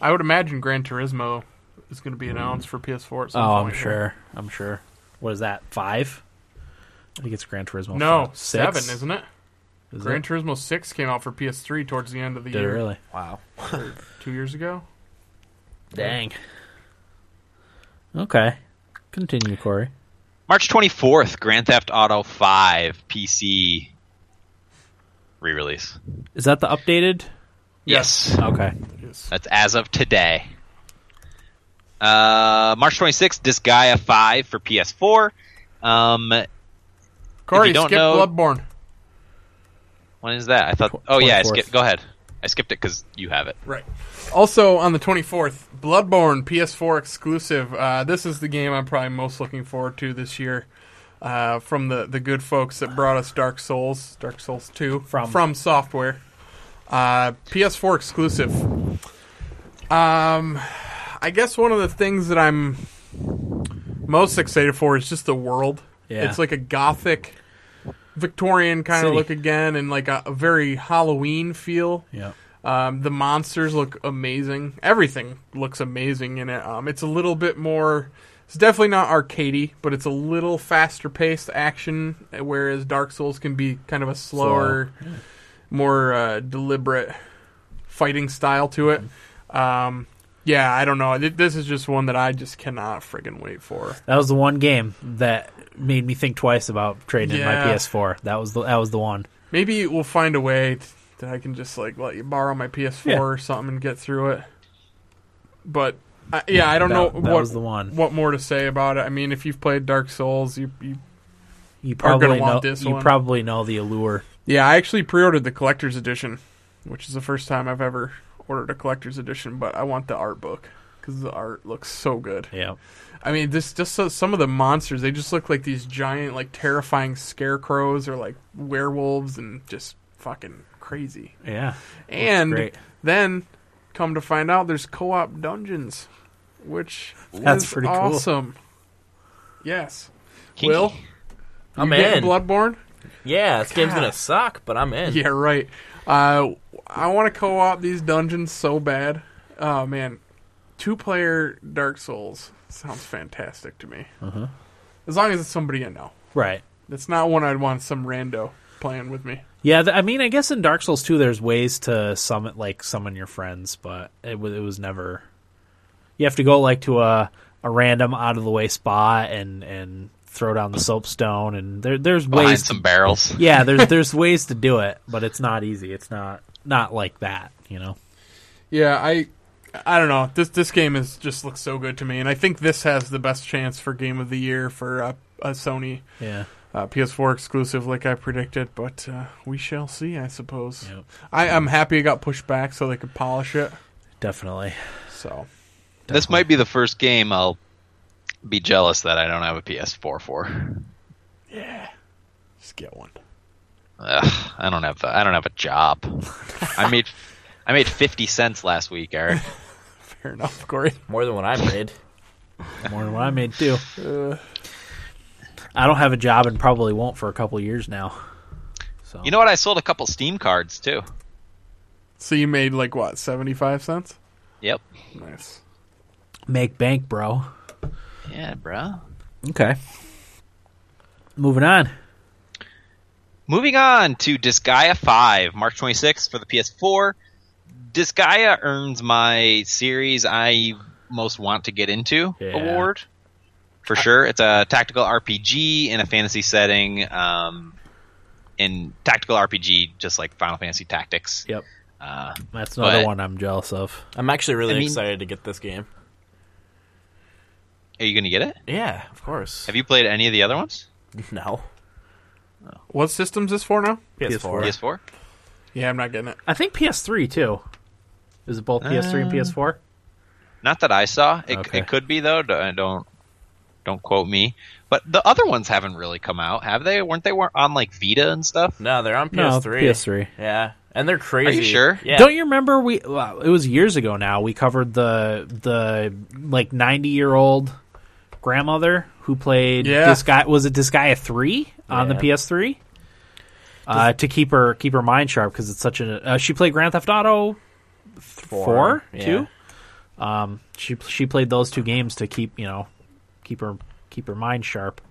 Speaker 4: I would imagine Gran Turismo is going to be announced for PS4 at some
Speaker 3: Oh,
Speaker 4: point.
Speaker 3: I'm sure. I'm sure. What is that? Five? I think it's Gran Turismo.
Speaker 4: No,
Speaker 3: five.
Speaker 4: seven,
Speaker 3: Six?
Speaker 4: isn't it?
Speaker 3: Is
Speaker 4: Gran
Speaker 3: it?
Speaker 4: Turismo six came out for PS3 towards the end of the
Speaker 3: Did it
Speaker 4: year,
Speaker 3: really?
Speaker 5: Wow.
Speaker 4: two years ago.
Speaker 3: Dang. Okay. Continue, Corey.
Speaker 6: March 24th, Grand Theft Auto 5 PC re-release.
Speaker 3: Is that the updated?
Speaker 6: Yes.
Speaker 3: Okay.
Speaker 6: That's as of today. Uh, March 26th, Disgaea 5 for PS4. Um,
Speaker 4: Corey,
Speaker 6: you don't
Speaker 4: skip
Speaker 6: know-
Speaker 4: Bloodborne.
Speaker 6: when is that? I thought. Oh yeah, I
Speaker 3: 24th.
Speaker 6: skipped. Go ahead. I skipped it because you have it.
Speaker 4: Right. Also on the 24th, Bloodborne PS4 exclusive. Uh, this is the game I'm probably most looking forward to this year. Uh, from the, the good folks that brought us Dark Souls, Dark Souls 2
Speaker 3: From-
Speaker 4: from software. Uh, PS4 exclusive. Um, I guess one of the things that I'm most excited for is just the world.
Speaker 3: Yeah.
Speaker 4: It's like a gothic Victorian kind of
Speaker 3: City.
Speaker 4: look again and like a, a very Halloween feel.
Speaker 3: Yeah.
Speaker 4: Um, the monsters look amazing. Everything looks amazing in it. Um, it's a little bit more. It's definitely not arcadey, but it's a little faster paced action, whereas Dark Souls can be kind of a slower, more uh, deliberate fighting style to it.
Speaker 3: Mm-hmm.
Speaker 4: Um, yeah, I don't know. Th- This is just one that I just cannot friggin' wait for.
Speaker 3: That was the one game that made me think twice about trading in
Speaker 4: Yeah.
Speaker 3: my PS4. That was the that was the one.
Speaker 4: Maybe we'll find a way t- that I can just like let you borrow my PS4
Speaker 3: Yeah.
Speaker 4: or something and get through it. But I, yeah, I don't
Speaker 3: That-
Speaker 4: know
Speaker 3: that
Speaker 4: what
Speaker 3: was the one.
Speaker 4: what more to say about it. I mean, if you've played Dark Souls, you, you
Speaker 3: You
Speaker 4: gonna
Speaker 3: probably know.
Speaker 4: want this
Speaker 3: you
Speaker 4: one.
Speaker 3: probably know the allure.
Speaker 4: yeah, I actually pre-ordered the collector's edition, which is the first time I've ever ordered a collector's edition. But I want the art book because the art looks so good.
Speaker 3: Yeah.
Speaker 4: I mean, this just so, some of the monsters. They just look like these giant, like terrifying scarecrows or like werewolves, and just fucking crazy.
Speaker 3: Yeah.
Speaker 4: And
Speaker 3: great.
Speaker 4: then come to find out there's co-op dungeons, which
Speaker 3: That's
Speaker 4: is
Speaker 3: pretty cool.
Speaker 4: awesome. Yes.
Speaker 6: Kinky.
Speaker 4: Will,
Speaker 5: I'm
Speaker 4: you getting
Speaker 5: in.
Speaker 4: Bloodborne?
Speaker 5: yeah, this game's gonna
Speaker 4: God.
Speaker 5: suck, but I'm in.
Speaker 4: Yeah, right. Uh, I want to co-op these dungeons so bad. Oh man, two-player Dark Souls sounds fantastic to me. As long as it's somebody I know.
Speaker 3: Right.
Speaker 4: That's not one I'd want some rando playing with me.
Speaker 3: Yeah, th- I mean, I guess in Dark Souls 2, there's ways to summon, like, summon your friends, but it was it was never. You have to go like to a a random out of the way spot and and throw down the soapstone, and there there's
Speaker 6: Behind
Speaker 3: ways.
Speaker 6: some barrels.
Speaker 3: yeah, there's there's ways to do it, but it's not easy. It's not not like that, you know.
Speaker 4: Yeah, I I don't know. This this game is just looks so good to me, and I think this has the best chance for game of the year for uh, a Sony
Speaker 3: Yeah,
Speaker 4: uh, PS4 exclusive, like I predicted. But uh, we shall see, I suppose.
Speaker 3: Yep.
Speaker 4: I, I'm happy it got pushed back so they could polish it.
Speaker 3: definitely.
Speaker 4: So
Speaker 6: This might be the first game I'll be jealous that I don't have a PS4 for.
Speaker 4: just get one.
Speaker 6: Ugh, I don't have. I don't have a job. I made. I made fifty cents last week, Eric.
Speaker 4: Fair enough, Corey.
Speaker 5: More than what I made.
Speaker 3: More than what I made too. I don't have a job and probably won't for a couple years now. So
Speaker 6: You know what? I sold a couple Steam cards too.
Speaker 4: So you made like what seventy five cents?
Speaker 6: Yep.
Speaker 4: Nice.
Speaker 3: make bank, bro.
Speaker 6: Yeah, bro.
Speaker 3: Okay. Moving on.
Speaker 6: Moving on to Disgaea 5, March 26th for the PS4. Disgaea earns my series I most want to get into
Speaker 3: Yeah.
Speaker 6: award. For sure. It's a tactical RPG in a fantasy setting. Um, in tactical RPG, just like Final Fantasy Tactics.
Speaker 3: Yep.
Speaker 6: Uh,
Speaker 3: That's another
Speaker 6: But-
Speaker 3: one I'm jealous of.
Speaker 5: I'm actually really
Speaker 6: I mean-
Speaker 5: excited to get this game.
Speaker 6: are you going to get it?
Speaker 5: Yeah, of course.
Speaker 6: Have you played any of the other ones?
Speaker 5: No.
Speaker 4: What system's this for now?
Speaker 5: PS4.
Speaker 6: PS4?
Speaker 4: Yeah, I'm not getting it.
Speaker 3: I think PS3 too. Is it both PS3
Speaker 6: Uh,
Speaker 3: and PS4?
Speaker 6: Not that I saw. It,
Speaker 3: Okay.
Speaker 6: it could be though. D- I Don't don't quote me. But the other ones haven't really come out, have they? Weren't they were on like Vita and stuff?
Speaker 5: No, they're on
Speaker 3: No,
Speaker 5: PS3.
Speaker 3: PS3.
Speaker 5: Yeah, and they're crazy.
Speaker 6: sure?
Speaker 5: Yeah.
Speaker 3: Don't you remember we? Well, it was years ago now. We covered the the like 90 year old grandmother who played
Speaker 4: Yeah.
Speaker 3: Disgaea. Was it Disgaea three on the
Speaker 5: Yeah.
Speaker 3: PS3? uh, to keep her keep her mind sharp because it's such a. Uh, she played Grand Theft Auto four,
Speaker 5: yeah.
Speaker 3: two. Um, she she played those two games to keep you know keep her keep her mind sharp.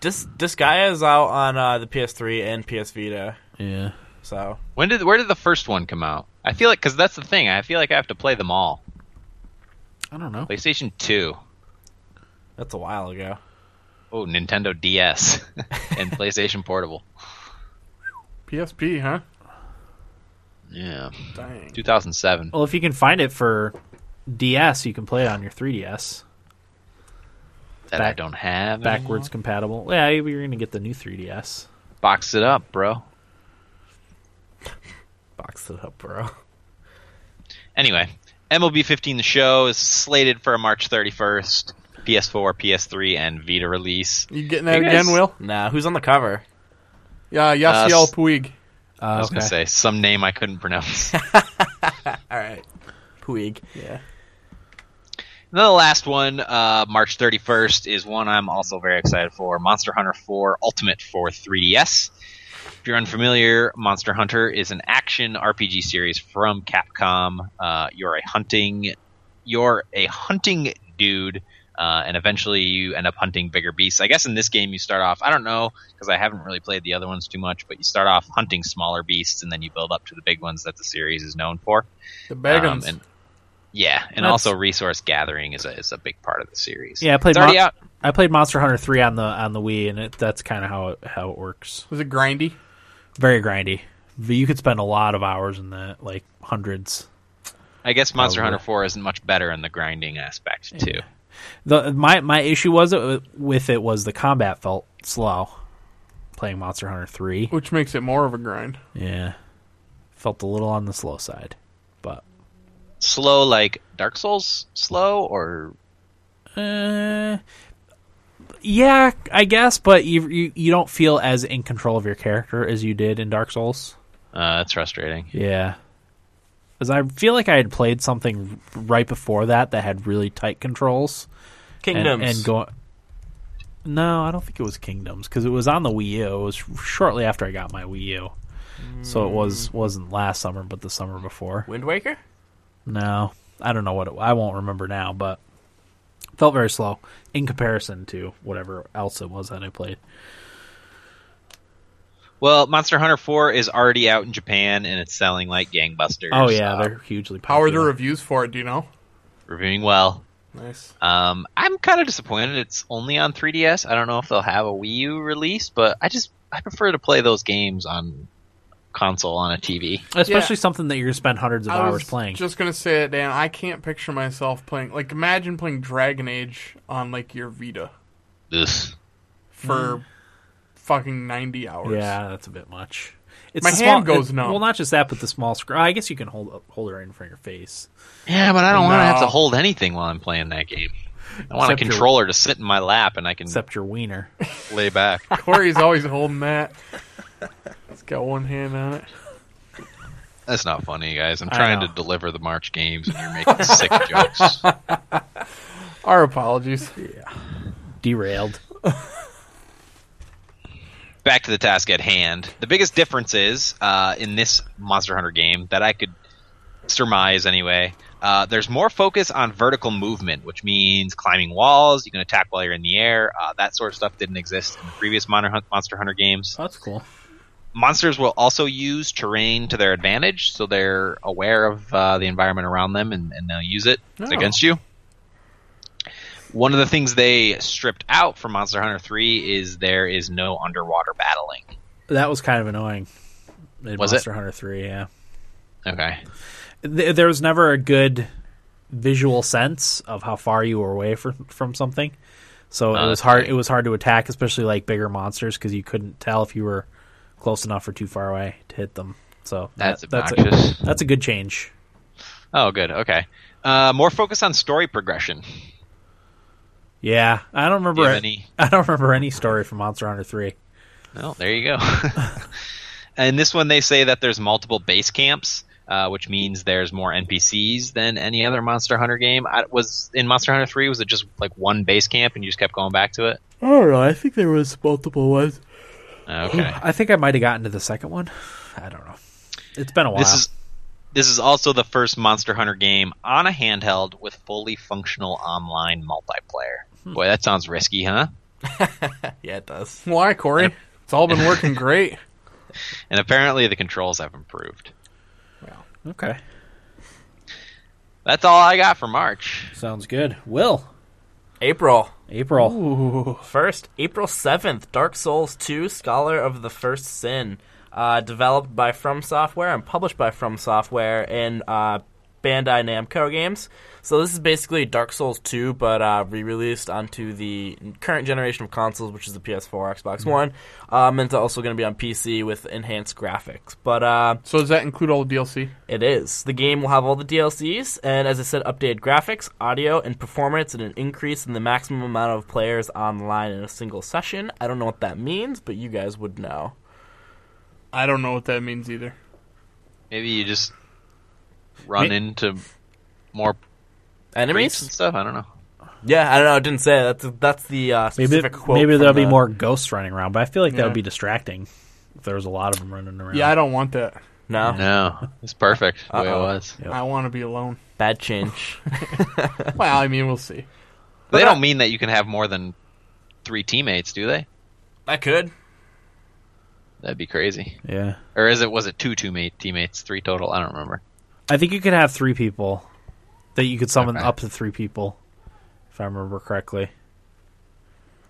Speaker 5: This this guy is out on uh, the PS3 and PS Vita,
Speaker 3: Yeah.
Speaker 5: so
Speaker 6: When did where did the first one come out? I feel like because that's the thing. I feel like I have to play them all.
Speaker 3: I don't know.
Speaker 6: PlayStation Two,
Speaker 5: that's a while ago.
Speaker 6: oh Nintendo DS, and PlayStation Portable.
Speaker 4: PSP, huh?
Speaker 6: Yeah,
Speaker 4: Dang.
Speaker 6: 2007.
Speaker 3: Well, if you can find it for DS, you can play it on your 3DS.
Speaker 6: That I
Speaker 3: back-
Speaker 6: don't have. anymore.
Speaker 3: Backwards compatible. Yeah, you're gonna get the new 3DS.
Speaker 6: Box it up, bro.
Speaker 5: Box it up, bro.
Speaker 6: Anyway, MLB 15 The Show is slated for a March 31st PS4, PS3, and Vita release.
Speaker 4: You getting that
Speaker 6: You
Speaker 4: again,
Speaker 6: guys-
Speaker 4: Will?
Speaker 5: Nah, who's on the cover?
Speaker 4: Yeah,
Speaker 6: Uh,
Speaker 4: Yasiel
Speaker 6: s-
Speaker 4: Puig.
Speaker 3: Uh,
Speaker 6: I was going to say some name I couldn't pronounce. and
Speaker 5: All right, Puig. Yeah.
Speaker 6: then the last one, uh, March 31st, is one I'm also very excited for: Monster Hunter 4 Ultimate for 3DS. If you're unfamiliar, Monster Hunter is an action RPG series from Capcom. Uh, you're a hunting, you're a hunting dude, uh, and eventually you end up hunting bigger beasts. I guess in this game you start off. I don't know because I haven't really played the other ones too much, but you start off hunting smaller beasts, and then you build up to the big ones that the series is known for.
Speaker 4: The
Speaker 6: Um,
Speaker 4: Baggins.
Speaker 6: and, yeah, and
Speaker 3: That's-
Speaker 6: also resource gathering is a is a big part of the series.
Speaker 3: Yeah, I played
Speaker 6: It's already
Speaker 3: Mon-
Speaker 6: out.
Speaker 3: I played Monster Hunter 3 on the on the Wii, and it, that's kind of how it, how it works.
Speaker 4: Was it grindy?
Speaker 3: Very grindy. But You could spend a lot of hours in that, like hundreds.
Speaker 6: I guess Monster
Speaker 3: Probably.
Speaker 6: Hunter Four isn't much better in the grinding aspect too.
Speaker 3: The my my issue was uh, with it was the combat felt slow. Playing Monster Hunter 3,
Speaker 4: Which makes it more of a grind.
Speaker 3: yeah, felt a little on the slow side, but
Speaker 6: Slow like Dark Souls slow or
Speaker 3: Uh, yeah, I guess, but you, you you don't feel as in control of your character as you did in Dark Souls.
Speaker 6: uh, that's frustrating.
Speaker 3: Yeah, because I feel like I had played something right before that that had really tight controls and,
Speaker 5: Kingdoms.
Speaker 3: and go. No, I don't think it was Kingdoms because it was on the Wii U. It was shortly after I got my Wii U, so it was wasn't last summer, but the summer before.
Speaker 5: Wind Waker.
Speaker 3: No, I don't know what it, I won't remember now, but felt very slow in comparison to whatever else it was that I played.
Speaker 6: Well, Monster Hunter Four is already out in Japan and it's selling like gangbusters.
Speaker 3: Oh yeah,
Speaker 6: Uh,
Speaker 3: they're hugely
Speaker 4: How
Speaker 3: popular.
Speaker 4: are the reviews for it? Do you know?
Speaker 6: reviewing well.
Speaker 4: Nice.
Speaker 6: Um, I'm kind of disappointed it's only on 3DS. I don't know if they'll have a Wii U release, but I just I prefer to play those games on console on a TV.
Speaker 3: Especially something that you're gonna spend hundreds of
Speaker 4: I
Speaker 3: hours
Speaker 4: was
Speaker 3: playing.
Speaker 4: just gonna say it, Dan. I can't picture myself playing. Like, imagine playing Dragon Age on like your Vita
Speaker 6: This
Speaker 4: for fucking ninety hours.
Speaker 3: Mm. yeah, that's a bit much. It's
Speaker 4: My
Speaker 3: the
Speaker 4: hand
Speaker 3: small-
Speaker 4: goes
Speaker 3: it-
Speaker 4: numb.
Speaker 3: Well, not just that, but the small screen. I guess you can hold hold it right in front of your face.
Speaker 6: Yeah, but I don't want to have to
Speaker 4: No.
Speaker 6: hold anything while I'm playing that game. I want a
Speaker 3: Except your-
Speaker 6: controller to sit in my lap and I can
Speaker 3: Except your wiener.
Speaker 6: lay back.
Speaker 4: Corey's always holding that. He's got one hand on it.
Speaker 6: That's not funny, guys. I'm
Speaker 3: I
Speaker 6: trying
Speaker 3: know.
Speaker 6: to deliver the March games and you're making sick jokes.
Speaker 4: Our apologies.
Speaker 3: Derailed.
Speaker 4: Oh,
Speaker 6: back to the task at hand. The biggest difference is uh, in this Monster Hunter game that I could surmise anyway. Uh, there's more focus on vertical movement, which means climbing walls. You can attack while you're in the air. Uh, that sort of stuff didn't exist in the previous Mon- Monster Hunter games.
Speaker 3: that's cool.
Speaker 6: Monsters will also use terrain to their advantage, so they're aware of uh, the environment around them and, and they'll use it
Speaker 4: Oh.
Speaker 6: against you. One of the things they stripped out from Monster Hunter 3 is there is no underwater battling.
Speaker 3: That was kind of annoying. In
Speaker 6: Was it?
Speaker 3: Monster Hunter Three? Yeah.
Speaker 6: Okay.
Speaker 3: th- there was never a good visual sense of how far you were away from from something. So
Speaker 6: Oh,
Speaker 3: it was
Speaker 6: that's
Speaker 3: hard.
Speaker 6: right.
Speaker 3: It was hard to attack, especially like bigger monsters, because you couldn't tell if you were close enough or too far away to hit them. So
Speaker 6: That's
Speaker 3: that's
Speaker 6: obnoxious.
Speaker 3: a, that's a good change.
Speaker 6: Oh, good. Okay. Uh, more focus on story progression. Do
Speaker 3: Yeah, I don't
Speaker 6: you
Speaker 3: remember.
Speaker 6: have
Speaker 3: it-
Speaker 6: any?
Speaker 3: I don't remember any story from Monster Hunter Three.
Speaker 6: No, there you go. and this one, they say that there's multiple base camps, uh, which means there's more NPCs than any other Monster Hunter game. I, was in Monster Hunter Three, was it just like one base camp and you just kept going back to it?
Speaker 5: I don't know. I think there was multiple ones.
Speaker 6: Okay.
Speaker 3: I think I might have gotten to the second one. I don't know. It's been a while.
Speaker 6: This is this is also the first Monster Hunter game on a handheld with fully functional online multiplayer. Boy, that sounds risky, huh?
Speaker 5: Yeah, it does.
Speaker 4: Why, Corey? It's all been working great.
Speaker 6: And apparently the controls have improved.
Speaker 3: okay.
Speaker 6: That's all I got for March.
Speaker 3: Sounds good. Will
Speaker 5: April
Speaker 3: April.
Speaker 5: first, April seventh, Dark Souls two, Scholar of the First Sin, uh, developed by From Software and published by From Software and uh, Bandai Namco Games. So this is basically Dark Souls two, but uh, re-released onto the current generation of consoles, which is the PS4, Xbox
Speaker 3: Mm-hmm.
Speaker 5: One, um, and it's also going to be on PC with enhanced graphics. But uh,
Speaker 4: So does that include all the DLC?
Speaker 5: It is. The game will have all the DLCs, and as I said, updated graphics, audio, and performance, and an increase in the maximum amount of players online in a single session. I don't know what that means, but you guys would know.
Speaker 4: I don't know what that means either.
Speaker 6: Maybe you just run
Speaker 5: Ma-
Speaker 6: into more priests and
Speaker 5: Enemies?
Speaker 6: stuff. I don't know.
Speaker 5: Yeah, I don't know. I didn't say it. that's that's the uh,
Speaker 3: Maybe
Speaker 5: specific quote.
Speaker 3: maybe
Speaker 5: from
Speaker 3: there'll be
Speaker 5: the-
Speaker 3: more ghosts running around, but I feel like that
Speaker 4: Yeah.
Speaker 3: would be distracting if there was a lot of them running around.
Speaker 4: Yeah, I don't want that.
Speaker 5: No,
Speaker 6: No, it's perfect the way it
Speaker 5: Oh. Uh-oh.
Speaker 6: was.
Speaker 3: Yep.
Speaker 4: I want to be alone.
Speaker 5: bad change.
Speaker 4: Well, I mean, we'll see.
Speaker 6: They don't mean that you can have more than three teammates, do they?
Speaker 5: I could.
Speaker 6: That'd be crazy.
Speaker 3: yeah.
Speaker 6: Or is it was it two teammate teammates, three total? I don't remember.
Speaker 3: I think you could have three people that you could summon
Speaker 6: Okay.
Speaker 3: up to three people, if I remember correctly.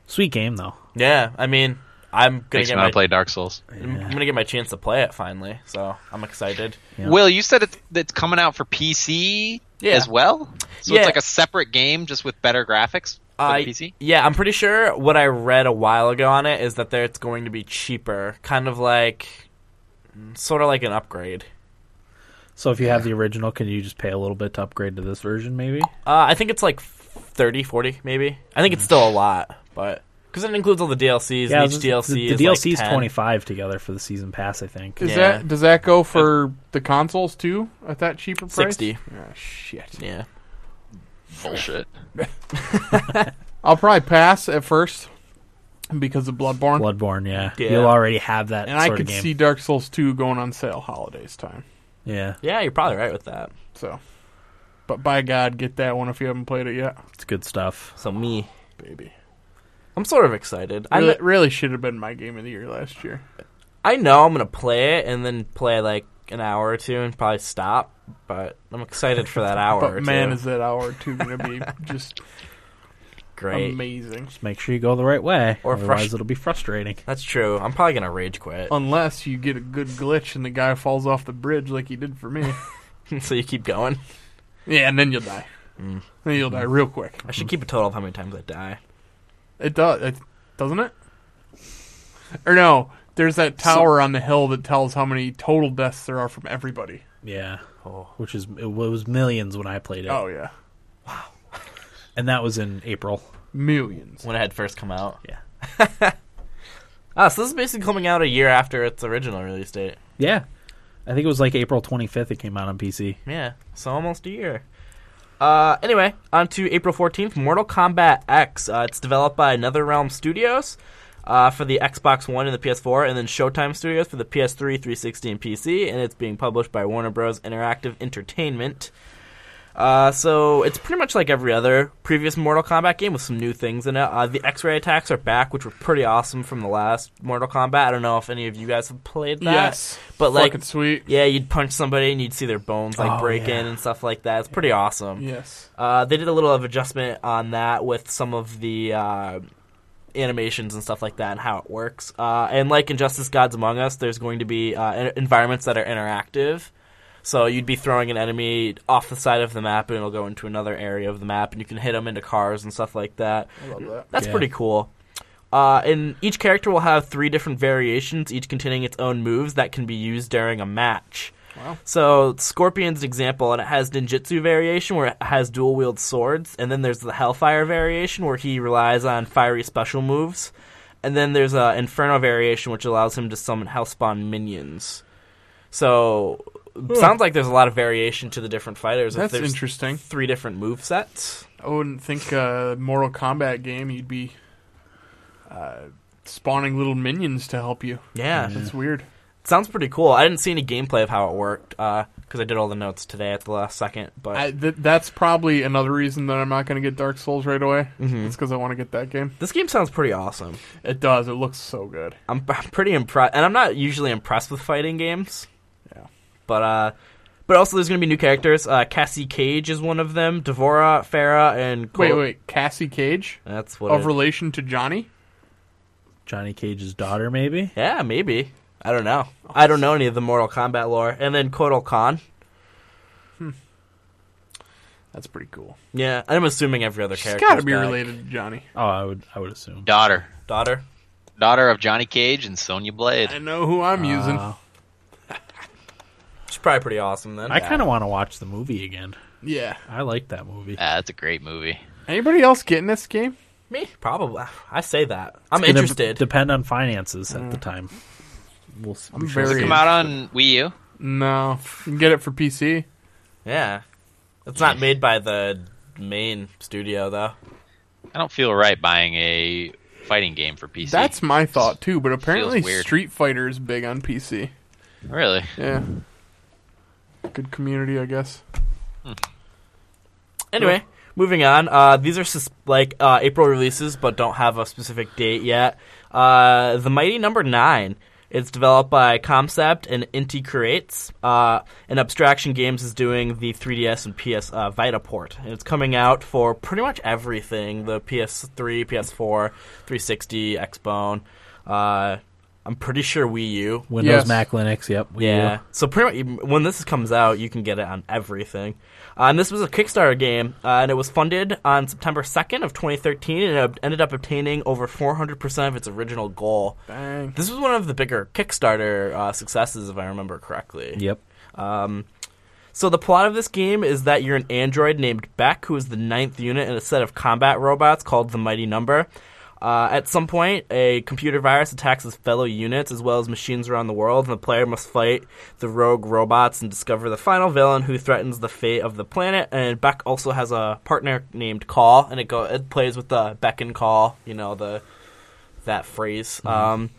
Speaker 3: Sweet game though.
Speaker 5: Yeah, I mean, I'm gonna
Speaker 6: Makes
Speaker 5: get
Speaker 6: me want
Speaker 5: my
Speaker 6: to play Dark Souls.
Speaker 5: I'm gonna get my chance to play it finally, so I'm excited.
Speaker 3: Yeah.
Speaker 6: Will, you said it's, it's coming out for PC
Speaker 5: Yeah.
Speaker 6: as well? So
Speaker 5: Yeah.
Speaker 6: it's like a separate game just with better graphics for
Speaker 5: I-
Speaker 6: the PC?
Speaker 5: Yeah, I'm pretty sure what I read a while ago on it is that there it's going to be cheaper, kind of like, sort of like an upgrade.
Speaker 3: So if you have the original, can you just pay a little bit to upgrade to this version? Maybe.
Speaker 5: Uh, I think it's like 30, 40 maybe. I think it's still a lot, but because it includes all the DLCs. and each
Speaker 3: the-
Speaker 5: DLC
Speaker 3: the,
Speaker 5: is
Speaker 3: the DLC is
Speaker 5: like 10.
Speaker 3: twenty five together for the season pass. I think.
Speaker 4: Is
Speaker 5: Yeah.
Speaker 4: that does that go for the consoles too at that cheaper price?
Speaker 5: 60.
Speaker 4: Ah, shit.
Speaker 5: Yeah.
Speaker 6: Bullshit.
Speaker 4: I'll probably pass at first because of Bloodborne,
Speaker 3: Bloodborne, yeah.
Speaker 5: Yeah.
Speaker 3: You'll already have that
Speaker 4: and I
Speaker 3: sort
Speaker 4: could
Speaker 3: of game.
Speaker 4: see Dark Souls two going on sale holidays time.
Speaker 3: yeah,
Speaker 5: Yeah, you're probably right with that.
Speaker 4: So, but by God, get that one if you haven't played it yet,
Speaker 3: it's good stuff.
Speaker 5: So me,
Speaker 4: baby.
Speaker 5: I'm sort of excited. I
Speaker 4: Really,
Speaker 5: kn-
Speaker 4: really should have been my game of the year last year.
Speaker 5: I know I'm gonna play it and then play like an hour or two and probably stop, but I'm excited for that hour. or
Speaker 4: But man,
Speaker 5: two.
Speaker 4: is that hour or two going to be just
Speaker 5: great.
Speaker 4: amazing?
Speaker 3: Make sure you go the right way,
Speaker 5: Or
Speaker 3: otherwise
Speaker 5: frust-
Speaker 3: it'll be frustrating.
Speaker 5: That's true. I'm probably gonna rage quit.
Speaker 4: Unless you get a good glitch and the guy falls off the bridge like he did for me.
Speaker 5: so you keep going.
Speaker 4: yeah, and then you'll die.
Speaker 5: Mm.
Speaker 4: Then you'll
Speaker 5: Mm-hmm.
Speaker 4: die real quick.
Speaker 5: I should keep a total of how many times I die.
Speaker 4: It does, it, doesn't it? Or no, there's that tower on the hill that tells how many total deaths there are from everybody.
Speaker 3: Yeah,
Speaker 5: Oh.
Speaker 3: which is it was millions when I played it,
Speaker 4: Oh yeah,
Speaker 3: and that was in April.
Speaker 4: millions.
Speaker 5: When it had first come out.
Speaker 3: Yeah.
Speaker 5: ah, so this is basically coming out a year after its original release date.
Speaker 3: Yeah, I think it was like April twenty fifth. It came out on PC.
Speaker 5: Yeah, so almost a year. Uh, anyway, on to April 14th, Mortal Kombat X. Uh, it's developed by NetherRealm Studios uh, for the Xbox One and the PS4, and then Showtime Studios for the PS3, 360, and PC, and it's being published by Warner Bros. Interactive Entertainment. Uh, so it's pretty much like every other previous Mortal Kombat game with some new things in it. Uh, the X-ray attacks are back, which were pretty awesome from the last Mortal Kombat. I don't know if any of you guys have played that,
Speaker 4: Yes,
Speaker 5: but like
Speaker 4: fucking sweet.
Speaker 5: yeah, you'd punch somebody and you'd see their bones
Speaker 3: Oh,
Speaker 5: like break
Speaker 3: yeah.
Speaker 5: in and stuff like that. It's pretty awesome.
Speaker 4: Yes,
Speaker 5: Uh, they did a little of adjustment on that with some of the uh, animations and stuff like that and how it works. Uh, and like Injustice: Gods Among Us, there's going to be uh, en- environments that are interactive. So you'd be throwing an enemy off the side of the map and it'll go into another area of the map, and you can hit them into cars and stuff like that.
Speaker 4: I love that.
Speaker 5: That's
Speaker 3: Yeah.
Speaker 5: pretty cool. Uh, and each character will have three different variations, each containing its own moves that can be used during a match.
Speaker 4: Wow.
Speaker 5: So Scorpion's an example, and it has ninjutsu variation where it has dual wield swords, and then there's the Hellfire variation where he relies on fiery special moves, and then there's a Inferno variation which allows him to summon Hellspawn minions. So sounds like there's a lot of variation to the different fighters. if
Speaker 4: That's
Speaker 5: there's
Speaker 4: interesting.
Speaker 5: Three different move sets.
Speaker 4: I wouldn't think a Mortal Kombat game you'd be uh, spawning little minions to help you.
Speaker 5: Yeah,
Speaker 4: That's weird.
Speaker 5: sounds pretty cool. I didn't see any gameplay of how it worked because I did all the notes today at the last second. But
Speaker 4: I, th- that's probably another reason that I'm not going to get Dark Souls right away.
Speaker 5: Mm-hmm.
Speaker 4: It's because I want to get that game.
Speaker 5: this game sounds pretty awesome.
Speaker 4: It does. It looks so good.
Speaker 5: I'm, I'm pretty impressed, and I'm not usually impressed with fighting games.
Speaker 4: Yeah.
Speaker 5: But uh, but also there's gonna be new characters. Uh, Cassie Cage is one of them. Devora, Farah, and Cor-
Speaker 4: Wait, wait. Cassie Cage
Speaker 5: That's what.
Speaker 4: of
Speaker 5: it-
Speaker 4: relation to Johnny.
Speaker 3: Johnny Cage's daughter, maybe.
Speaker 5: yeah, maybe. I don't know. I don't know any of the Mortal Kombat lore. And then Kotal Khan.
Speaker 4: That's pretty cool.
Speaker 5: Yeah, I'm assuming every other
Speaker 4: She's
Speaker 5: character.
Speaker 4: got to be related to Johnny.
Speaker 3: Oh, I would, I would assume.
Speaker 6: Daughter,
Speaker 5: Daughter.
Speaker 6: daughter of Johnny Cage and Sonya Blade.
Speaker 4: I know who I'm using.
Speaker 3: Uh,
Speaker 5: She's probably pretty awesome then.
Speaker 3: I kind of want to watch the movie again.
Speaker 4: Yeah.
Speaker 3: I like that movie.
Speaker 6: Ah, that's a great movie.
Speaker 4: Anybody else getting this game?
Speaker 5: me probably. I say that. I'm
Speaker 3: It's gonna
Speaker 5: interested. Mm.
Speaker 3: d- depend on finances at the time. We'll, s- we
Speaker 4: I'm
Speaker 3: shall
Speaker 4: very-
Speaker 3: see.
Speaker 6: Come out on Wii U.
Speaker 4: No. You can get it for PC.
Speaker 5: yeah, it's not made by the main studio though.
Speaker 6: I don't feel right buying a fighting game for PC.
Speaker 4: That's my thought too. But apparently,
Speaker 6: weird.
Speaker 4: Street Fighter is big on PC.
Speaker 6: really
Speaker 4: Yeah. Good community, I guess.
Speaker 5: Anyway, moving on. Uh, these are sus- like uh, April releases, but don't have a specific date yet. Uh, the Mighty Number Nine. It's developed by Concept and Inti Creates, uh, and Abstraction Games is doing the 3DS and PS uh, Vita port. And it's coming out for pretty much everything: the PS3, PS4, 360, Xbone. Uh, I'm pretty sure Wii U.
Speaker 3: Windows,
Speaker 4: Yes.
Speaker 3: Mac, Linux. Yep. we
Speaker 5: Yeah.
Speaker 3: do.
Speaker 5: So pretty much, when this comes out, you can get it on everything. Uh, and this was a Kickstarter game, uh, and it was funded on September 2nd of 2013, and it ob- ended up obtaining over 400% of its original goal.
Speaker 4: Dang.
Speaker 5: This was one of the bigger Kickstarter uh, successes, if I remember correctly.
Speaker 3: Yep.
Speaker 5: Um, so the plot of this game is that you're an android named Beck, who is the ninth unit in a set of combat robots called the Mighty Number. Uh, at some point, a computer virus attacks his fellow units as well as machines around the world, and the player must fight the rogue robots and discover the final villain who threatens the fate of the planet. And Beck also has a partner named Call, and it go it plays with the beck and call, you know the that phrase. Um,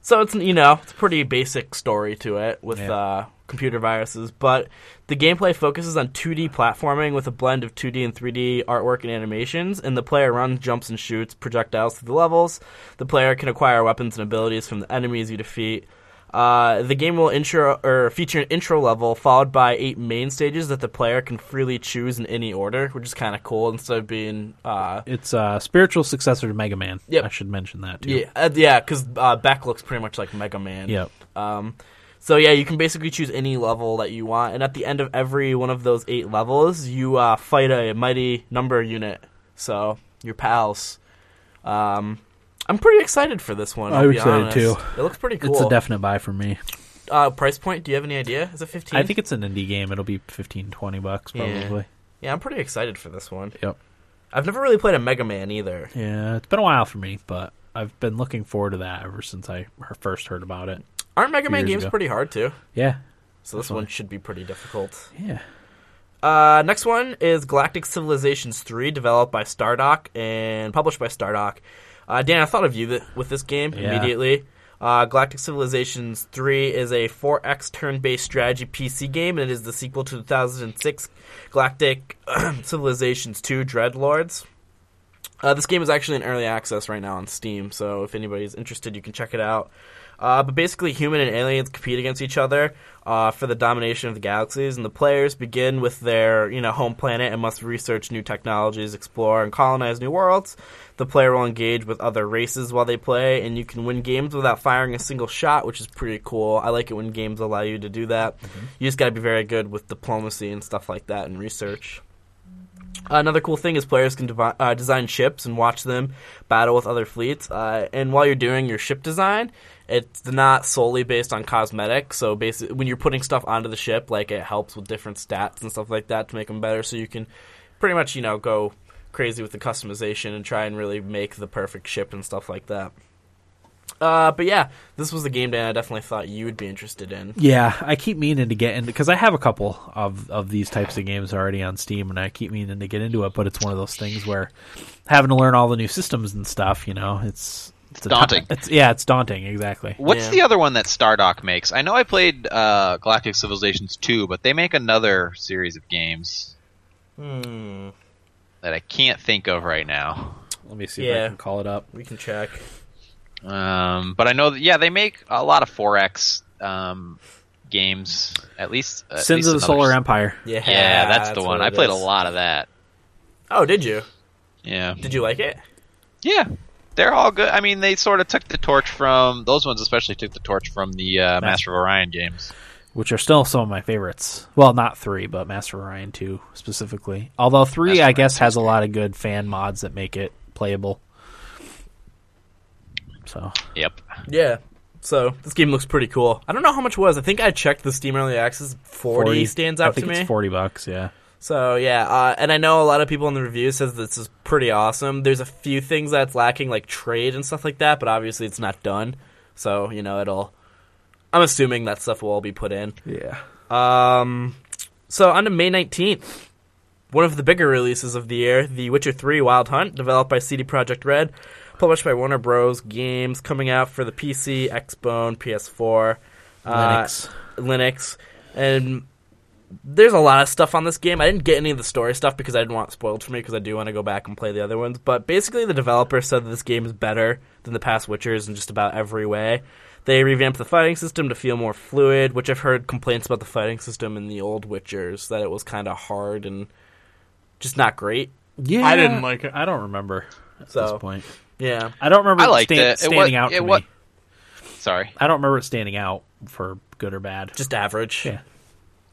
Speaker 5: so it's you know it's a pretty basic story to it with
Speaker 3: Yeah.
Speaker 5: uh, computer viruses, but the gameplay focuses on 2D platforming with a blend of 2D and 3D artwork and animations. And the player runs, jumps, and shoots projectiles through the levels. The player can acquire weapons and abilities from the enemies you defeat. Uh, the game will intro or feature an intro level followed by eight main stages that the player can freely choose in any order, which is kind of cool instead of being uh,
Speaker 3: It's a spiritual successor to Mega Man.
Speaker 5: Yep.
Speaker 3: I should mention that too.
Speaker 5: yeah uh, yeah because uh, Beck looks pretty much like Mega Man.
Speaker 3: Yep.
Speaker 5: Um, so yeah, you can basically choose any level that you want, and at the end of every one of those eight levels, you uh, fight a mighty number unit. So your pals. Um, I'm pretty excited for this one. I'll
Speaker 3: I'm
Speaker 5: be
Speaker 3: excited,
Speaker 5: honest.
Speaker 3: too.
Speaker 5: It looks pretty cool.
Speaker 3: It's a definite buy for me.
Speaker 5: uh, price point. Do you have any idea? Is it 15?
Speaker 3: I think it's an indie game. It'll be 15, 20 bucks
Speaker 5: Yeah.
Speaker 3: probably.
Speaker 5: Yeah, I'm pretty excited for this one.
Speaker 3: Yep.
Speaker 5: I've never really played a Mega Man either.
Speaker 3: Yeah, it's been a while for me, but I've been looking forward to that ever since I he- first heard about it.
Speaker 5: Aren't Mega
Speaker 3: Few
Speaker 5: Man
Speaker 3: years
Speaker 5: games
Speaker 3: ago.
Speaker 5: pretty hard too?
Speaker 3: Yeah.
Speaker 5: So this one should be pretty difficult.
Speaker 3: Yeah.
Speaker 5: Uh, next one is Galactic Civilizations 3, developed by Stardock and published by Stardock. Uh, Dan, I thought of you th- with this game
Speaker 3: Yeah.
Speaker 5: immediately. Uh, Galactic Civilizations 3 is a 4X turn based strategy PC game, and it is the sequel to 2006 Galactic Civilizations 2 Dreadlords. Uh, this game is actually in early access right now on Steam, so if anybody's interested, you can check it out. Uh, but basically, human and aliens compete against each other uh, for the domination of the galaxies, and the players begin with their you know home planet and must research new technologies, explore and colonize new worlds. The player will engage with other races while they play, and you can win games without firing a single shot, which is pretty cool. I like it when games allow you to do that. You just got to be very good with diplomacy and stuff like that and research. Another cool thing is players can devi- uh, design ships and watch them battle with other fleets. Uh, and while you're doing your ship design, it's not solely based on cosmetics. So basically, when you're putting stuff onto the ship, like it helps with different stats and stuff like that to make them better. So you can pretty much, you know, go crazy with the customization and try and really make the perfect ship and stuff like that. Uh, but yeah, this was the game Dan I definitely thought you would be interested in.
Speaker 3: Yeah, I keep meaning to get into because I have a couple of of these types of games already on Steam, and I keep meaning to get into it. But it's one of those things where having to learn all the new systems and stuff, you know, it's It's a
Speaker 6: daunting.
Speaker 3: tou- it's, yeah, it's daunting. Exactly.
Speaker 6: What's
Speaker 5: Yeah.
Speaker 6: the other one that Stardock makes? I know I played uh, Galactic Civilizations 2, but they make another series of games
Speaker 5: Hmm.
Speaker 6: that I can't think of right now.
Speaker 3: Let me see if
Speaker 5: Yeah.
Speaker 3: I can call it up.
Speaker 5: We can check.
Speaker 6: Um, but I know, that, yeah, they make a lot of 4X um, games. At least uh, at
Speaker 3: Sins
Speaker 6: least
Speaker 3: of the
Speaker 6: another-
Speaker 3: Solar Empire.
Speaker 5: Yeah,
Speaker 6: Yeah, that's, the one.
Speaker 5: what
Speaker 6: I
Speaker 5: it
Speaker 6: played a
Speaker 5: is.
Speaker 6: lot of that.
Speaker 5: Oh, did you?
Speaker 6: Yeah,
Speaker 5: Did you like it?
Speaker 6: yeah, they're all good. I mean, they sort of took the torch from those ones, especially took the torch from the uh, Master of Orion games.
Speaker 3: which are still some of my favorites. Well, not three, but Master of Orion two specifically. Although three,
Speaker 6: Master
Speaker 3: I
Speaker 6: of
Speaker 3: guess, has a lot of good fan mods that make it playable. So
Speaker 6: Yep.
Speaker 5: Yeah. So this game looks pretty cool. I don't know how much it was. I think I checked the Steam Early Access. Forty, stands
Speaker 3: I
Speaker 5: out
Speaker 3: think
Speaker 5: to me.
Speaker 3: it's forty bucks. Yeah,
Speaker 5: So yeah, uh, and I know a lot of people in the review says this is pretty awesome. There's a few things that's lacking, like trade and stuff like that, but obviously it's not done. So you know it'll. I'm assuming that stuff will all be put in.
Speaker 3: yeah.
Speaker 5: Um, so on to May 19th, one of the bigger releases of the year, The Witcher 3 Wild Hunt, developed by CD Projekt Red, published by Warner Bros. Games, coming out for the PC, Xbone, PS4, uh,
Speaker 3: Linux.
Speaker 5: Linux, and there's a lot of stuff on this game. I didn't get any of the story stuff because I didn't want it spoiled for me because I do want to go back and play the other ones. But basically, the developer said that this game is better than the past Witchers in just about every way. They revamped the fighting system to feel more fluid, which I've heard complaints about the fighting system in the old Witchers that it was kind of hard and just not great.
Speaker 3: yeah,
Speaker 4: I didn't like it.
Speaker 3: I don't remember at
Speaker 5: So-
Speaker 3: this point.
Speaker 5: Yeah,
Speaker 3: I don't remember
Speaker 6: I
Speaker 3: it
Speaker 6: liked
Speaker 3: sta-
Speaker 6: it. It
Speaker 3: standing
Speaker 6: wa-
Speaker 3: out.
Speaker 6: it
Speaker 3: to
Speaker 6: wa-
Speaker 3: me.
Speaker 6: Sorry,
Speaker 3: I don't remember it standing out for good or bad.
Speaker 5: just average.
Speaker 3: Yeah.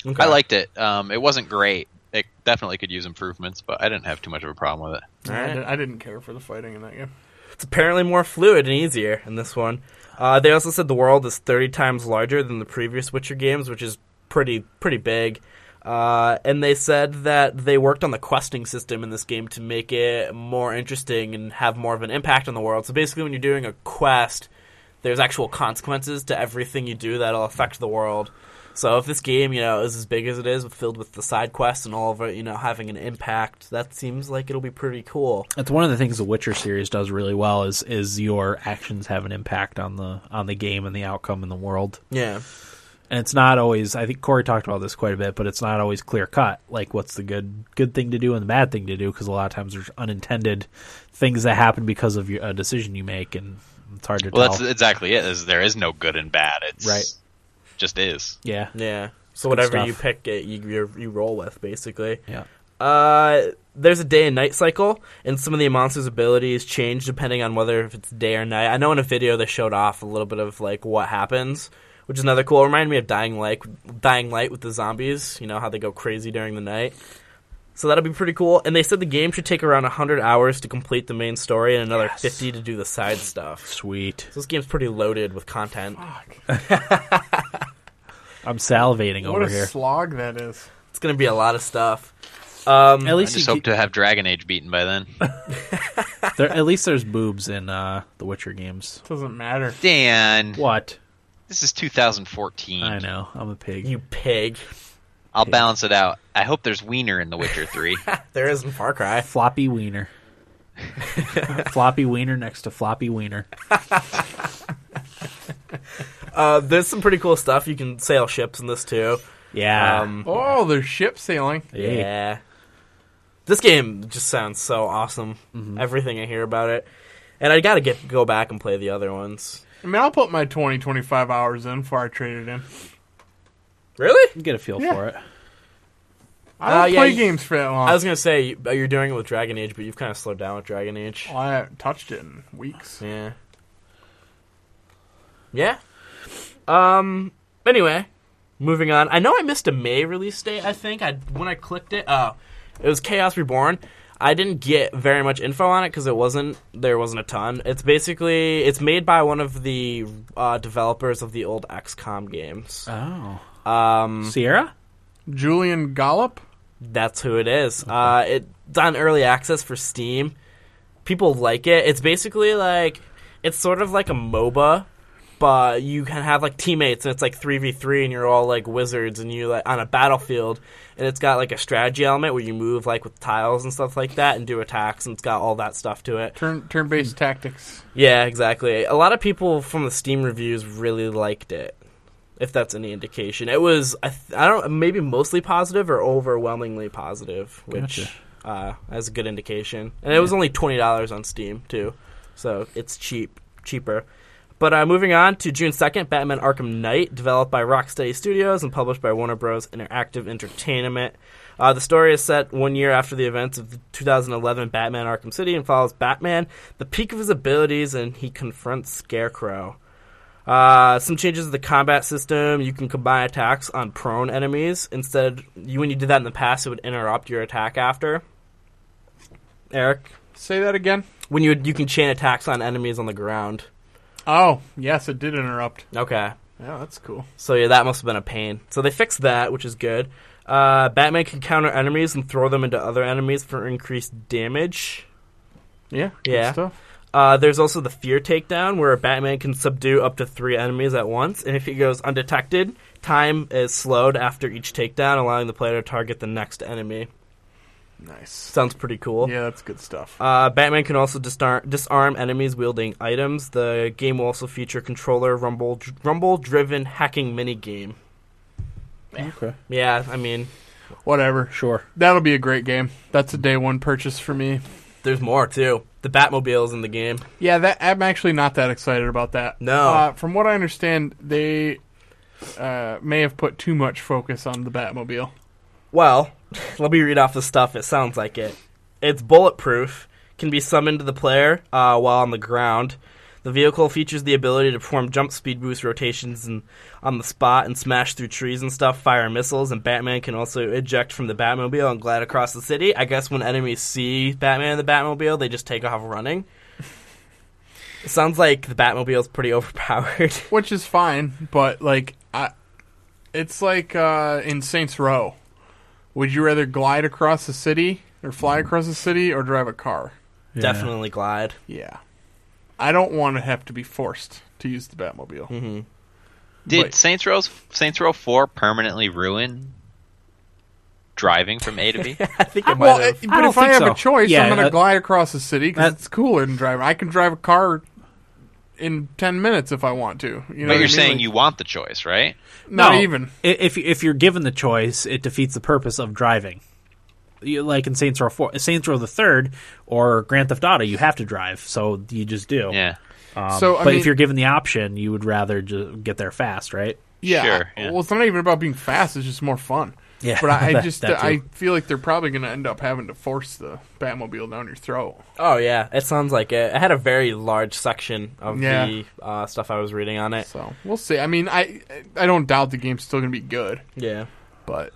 Speaker 5: Okay.
Speaker 6: I liked it. Um, it wasn't great. It definitely could use improvements, but I didn't have too much of a problem with it.
Speaker 5: All
Speaker 4: I,
Speaker 5: right.
Speaker 4: didn't, I didn't care for the fighting in that game.
Speaker 5: It's apparently more fluid and easier in this one. Uh, they also said the world is 30 times larger than the previous Witcher games, which is pretty pretty big. Uh, and they said that they worked on the questing system in this game to make it more interesting and have more of an impact on the world. So basically, when you're doing a quest, there's actual consequences to everything you do that'll affect the world. So if this game, you know, is as big as it is, filled with the side quests and all of it, you know, having an impact, that seems like it'll be pretty cool.
Speaker 3: That's one of the things the Witcher series does really well is is your actions have an impact on the on the game and the outcome in the world.
Speaker 5: Yeah.
Speaker 3: and it's not always i think corey talked about this quite a bit but it's not always clear cut like what's the good good thing to do and the bad thing to do because a lot of times there's unintended things that happen because of your, a decision you make and it's hard to
Speaker 6: Well,
Speaker 3: tell
Speaker 6: that's exactly it. Is there is no good and bad. It's
Speaker 3: Right.
Speaker 6: Just is.
Speaker 3: yeah
Speaker 5: Yeah. So whatever
Speaker 3: stuff.
Speaker 5: you pick, it you you you roll with basically.
Speaker 3: yeah
Speaker 5: Uh, there's a day and night cycle, and some of the monster's abilities change depending on whether if it's day or night. I know in a video they showed off a little bit of like what happens, which is another cool. It reminded me of Dying Light, Dying Light with the zombies. You know how they go crazy during the night. So that'll be pretty cool. And they said the game should take around 100 hours to complete the main story and another 50 to do the side stuff.
Speaker 3: sweet
Speaker 5: So this game's pretty loaded with content.
Speaker 3: i'm salivating
Speaker 4: what
Speaker 3: over
Speaker 4: a
Speaker 3: here
Speaker 4: slog that is.
Speaker 5: It's going to be a lot of stuff. Um,
Speaker 3: at
Speaker 6: I
Speaker 3: least you
Speaker 6: just hope
Speaker 3: get-
Speaker 6: to have Dragon Age beaten by then.
Speaker 3: there, at least there's boobs in uh, the witcher games
Speaker 4: Doesn't matter.
Speaker 6: Dan,
Speaker 3: what
Speaker 6: this is 2014.
Speaker 3: i know i'm a pig
Speaker 5: You pig.
Speaker 6: I'll balance it out. I hope there's Wiener in The Witcher 3.
Speaker 5: There is in Far Cry.
Speaker 3: floppy wiener floppy wiener next to floppy wiener
Speaker 5: Uh, there's some pretty cool stuff. You can sail ships in this too.
Speaker 3: yeah
Speaker 5: Um,
Speaker 4: Oh, there's ship sailing.
Speaker 3: Hey.
Speaker 5: Yeah. This game just sounds so awesome. Everything I hear about it, and I gotta get go back and play the other ones.
Speaker 4: I mean, I'll put my 20, 25 hours in before I trade it in.
Speaker 5: Really?
Speaker 3: get a feel
Speaker 4: Yeah.
Speaker 3: for it
Speaker 4: I don't
Speaker 5: Uh, yeah,
Speaker 4: play
Speaker 5: you-
Speaker 4: games for that long.
Speaker 5: I was gonna say you- uh, you're doing it with Dragon Age, but you've kind of slowed down with Dragon Age.
Speaker 4: Well, I haven't touched it in weeks.
Speaker 5: Yeah. Yeah. Um. Anyway, moving on. I know I missed a May release date. I think I when I clicked it. Oh, it was Chaos Reborn. I didn't get very much info on it because it wasn't there wasn't a ton. It's basically it's made by one of the uh, developers of the old XCOM games.
Speaker 3: oh
Speaker 5: Um,
Speaker 3: sierra
Speaker 4: Julian Gollop?
Speaker 5: that's who it is. Uh, it's on early access for Steam. People like it. It's basically like it's sort of like a MOBA, but you can have like teammates and it's like 3v3 and you're all like wizards and you're like on a battlefield and it's got like a strategy element where you move like with tiles and stuff like that and do attacks and it's got all that stuff to it
Speaker 4: Turn turn based
Speaker 5: Hmm.
Speaker 4: tactics.
Speaker 5: yeah exactly a lot of people from the steam reviews really liked it if that's any indication it was i, th- I don't maybe mostly positive or overwhelmingly positive which
Speaker 3: Gotcha.
Speaker 5: uh, as a good indication and it was only $20 on steam too so it's cheap cheaper but uh, moving on to June 2nd, Batman Arkham Knight, developed by Rocksteady Studios and published by Warner Bros. Interactive Entertainment. Uh, the story is set one year after the events of the 2011 Batman Arkham City and follows Batman, the peak of his abilities, and he confronts Scarecrow. Uh, some changes to the combat system. You can combine attacks on prone enemies. Instead, you, when you did that in the past, it would interrupt your attack after. Eric,
Speaker 4: Say that again.
Speaker 5: when you you can chain attacks on enemies on the ground.
Speaker 4: Oh, yes, it did interrupt.
Speaker 5: Okay.
Speaker 4: Yeah, that's cool.
Speaker 5: So yeah, that must have been a pain. So they fixed that, which is good. Uh, Batman can counter enemies and throw them into other enemies for increased damage.
Speaker 4: Yeah, good
Speaker 5: Yeah.
Speaker 4: stuff.
Speaker 5: Uh, there's also the fear takedown, where Batman can subdue up to three enemies at once, and if he goes undetected, time is slowed after each takedown, allowing the player to target the next enemy.
Speaker 4: Nice.
Speaker 5: Sounds pretty cool.
Speaker 4: Yeah, that's good stuff.
Speaker 5: Uh, Batman can also disar- disarm enemies wielding items. The game will also feature controller rumble rumble driven hacking mini game.
Speaker 3: Okay.
Speaker 5: Yeah, I mean,
Speaker 4: Whatever.
Speaker 3: Sure.
Speaker 4: That'll be a great game. That's a day one purchase for me.
Speaker 5: There's more too. The Batmobile's in the game.
Speaker 4: Yeah, that I'm actually not that excited about that.
Speaker 5: No.
Speaker 4: Uh, from what I understand, they uh, may have put too much focus on the Batmobile.
Speaker 5: Well, let me read off the stuff. It sounds like it. It's bulletproof. Can be summoned to the player uh, while on the ground. The vehicle features the ability to perform jump speed boost rotations and on the spot and smash through trees and stuff, fire missiles, and Batman can also eject from the Batmobile and glide across the city. I guess when enemies see Batman in the Batmobile, they just take off running. It sounds like the Batmobile's pretty overpowered.
Speaker 4: which is fine, but like I, it's like uh, in Saints Row. Would you rather glide across the city or fly across the city or drive a car?
Speaker 3: Yeah.
Speaker 5: Definitely glide.
Speaker 4: Yeah, I don't want to have to be forced to use the Batmobile.
Speaker 5: hmm
Speaker 6: Did
Speaker 4: Wait.
Speaker 6: Saints Row's Saints Row Four permanently ruin driving from A to B?
Speaker 5: I think it might
Speaker 4: Well,
Speaker 5: have.
Speaker 4: it- but
Speaker 3: don't
Speaker 4: if I
Speaker 3: think
Speaker 4: have
Speaker 3: so.
Speaker 4: a choice,
Speaker 3: Yeah,
Speaker 4: I'm going to
Speaker 3: uh,
Speaker 4: glide across the city because
Speaker 3: that-
Speaker 4: it's cooler than driving. I can drive a car in ten minutes if I want to. You know what I
Speaker 6: but you're
Speaker 4: mean?
Speaker 6: saying
Speaker 4: Like,
Speaker 6: you want the choice, right?
Speaker 4: not
Speaker 3: No,
Speaker 4: even.
Speaker 3: i- if if you're given the choice, it defeats the purpose of driving. You, like in Saints Row Four, Saints Row the Third, or Grand Theft Auto, you have to drive, so you just do.
Speaker 4: Oh.
Speaker 6: Yeah.
Speaker 3: Um,
Speaker 4: So, I
Speaker 3: but
Speaker 4: mean-
Speaker 3: if you're given the option, you would rather just get there fast, right?
Speaker 4: Yeah.
Speaker 6: Sure, yeah.
Speaker 4: Well, it's not even about being fast. It's just more fun.
Speaker 3: Yeah,
Speaker 4: But I, I
Speaker 3: that-
Speaker 4: just
Speaker 3: that
Speaker 4: I
Speaker 3: too.
Speaker 4: feel like they're probably going to end up having to force the Batmobile down your throat.
Speaker 5: Oh yeah, it sounds like it. It had a very large section of
Speaker 4: Yeah.
Speaker 5: the uh, stuff I was reading on it.
Speaker 4: So we'll see. I mean, I I don't doubt the game's still going to be good,
Speaker 5: Yeah,
Speaker 4: but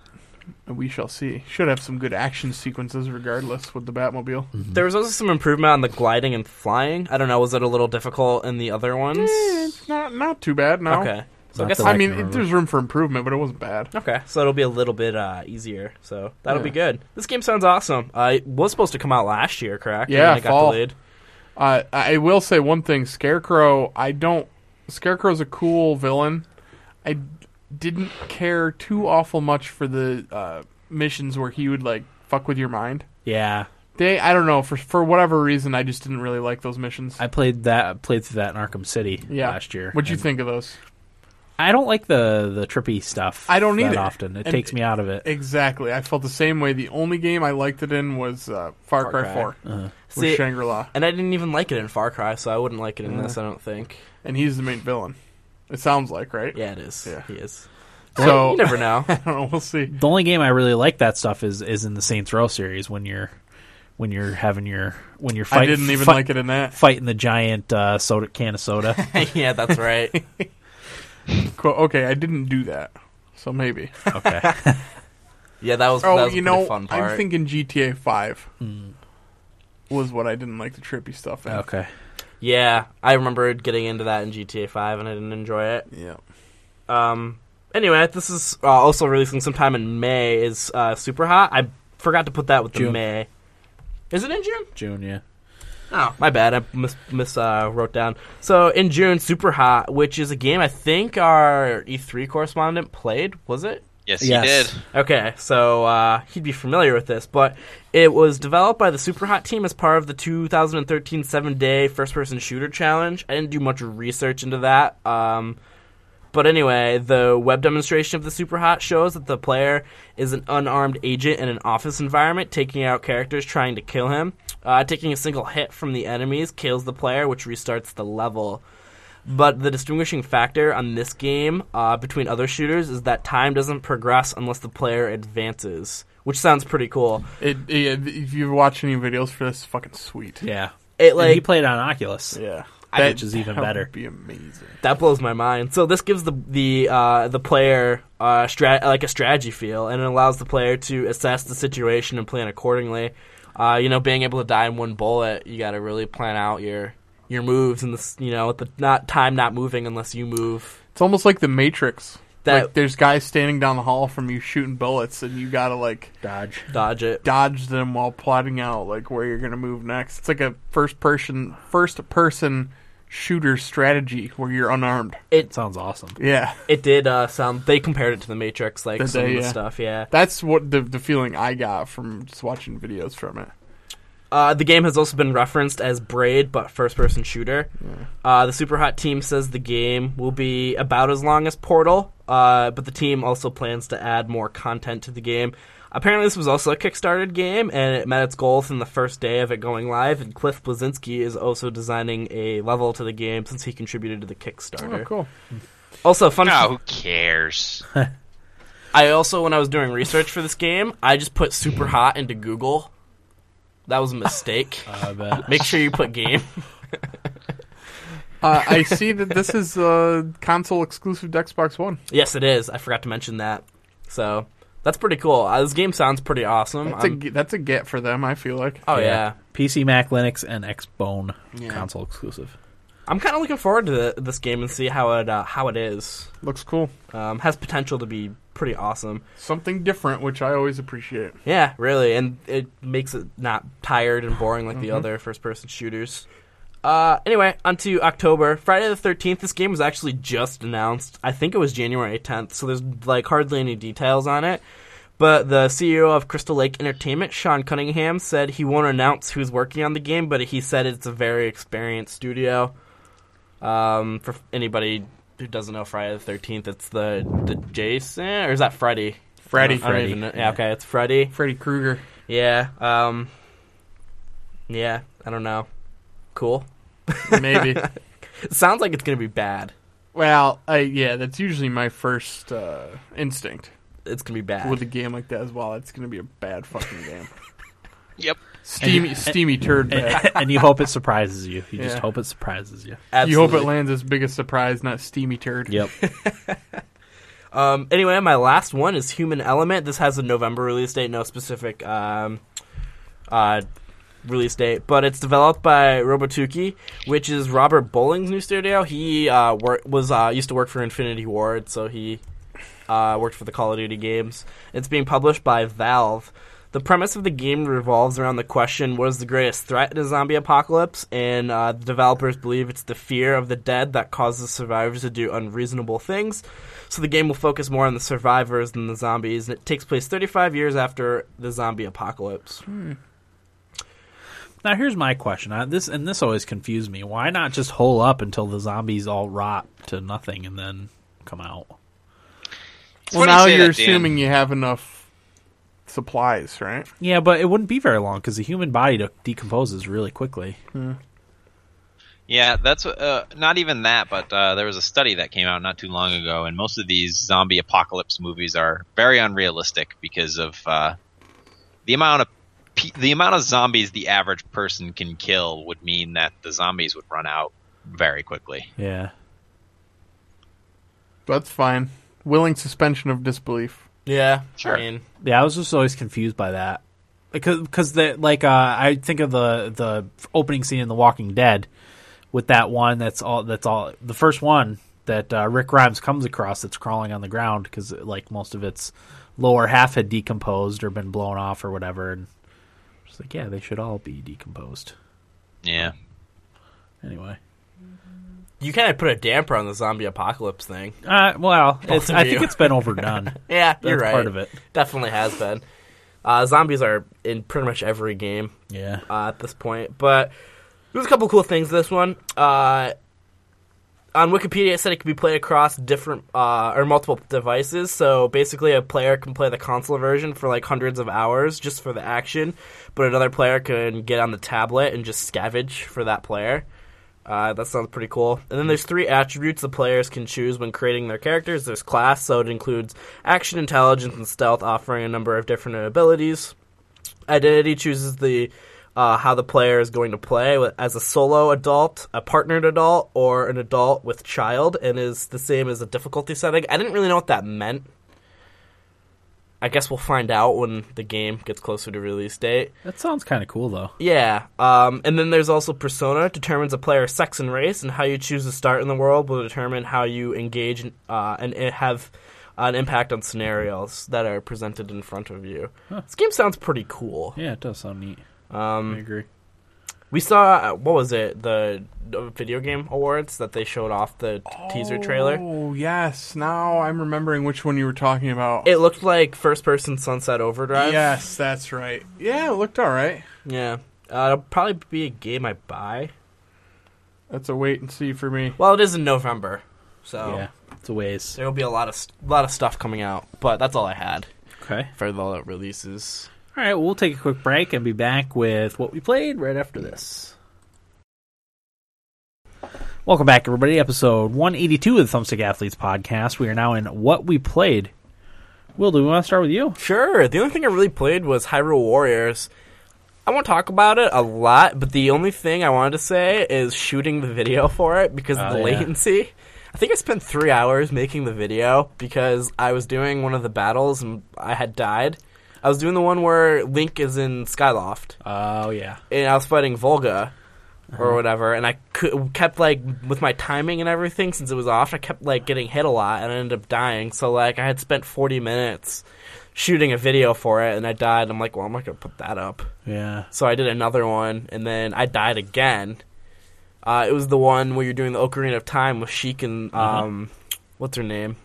Speaker 4: we shall see. Should have some good action sequences regardless with the Batmobile.
Speaker 3: Mm-hmm.
Speaker 5: there was also some improvement on the gliding and flying. I don't know, was it a little difficult in the other ones?
Speaker 4: Eh, it's not not too bad. No.
Speaker 5: Okay, so I
Speaker 3: Not
Speaker 5: guess
Speaker 3: that
Speaker 4: I
Speaker 3: I
Speaker 4: mean,
Speaker 3: can
Speaker 4: it,
Speaker 3: remember.
Speaker 4: there's room for improvement, but it wasn't bad.
Speaker 5: okay, so it'll be a little bit uh, easier. So that'll be
Speaker 4: Yeah.
Speaker 5: good. This game sounds awesome. Uh, it was supposed to come out last year, correct? And
Speaker 4: Yeah,
Speaker 5: then it
Speaker 4: fall.
Speaker 5: got delayed.
Speaker 4: Uh, I will say one thing: Scarecrow. I don't. Scarecrow's a cool villain. I didn't care too awful much for the uh, missions where he would like fuck with your mind.
Speaker 3: Yeah,
Speaker 4: They, I don't know for for whatever reason, I just didn't really like those missions.
Speaker 3: I played that played through that in Arkham City
Speaker 4: Yeah.
Speaker 3: last year.
Speaker 4: What'd you
Speaker 3: and
Speaker 4: think of those?
Speaker 3: I don't like the the trippy stuff.
Speaker 4: I don't
Speaker 3: that
Speaker 4: either.
Speaker 3: often. It
Speaker 4: And-
Speaker 3: takes me out of it.
Speaker 4: Exactly, I felt the same way. The only game I liked it in was uh, Far,
Speaker 5: Far
Speaker 4: Cry,
Speaker 5: Cry.
Speaker 4: Four with
Speaker 5: See,
Speaker 4: Shangri La,
Speaker 5: and I didn't even like it in Far Cry, so I wouldn't like it in this. I don't think.
Speaker 4: and he's the main villain. It sounds like right.
Speaker 5: Yeah, it is.
Speaker 4: Yeah.
Speaker 5: He is.
Speaker 4: So-
Speaker 5: you never know.
Speaker 4: I don't know. We'll see.
Speaker 3: The only game I really like that stuff is is in the Saints Row series when you're when you're having your when you're fight,
Speaker 4: I didn't even
Speaker 3: fight-
Speaker 4: like it in that.
Speaker 3: fighting the giant uh, soda can of soda.
Speaker 5: yeah, that's right.
Speaker 4: Quote, okay, I didn't do that, so maybe.
Speaker 3: okay.
Speaker 5: Yeah, that was. that
Speaker 4: Oh,
Speaker 5: was a
Speaker 4: you
Speaker 5: pretty
Speaker 4: know,
Speaker 5: fun part.
Speaker 4: I'm thinking GTA Five was what I didn't like the trippy stuff. In.
Speaker 3: Okay.
Speaker 5: Yeah, I remember getting into that in GTA 5 and I didn't enjoy it.
Speaker 4: Yeah.
Speaker 5: Um, anyway, this is uh, also releasing sometime in May is uh, Super Hot. I forgot to put that with the
Speaker 3: June.
Speaker 5: May. Is it in June?
Speaker 3: June, yeah.
Speaker 5: Oh, my bad. I mis, mis uh, wrote down. So in June, Super Hot, which is a game I think our E3 correspondent played, was it?
Speaker 6: Yes,
Speaker 3: Yes.
Speaker 6: he did.
Speaker 5: Okay, so uh, he'd be familiar with this, but it was developed by the Super Hot team as part of the 2013 seven day first person shooter challenge. I didn't do much research into that. Um, but anyway, the web demonstration of the Super Hot shows that the player is an unarmed agent in an office environment, taking out characters trying to kill him. Uh, taking a single hit from the enemies kills the player, which restarts the level. But the distinguishing factor on this game uh, between other shooters is that time doesn't progress unless the player advances, which sounds pretty cool.
Speaker 4: It, it, if you watch any videos for this, fucking sweet.
Speaker 3: Yeah.
Speaker 5: It
Speaker 3: And
Speaker 5: like
Speaker 3: he played on Oculus,
Speaker 5: yeah.
Speaker 3: which is even
Speaker 4: that
Speaker 3: better.
Speaker 4: Would be amazing.
Speaker 5: That blows my mind. So this gives the the uh, the player uh, strat- like a strategy feel, and it allows the player to assess the situation and plan accordingly. Uh, you know, being able to die in one bullet, you got to really plan out your your moves and this. You know, with the not time not moving unless you move.
Speaker 4: It's almost like the Matrix.
Speaker 5: That-
Speaker 4: like there's guys standing down the hall from you shooting bullets, and you gotta like
Speaker 3: Dodge.
Speaker 5: Dodge it.
Speaker 4: dodge them while plotting out like where you're gonna move next. It's like a first person first person shooter strategy where you're unarmed.
Speaker 3: It sounds awesome.
Speaker 4: Yeah,
Speaker 5: It did uh, sound. They compared it to the Matrix, like
Speaker 4: Did
Speaker 5: some
Speaker 4: they?
Speaker 5: of the
Speaker 4: Yeah.
Speaker 5: stuff. Yeah.
Speaker 4: that's what the the feeling I got from just watching videos from it.
Speaker 5: Uh, the game has also been referenced as Braid, but first-person shooter. Uh, the Super Hot team says the game will be about as long as Portal, uh, but the team also plans to add more content to the game. Apparently, this was also a Kickstarted game, and it met its goal from the first day of it going live. And Cliff Blazinski is also designing a level to the game since he contributed to the Kickstarter.
Speaker 4: Oh, cool.
Speaker 5: Also, fun.
Speaker 6: Oh, who cares?
Speaker 5: I also, when I was doing research for this game, I just put Super Hot into Google. That was a mistake.
Speaker 3: I bet.
Speaker 5: Make sure you put game.
Speaker 4: Uh, I see that this is uh, console exclusive to Xbox One.
Speaker 5: Yes, it is. I forgot to mention that. So that's pretty cool. Uh, this game sounds pretty awesome.
Speaker 4: That's a
Speaker 5: I'm-
Speaker 4: g- that's a get for them. I feel like.
Speaker 5: oh yeah.
Speaker 3: PC, Mac, Linux, and Xbone
Speaker 4: Yeah.
Speaker 3: console exclusive.
Speaker 5: I'm kind of looking forward to th- this game and see how it uh, how it is.
Speaker 4: Looks cool.
Speaker 5: Um, has potential to be pretty awesome.
Speaker 4: Something different, which I always appreciate.
Speaker 5: Yeah, really, and it makes it not tired and boring like the
Speaker 4: Mm-hmm.
Speaker 5: other first-person shooters. Uh, anyway, onto October. Friday the 13th, this game was actually just announced. I think it was January 10th, so there's like hardly any details on it. But the CEO of Crystal Lake Entertainment, Sean Cunningham, said he won't announce who's working on the game, but he said it's a very experienced studio. Um, for anybody who doesn't know Friday the 13th, it's the, the Jason, or is that Freddy?
Speaker 4: Freddy.
Speaker 5: I don't even know. Yeah, okay, it's Freddy.
Speaker 4: Freddy Krueger.
Speaker 5: Yeah. Um. Yeah. I don't know. Cool.
Speaker 4: Maybe.
Speaker 5: It sounds like it's gonna be bad.
Speaker 4: well, I, yeah, that's usually my first uh, instinct
Speaker 5: It's gonna be bad.
Speaker 4: with a game like that as well. It's going to be a bad fucking game.
Speaker 6: yep.
Speaker 4: steamy, steamy turd. bag.
Speaker 3: and you hope it surprises you. You just
Speaker 4: Yeah.
Speaker 3: hope it surprises you.
Speaker 4: You hope it
Speaker 5: Absolutely.
Speaker 4: lands as big a surprise, not steamy turd.
Speaker 3: Yep.
Speaker 5: Um. Anyway, my last one is Human Element. This has a November release date. No specific. Um. Uh. Release date, but it's developed by Robotuki, which is Robert Bowling's new studio. He uh, wor- was uh, used to work for Infinity Ward, so he uh, worked for the Call of Duty games. It's being published by Valve. The premise of the game revolves around the question what is the greatest threat in a zombie apocalypse? And uh, the developers believe it's the fear of the dead that causes survivors to do unreasonable things. So the game will focus more on the survivors than the zombies, and it takes place 35 years after the zombie apocalypse.
Speaker 3: Now here's my question. I, this and this always confused me. Why not just hole up until the zombies all rot to nothing and then come out?
Speaker 6: It's
Speaker 4: Well,
Speaker 6: funny you
Speaker 4: now
Speaker 6: say
Speaker 4: you're
Speaker 6: that, Dan.
Speaker 4: assuming you have enough supplies, right?
Speaker 3: Yeah, but it wouldn't be very long because the human body de- decomposes really quickly.
Speaker 6: Yeah, that's uh, not even that, but uh, there was a study that came out not too long ago, and most of these zombie apocalypse movies are very unrealistic because of uh, the amount of pe- the amount of zombies the average person can kill would mean that the zombies would run out very quickly.
Speaker 3: Yeah.
Speaker 4: That's fine. Willing suspension of disbelief.
Speaker 5: Yeah,
Speaker 6: Sure.
Speaker 5: I mean,
Speaker 3: Yeah, I was just always confused by that because because the like uh, I think of the the opening scene in The Walking Dead with that one that's all that's all the first one that uh, Rick Grimes comes across that's crawling on the ground because like most of its lower half had decomposed or been blown off or whatever and it's like yeah they should all be decomposed
Speaker 6: Yeah.
Speaker 5: Anyway. You kind of put a damper on the zombie apocalypse thing.
Speaker 3: Uh, well, it's,
Speaker 5: of
Speaker 3: I think
Speaker 5: you.
Speaker 3: it's been overdone.
Speaker 5: Yeah,
Speaker 3: That's
Speaker 5: you're right.
Speaker 3: part of it.
Speaker 5: Definitely has been. Uh, zombies are in pretty much every game
Speaker 3: Yeah.
Speaker 5: uh, at this point. But there's a couple cool things to this one. Uh, on Wikipedia, it said it could be played across different uh, or multiple devices. So basically, a player can play the console version for like hundreds of hours just for the action, but another player can get on the tablet and just scavenge for that player. Uh, that sounds pretty cool. And then there's three attributes the players can choose when creating their characters. There's class, so it includes action, intelligence, and stealth, offering a number of different abilities. Identity chooses the uh, how the player is going to play with- as a solo adult, a partnered adult, or an adult with child, and is the same as a difficulty setting. I didn't really know what that meant. I guess we'll find out when the game gets closer to release date.
Speaker 3: That sounds kind of cool, though.
Speaker 5: Yeah, um, and then there's also persona determines a player's sex and race, and how you choose to start in the world will determine how you engage in, uh, and it have an impact on scenarios that are presented in front of you. This game sounds pretty cool.
Speaker 3: Yeah, it does sound neat.
Speaker 5: Um,
Speaker 3: I agree.
Speaker 5: we saw uh, what was it the uh, video game awards that they showed off the t- teaser trailer.
Speaker 4: Oh yes, now I'm remembering which one you were talking about.
Speaker 5: It looked like first person Sunset Overdrive.
Speaker 4: yes, that's right. Yeah, it looked all right.
Speaker 5: yeah. Uh, it'll probably be a game I buy.
Speaker 4: That's a wait and see for me.
Speaker 5: Well, it is in November, so
Speaker 3: Yeah, it's a ways.
Speaker 5: oh. there will be a lot of st- lot of stuff coming out. But that's all I had.
Speaker 3: Okay.
Speaker 5: for the releases.
Speaker 3: All right, well, we'll take a quick break and be back with what we played right after this. Welcome back, everybody. Episode 182 of the Thumbstick Athletes podcast. We are now in what we played. Will, do we want to start with you?
Speaker 5: Sure. The only thing I really played was Hyrule Warriors. I won't talk about it a lot, but the only thing I wanted to say is shooting the video for it because of
Speaker 3: Oh,
Speaker 5: the
Speaker 3: yeah.
Speaker 5: latency. I think I spent three hours making the video because I was doing one of the battles and I had died. I was doing the one where Link is in Skyloft.
Speaker 3: Oh, yeah.
Speaker 5: and I was fighting Volga or whatever, and I cou- kept like with my timing and everything since it was off. I kept like getting hit a lot, and I ended up dying. So like I had spent forty minutes shooting a video for it, and I died. I'm like, well, I'm not gonna put that up.
Speaker 3: Yeah.
Speaker 5: So I did another one, and then I died again. Uh, it was the one where you're doing the Ocarina of Time with Sheik and um, what's her name,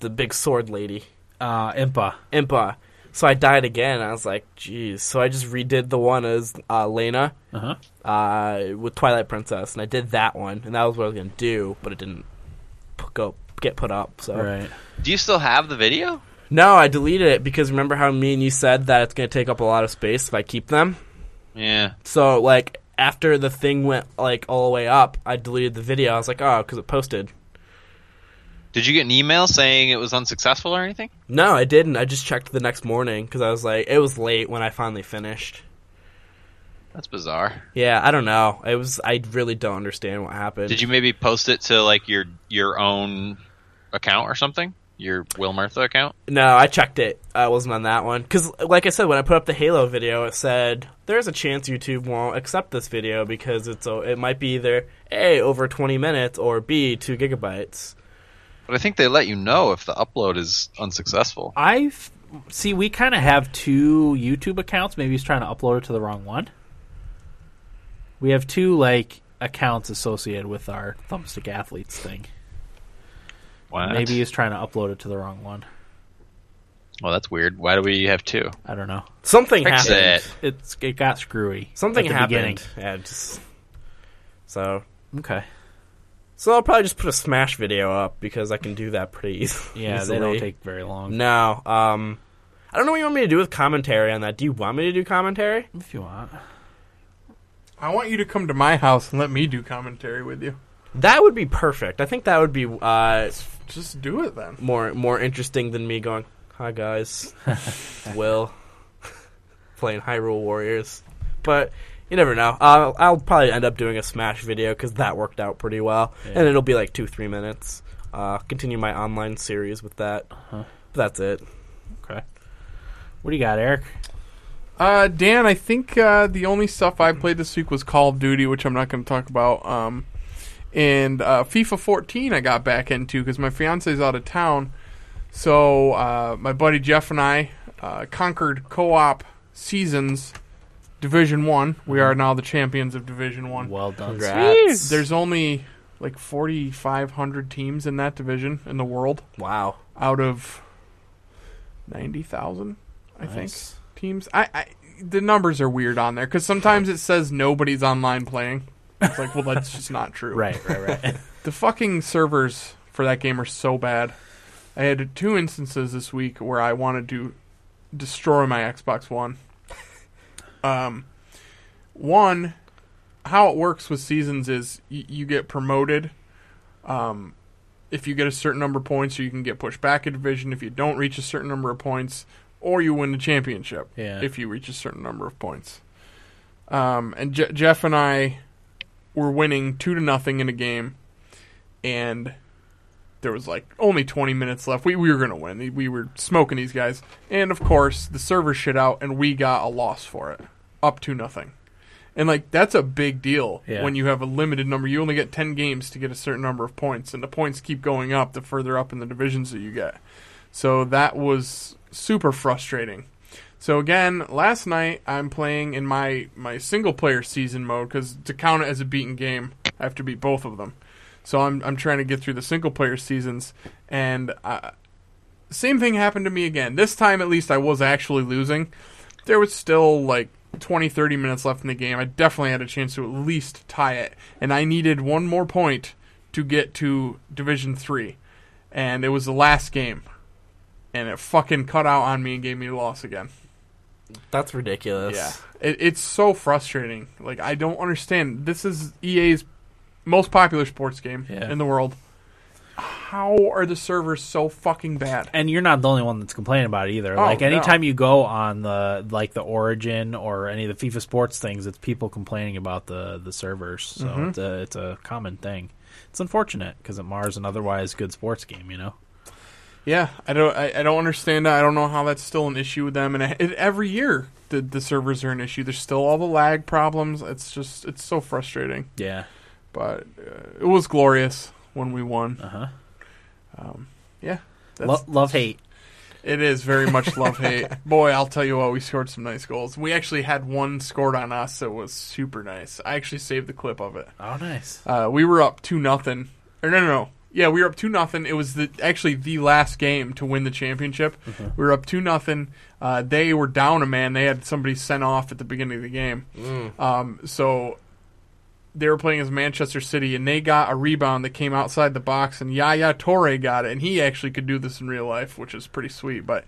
Speaker 5: the big sword lady.
Speaker 3: Uh, Impa.
Speaker 5: Impa. So I died again. I was like, "Jeez!" So I just redid the one as uh, Lena
Speaker 3: Uh-huh.
Speaker 5: uh, with Twilight Princess, and I did that one, and that was what I was gonna do, but it didn't p- go get put up. So
Speaker 3: Right.
Speaker 6: Do you still have the video?
Speaker 5: no, I deleted it because remember how me and you said that it's gonna take up a lot of space if I keep them.
Speaker 6: Yeah.
Speaker 5: So like after the thing went like all the way up, I deleted the video. I was like, "Oh," because it posted.
Speaker 6: Did you get an email saying it was unsuccessful or anything?
Speaker 5: No, I didn't. I just checked the next morning because I was like, it was late when I finally finished.
Speaker 6: That's bizarre.
Speaker 5: Yeah, I don't know. It was. I really don't understand what happened.
Speaker 6: Did you maybe post it to like your your own account or something? Your Will Martha account?
Speaker 5: No, I checked it. I wasn't on that one because, like I said, when I put up the Halo video, it said there's a chance YouTube won't accept this video because it's o- it might be either a over 20 minutes or b two gigabytes.
Speaker 6: But I think they let you know if the upload is unsuccessful.
Speaker 3: I f- see we kind of have two YouTube accounts. Maybe he's trying to upload it to the wrong one. We have two like accounts associated with our thumbstick athletes thing.
Speaker 6: What?
Speaker 3: Maybe he's trying to upload it to the wrong one.
Speaker 6: Well, that's weird. Why do we have two?
Speaker 3: I don't know.
Speaker 5: Something
Speaker 6: Fix
Speaker 5: happened.
Speaker 6: it.
Speaker 3: It's it got screwy.
Speaker 5: Something
Speaker 3: at the
Speaker 5: happened. Yeah, just so
Speaker 3: beginning. Okay.
Speaker 5: so I'll probably just put a Smash video up because I can do that pretty easily.
Speaker 3: Yeah, they don't take very long.
Speaker 5: No, um, I don't know what you want me to do with commentary on that. Do you want me to do commentary?
Speaker 3: If you want.
Speaker 4: I want you to come to my house and let me do commentary with you.
Speaker 5: That would be perfect. I think that would be uh,
Speaker 4: Just do it then.
Speaker 5: more more interesting than me going, "Hi guys, it's Will playing Hyrule Warriors." But you never know. I'll, I'll probably end up doing a Smash video because that worked out pretty well, and it'll be like two three minutes. Uh, continue my online series with that. That's it.
Speaker 3: Okay. What do you got, Eric?
Speaker 4: Uh, Dan, I think uh, the only stuff I played this week was Call of Duty, which I'm not going to talk about. Um, and uh, FIFA 14 I got back into because my fiance's out of town. So uh, my buddy Jeff and I uh, conquered co-op seasons Division One. We are now the champions of Division One.
Speaker 3: Well done.
Speaker 5: Congrats.
Speaker 4: There's only like 4,500 teams in that division in the world
Speaker 5: wow.
Speaker 4: out of 90,000, I
Speaker 5: Nice.
Speaker 4: think, teams. I, I the numbers are weird on there because sometimes it says nobody's online playing. It's like, well, that's just not true.
Speaker 3: Right, right, right.
Speaker 4: The fucking servers for that game are so bad. I had two instances this week where I wanted to destroy my Xbox One. Um, one, how it works with seasons is y- you get promoted. Um, if you get a certain number of points, you can get pushed back a division. If you don't reach a certain number of points, or you win the championship
Speaker 3: Yeah.
Speaker 4: if you reach a certain number of points. Um, and Je- Jeff and I were winning two to nothing in a game, and there was like only 20 minutes left. We, we were going to win. We were smoking these guys. And of course, the server shit out, and we got a loss for it. Up to nothing. And like, that's a big deal
Speaker 3: Yeah.
Speaker 4: when you have a limited number. You only get 10 games to get a certain number of points, and the points keep going up the further up in the divisions that you get. So that was super frustrating. So again, last night I'm playing in my my single player season mode because to count it as a beaten game, I have to beat both of them. So I'm I'm trying to get through the single player seasons, and uh, same thing happened to me again. This time, at least, I was actually losing. There was still like 20, 30 minutes left in the game. I definitely had a chance to at least tie it, and I needed one more point to get to Division Three, and it was the last game, and it fucking cut out on me and gave me the loss again.
Speaker 5: That's ridiculous.
Speaker 4: Yeah, it, it's so frustrating. Like I don't understand. This is EA's most popular sports game
Speaker 3: Yeah.
Speaker 4: in the world. How are the servers so fucking bad?
Speaker 3: and you're not the only one that's complaining about it either.
Speaker 4: Oh,
Speaker 3: like
Speaker 4: no.
Speaker 3: anytime you go on the like the Origin or any of the FIFA sports things, it's people complaining about the the servers. So it's a it's a common thing. It's unfortunate because it mars an otherwise good sports game. You know.
Speaker 4: Yeah, I don't. I, I don't understand. that. I don't know how that's still an issue with them. And it, every year, the the servers are an issue. There's still all the lag problems. It's just it's so frustrating.
Speaker 3: Yeah.
Speaker 4: But uh, it was glorious when we won. Uh-huh.
Speaker 3: Uh huh.
Speaker 4: Um, yeah,
Speaker 3: Lo-
Speaker 4: that's-
Speaker 3: love hate.
Speaker 4: It is very much love hate. Boy, I'll tell you what, we scored some nice goals. We actually had one scored on us that was super nice. I actually saved the clip of it.
Speaker 3: Oh, nice.
Speaker 4: Uh, we were up two nothing. Or no, no, no. Yeah, we were up two nothing. It was the actually the last game to win the championship. We were up two nothing. Uh, they were down a man. They had somebody sent off at the beginning of the game. Um, so they were playing as Manchester City, and they got a rebound that came outside the box, and Yaya Torre got it, and he actually could do this in real life, which is pretty sweet. But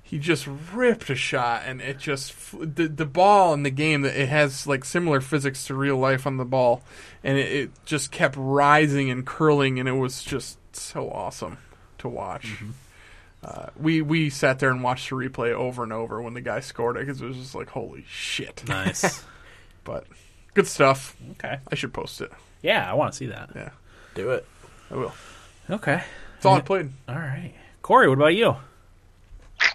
Speaker 4: he just ripped a shot, and it just fl- the the ball in the game that it has like similar physics to real life on the ball, and it, it just kept rising and curling, and it was just so awesome to watch. Uh, we we sat there and watched the replay over and over when the guy scored it because it was just like holy shit,
Speaker 3: Nice.
Speaker 4: but good stuff.
Speaker 3: okay.
Speaker 4: I should post it.
Speaker 3: Yeah, I want to see that.
Speaker 4: Yeah,
Speaker 5: Do it.
Speaker 4: I will.
Speaker 3: Okay.
Speaker 4: That's
Speaker 6: Mm-hmm.
Speaker 4: all I played.
Speaker 3: All right. Corey, what about you?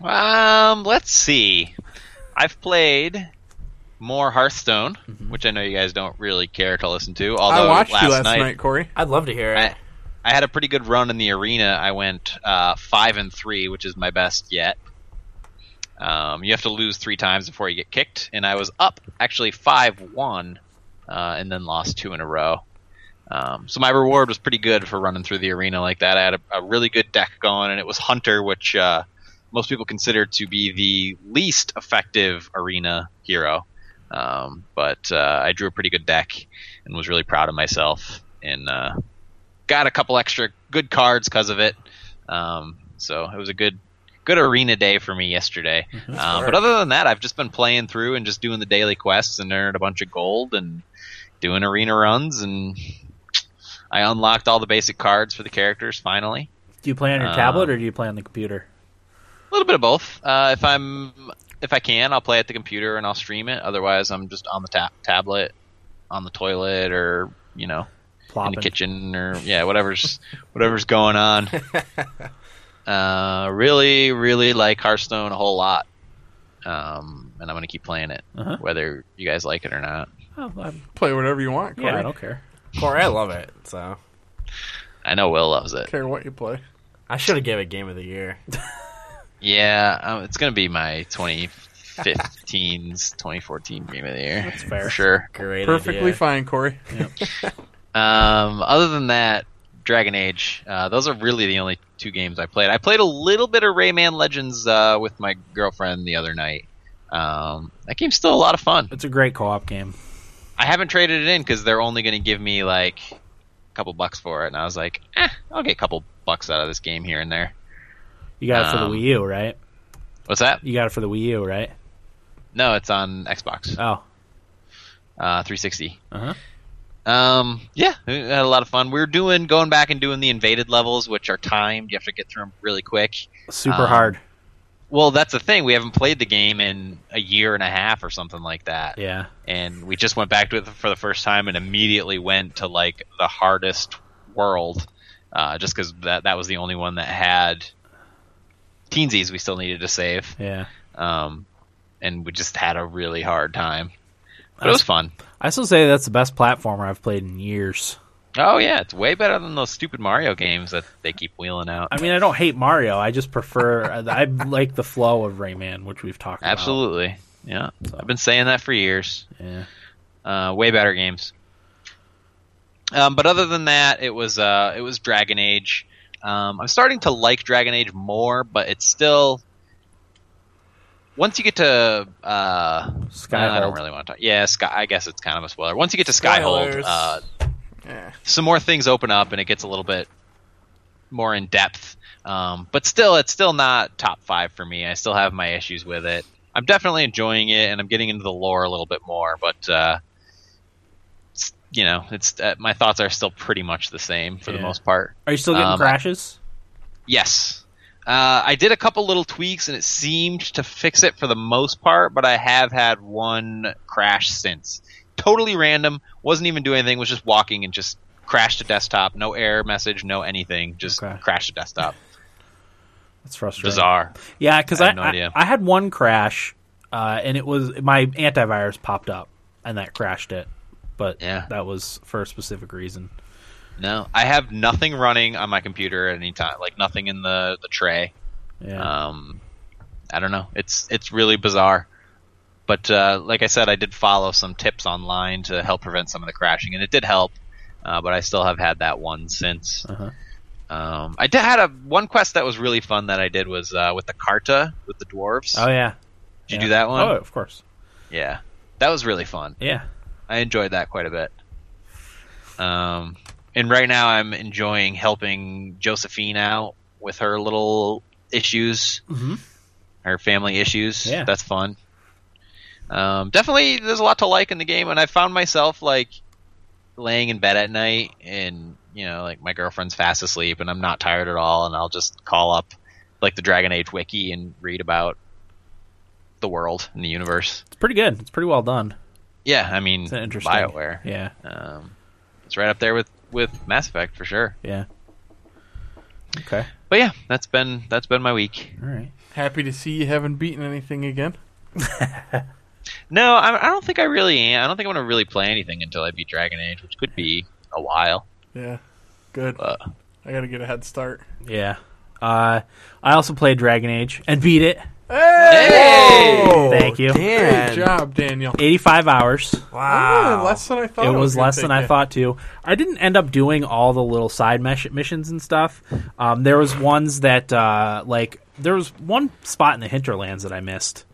Speaker 6: Um, let's see. I've played more Hearthstone, which I know you guys don't really care to listen to. Although
Speaker 4: Mm-hmm. I watched
Speaker 6: last
Speaker 4: you last night,
Speaker 6: night,
Speaker 4: Corey.
Speaker 5: I'd love to hear it.
Speaker 6: I, I had a pretty good run in the arena. I went uh, five and three, which is my best yet. Um, you have to lose three times before you get kicked, and I was up actually five one, uh, and then lost two in a row. Um, so my reward was pretty good for running through the arena like that. I had a, a really good deck going, and it was Hunter, which uh, most people consider to be the least effective arena hero. Um, but uh, I drew a pretty good deck and was really proud of myself. And uh, got a couple extra good cards because of it. Um, so it was a good good arena day for me yesterday. Um, but other than that, I've just been playing through and just doing the daily quests and earned a bunch of gold and doing arena runs and I unlocked all the basic cards for the characters finally.
Speaker 3: Do you play on your
Speaker 6: Uh,
Speaker 3: tablet or do you play on the computer?
Speaker 6: A little bit of both. Uh, if I'm if I can, I'll play at the computer and I'll stream it. Otherwise, I'm just on the ta- tablet, on the toilet, or you know, in
Speaker 3: Plopping.
Speaker 6: the kitchen or yeah, whatever's whatever's going on. uh, really, really like Hearthstone a whole lot, um, and I'm gonna keep playing it,
Speaker 3: Uh-huh.
Speaker 6: whether you guys like it or not.
Speaker 3: Oh, I'm-
Speaker 4: Play whatever you want, Corey.
Speaker 3: yeah, I don't care.
Speaker 5: Corey, I love it. So
Speaker 6: I know Will loves it.
Speaker 4: care what you play.
Speaker 5: I should have gave it Game of the Year.
Speaker 6: Yeah, um, it's gonna be my 20 2015's 2014 Game of the Year. That's
Speaker 3: fair.
Speaker 6: For sure.
Speaker 5: Great
Speaker 4: Perfectly
Speaker 5: idea.
Speaker 4: fine, Corey.
Speaker 6: Um, other than that, Dragon Age. Uh, those are really the only two games I played. I played a little bit of Rayman Legends uh, with my girlfriend the other night. Um, that game's still a lot of fun.
Speaker 3: It's a great co-op game.
Speaker 6: I haven't traded it in because they're only going to give me like a couple bucks for it, and I was like, eh, I'll get a couple bucks out of this game here and there.
Speaker 3: You got it for
Speaker 6: Um,
Speaker 3: the Wii U, right?
Speaker 6: What's that?
Speaker 3: You got it for the Wii U, right?
Speaker 6: No, it's on Xbox
Speaker 3: Oh,
Speaker 6: uh, 360.
Speaker 3: Uh-huh.
Speaker 6: Um, yeah, we had a lot of fun. We were doing going back and doing the invaded levels, which are timed. You have to get through them really quick.
Speaker 3: super
Speaker 6: Um,
Speaker 3: hard.
Speaker 6: Well, that's the thing. We haven't played the game in a year and a half or something like that.
Speaker 3: Yeah.
Speaker 6: And we just went back to it for the first time and immediately went to like the hardest world, uh, just because that that was the only one that had teensies we still needed to save.
Speaker 3: Yeah.
Speaker 6: Um, and we just had a really hard time. But it was fun.
Speaker 3: I still say that's the best platformer I've played in years.
Speaker 6: Oh yeah, it's way better than those stupid Mario games that they keep wheeling out.
Speaker 3: I mean, I don't hate Mario. I just prefer I like the flow of Rayman, which we've talked
Speaker 6: Absolutely. Yeah. I've been saying that for years.
Speaker 3: about. Yeah.
Speaker 6: uh, way better games. Um, but other than that, it was uh, it was Dragon Age. Um, I'm starting to like Dragon Age more, but it's still once you get to uh, I don't
Speaker 3: Skyhold.
Speaker 6: really want to talk. Yeah, Sky. I guess it's kind of a spoiler. Once you get to Skyhold,
Speaker 5: Spoilers.
Speaker 6: uh,
Speaker 4: Eh.
Speaker 6: some more things open up, and it gets a little bit more in depth. Um, but still, it's still not top five for me. I still have my issues with it. I'm definitely enjoying it, and I'm getting into the lore a little bit more. But uh, it's- you know, it's uh, my thoughts are still pretty much the same for the
Speaker 3: Yeah.
Speaker 6: most part.
Speaker 3: Are you still getting
Speaker 6: Um,
Speaker 3: crashes?
Speaker 6: Yes. Uh, I did a couple little tweaks and it seemed to fix it for the most part, but I have had one crash since. Totally random, wasn't even doing anything, was just walking and just crashed to desktop. No error message, no anything, just
Speaker 3: Okay.
Speaker 6: crashed to desktop.
Speaker 3: That's frustrating.
Speaker 6: Bizarre.
Speaker 3: Yeah, because
Speaker 6: I
Speaker 3: I,
Speaker 6: have no
Speaker 3: I-
Speaker 6: idea.
Speaker 3: I had one crash, uh, and it was my antivirus popped up, and that crashed it. But
Speaker 6: Yeah.
Speaker 3: that was for a specific reason.
Speaker 6: No, I have nothing running on my computer at any time, like nothing in the, the tray.
Speaker 3: Yeah.
Speaker 6: Um, I don't know. It's it's really bizarre. But uh, like I said, I did follow some tips online to help prevent some of the crashing, and it did help. Uh, but I still have had that one since.
Speaker 3: Uh-huh.
Speaker 6: Um, I did, had a one quest that was really fun that I did was uh, with the Carta with the dwarves.
Speaker 3: oh yeah.
Speaker 6: did you
Speaker 3: Yeah.
Speaker 6: do that one?
Speaker 3: Oh, of course.
Speaker 6: Yeah, that was really fun.
Speaker 3: Yeah.
Speaker 6: I enjoyed that quite a bit. Um, and right now I'm enjoying helping Josephine out with her little issues,
Speaker 3: Mhm.
Speaker 6: her family issues.
Speaker 3: Yeah.
Speaker 6: That's fun. Um, definitely, there's a lot to like in the game, and I found myself like laying in bed at night, and you know, like my girlfriend's fast asleep, and I'm not tired at all, and I'll just call up like the Dragon Age wiki and read about the world and the universe.
Speaker 3: It's pretty good. It's pretty well done.
Speaker 6: Yeah, I mean,
Speaker 3: It's interesting.
Speaker 6: Bioware.
Speaker 3: Yeah.
Speaker 6: Um, it's right up there with with Mass Effect for sure.
Speaker 3: Yeah. Okay.
Speaker 6: But yeah, that's been that's been my week.
Speaker 3: All right.
Speaker 4: Happy to see you haven't beaten anything again.
Speaker 6: No, I, I don't think I really am. I don't think I'm gonna really play anything until I beat Dragon Age, which could be a while.
Speaker 4: Yeah, good.
Speaker 6: Uh.
Speaker 4: I got to get a head start.
Speaker 3: Yeah. Uh, I also played Dragon Age and beat it.
Speaker 6: Hey!
Speaker 3: Thank you.
Speaker 4: Good
Speaker 5: Oh, Dan.
Speaker 4: job, Daniel.
Speaker 3: 85 hours.
Speaker 4: Ah,
Speaker 5: Wow.
Speaker 4: less than I thought.
Speaker 3: it was
Speaker 4: gonna
Speaker 3: less than
Speaker 4: take
Speaker 3: I
Speaker 4: you.
Speaker 3: thought too. I didn't end up doing all the little side mesh- missions and stuff. Um, there was ones that uh, like there was one spot in the hinterlands that I missed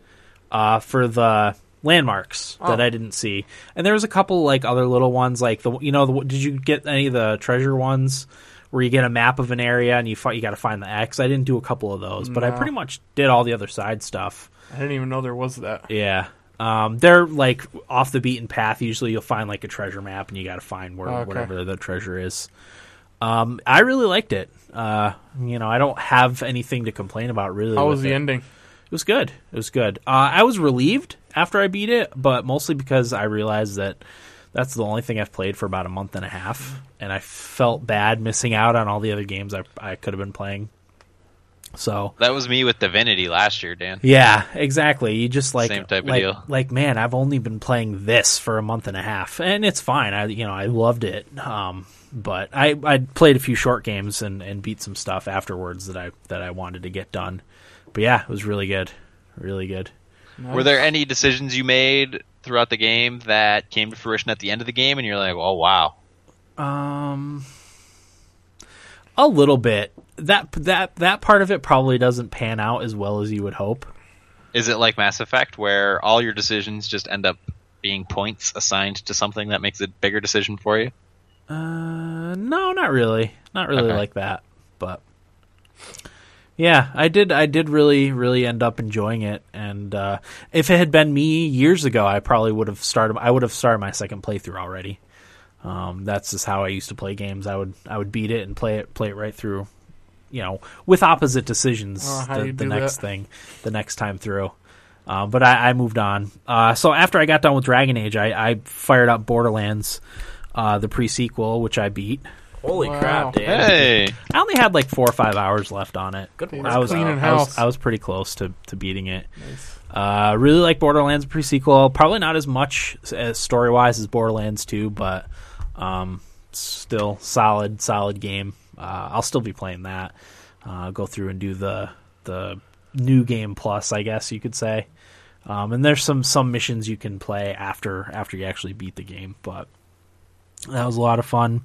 Speaker 3: uh, for the landmarks
Speaker 4: Oh.
Speaker 3: that I didn't see, and there was a couple like other little ones like the you know the, did you get any of the treasure ones? Where you get a map of an area and you fi- you got to find the X. I didn't do a couple of those, but I
Speaker 4: No.
Speaker 3: pretty much did all the other side stuff.
Speaker 4: I didn't even know there was that.
Speaker 3: Yeah. Um, they're like off the beaten path. Usually, you'll find like a treasure map, and you got to find where
Speaker 4: Okay.
Speaker 3: whatever the treasure is. Um, I really liked it. Uh, you know, I don't have anything to complain about. Really,
Speaker 4: How
Speaker 3: with
Speaker 4: was the
Speaker 3: it.
Speaker 4: ending?
Speaker 3: It was good. It was good. Uh, I was relieved after I beat it, but mostly because I realized that that's the only thing I've played for about a month and a half, and I felt bad missing out on all the other games I I could have been playing. So
Speaker 6: That was me with Divinity last year, Dan.
Speaker 3: yeah, exactly. You just like
Speaker 6: Same type of
Speaker 3: like,
Speaker 6: deal.
Speaker 3: like man, I've only been playing this for a month and a half, and it's fine. I you know I loved it, um, but I I played a few short games and and beat some stuff afterwards that I that I wanted to get done. But yeah, it was really good, really good.
Speaker 6: Were there any decisions you made throughout the game that came to fruition at the end of the game, and you're like, "Oh wow,
Speaker 3: Um, a little bit. That that that part of it probably doesn't pan out as well as you would hope.
Speaker 6: Is it like Mass Effect where all your decisions just end up being points assigned to something that makes a bigger decision for you?
Speaker 3: Uh, no, not really. Not really
Speaker 6: Okay.
Speaker 3: like that. But yeah, I did. I did really, really end up enjoying it. And uh, if it had been me years ago, I probably would have started. I would have started my second playthrough already. Um, that's just how I used to play games. I would I would beat it and play it play it right through. You know, with opposite decisions
Speaker 4: Oh, how
Speaker 3: the,
Speaker 4: you
Speaker 3: the
Speaker 4: do
Speaker 3: next
Speaker 4: that?
Speaker 3: thing, the next time through. Um, but I, I moved on. Uh, so after I got done with Dragon Age, I, I fired up Borderlands, uh, the pre sequel, which I beat.
Speaker 5: Holy
Speaker 4: Wow.
Speaker 5: crap, dude.
Speaker 6: Hey,
Speaker 3: I only had like four or five hours left on it.
Speaker 5: Good work.
Speaker 3: I was,
Speaker 4: Cleaning
Speaker 3: I, was
Speaker 4: house.
Speaker 3: I was pretty close to, to beating it. Uh, really like Borderlands pre sequel. Probably not as much as story wise as Borderlands two, but um, still solid solid game. Uh, I'll still be playing that. Uh, go through and do the the new game plus, I guess you could say. Um, and there's some some missions you can play after after you actually beat the game, but that was a lot of fun.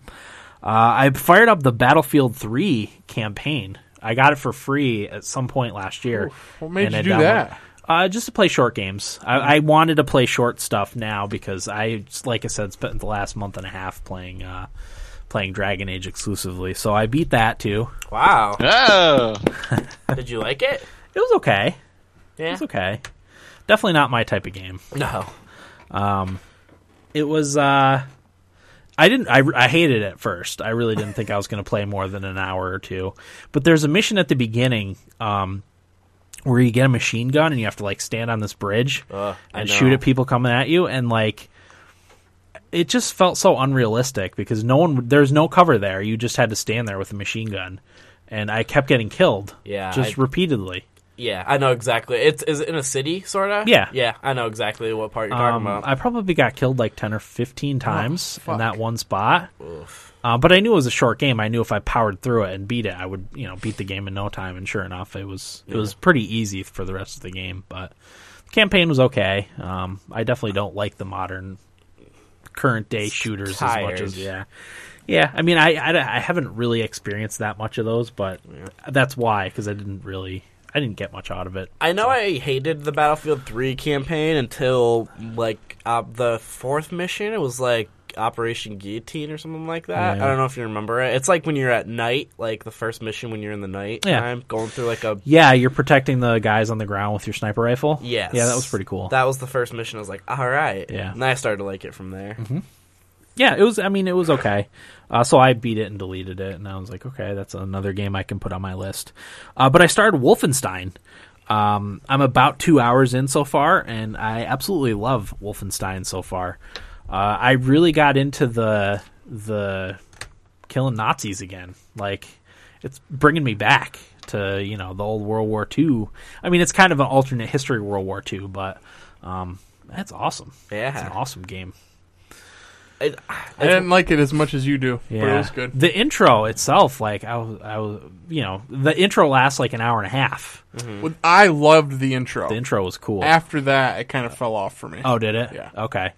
Speaker 3: Uh, I fired up the Battlefield 3 campaign. I got it for free at some point last year.
Speaker 4: What made
Speaker 3: and
Speaker 4: you
Speaker 3: I
Speaker 4: do
Speaker 3: download-
Speaker 4: that?
Speaker 3: Uh, just to play short games. I, I wanted to play short stuff now because I, like I said, spent the last month and a half playing uh, playing Dragon Age exclusively. So I beat that too.
Speaker 5: Wow.
Speaker 6: oh,
Speaker 5: Did you like it?
Speaker 3: It was okay.
Speaker 5: Yeah.
Speaker 3: It's okay. Definitely not my type of game.
Speaker 5: No.
Speaker 3: it was uh I didn't. I, I hated it at first. I really didn't think I was going to play more than an hour or two. But there's a mission at the beginning um, where you get a machine gun and you have to like stand on this bridge
Speaker 5: Uh, I
Speaker 3: and
Speaker 5: know.
Speaker 3: shoot at people coming at you. And like, it just felt so unrealistic because no one, there's no cover there. You just had to stand there with a machine gun, and I kept getting killed.
Speaker 5: Yeah,
Speaker 3: just
Speaker 5: I-
Speaker 3: repeatedly.
Speaker 5: Yeah, I know exactly. It's is it in a city, sorta.
Speaker 3: Yeah.
Speaker 5: Yeah, I know exactly what part you're
Speaker 3: Um,
Speaker 5: talking about.
Speaker 3: I probably got killed like ten or fifteen times in
Speaker 4: fuck.
Speaker 3: that one spot. Uh, but I knew it was a short game. I knew if I powered through it and beat it, I would you know beat the game in no time. And sure enough, it was it was pretty easy for the rest of the game. But the campaign was okay. Um, I definitely don't like the modern current day shooters as much
Speaker 5: tired.
Speaker 3: as yeah. Yeah, I mean, I, I, I haven't really experienced that much of those, but that's why because I didn't really I didn't get much out of it.
Speaker 5: I know I hated the Battlefield 3 campaign until like op- the fourth mission. It was like Operation Guillotine or something like that.
Speaker 3: Yeah.
Speaker 5: I don't know if you remember it. It's like when you're at night, like the first mission when you're in the night
Speaker 3: Yeah.
Speaker 5: time, going through like a
Speaker 3: Yeah, you're protecting the guys on the ground with your sniper rifle.
Speaker 5: yes.
Speaker 3: yeah, that was pretty cool.
Speaker 5: That was the first mission. I was like, all right.
Speaker 3: Yeah. Mm-hmm.
Speaker 5: And I started to like it from there.
Speaker 3: yeah, it was. I mean, it was okay. Uh, so I beat it and deleted it, and I was like, okay, that's another game I can put on my list. Uh, but I started Wolfenstein. Um, I'm about two hours in so far, and I absolutely love Wolfenstein so far. Uh, I really got into the the killing Nazis again. Like it's bringing me back to you know the old World War II. I mean, it's kind of an alternate history World War II, but um, that's awesome.
Speaker 5: Yeah.
Speaker 3: it's an awesome game.
Speaker 5: It-
Speaker 4: I didn't like it as much as you do, but it was good.
Speaker 3: The intro itself, like I was, I was, you know, the intro lasts like an hour and a half.
Speaker 4: Well, I loved the intro.
Speaker 3: Mm-hmm. The intro was cool.
Speaker 4: After that, it kind of fell off for me.
Speaker 3: oh, did it?
Speaker 4: Yeah.
Speaker 3: Okay.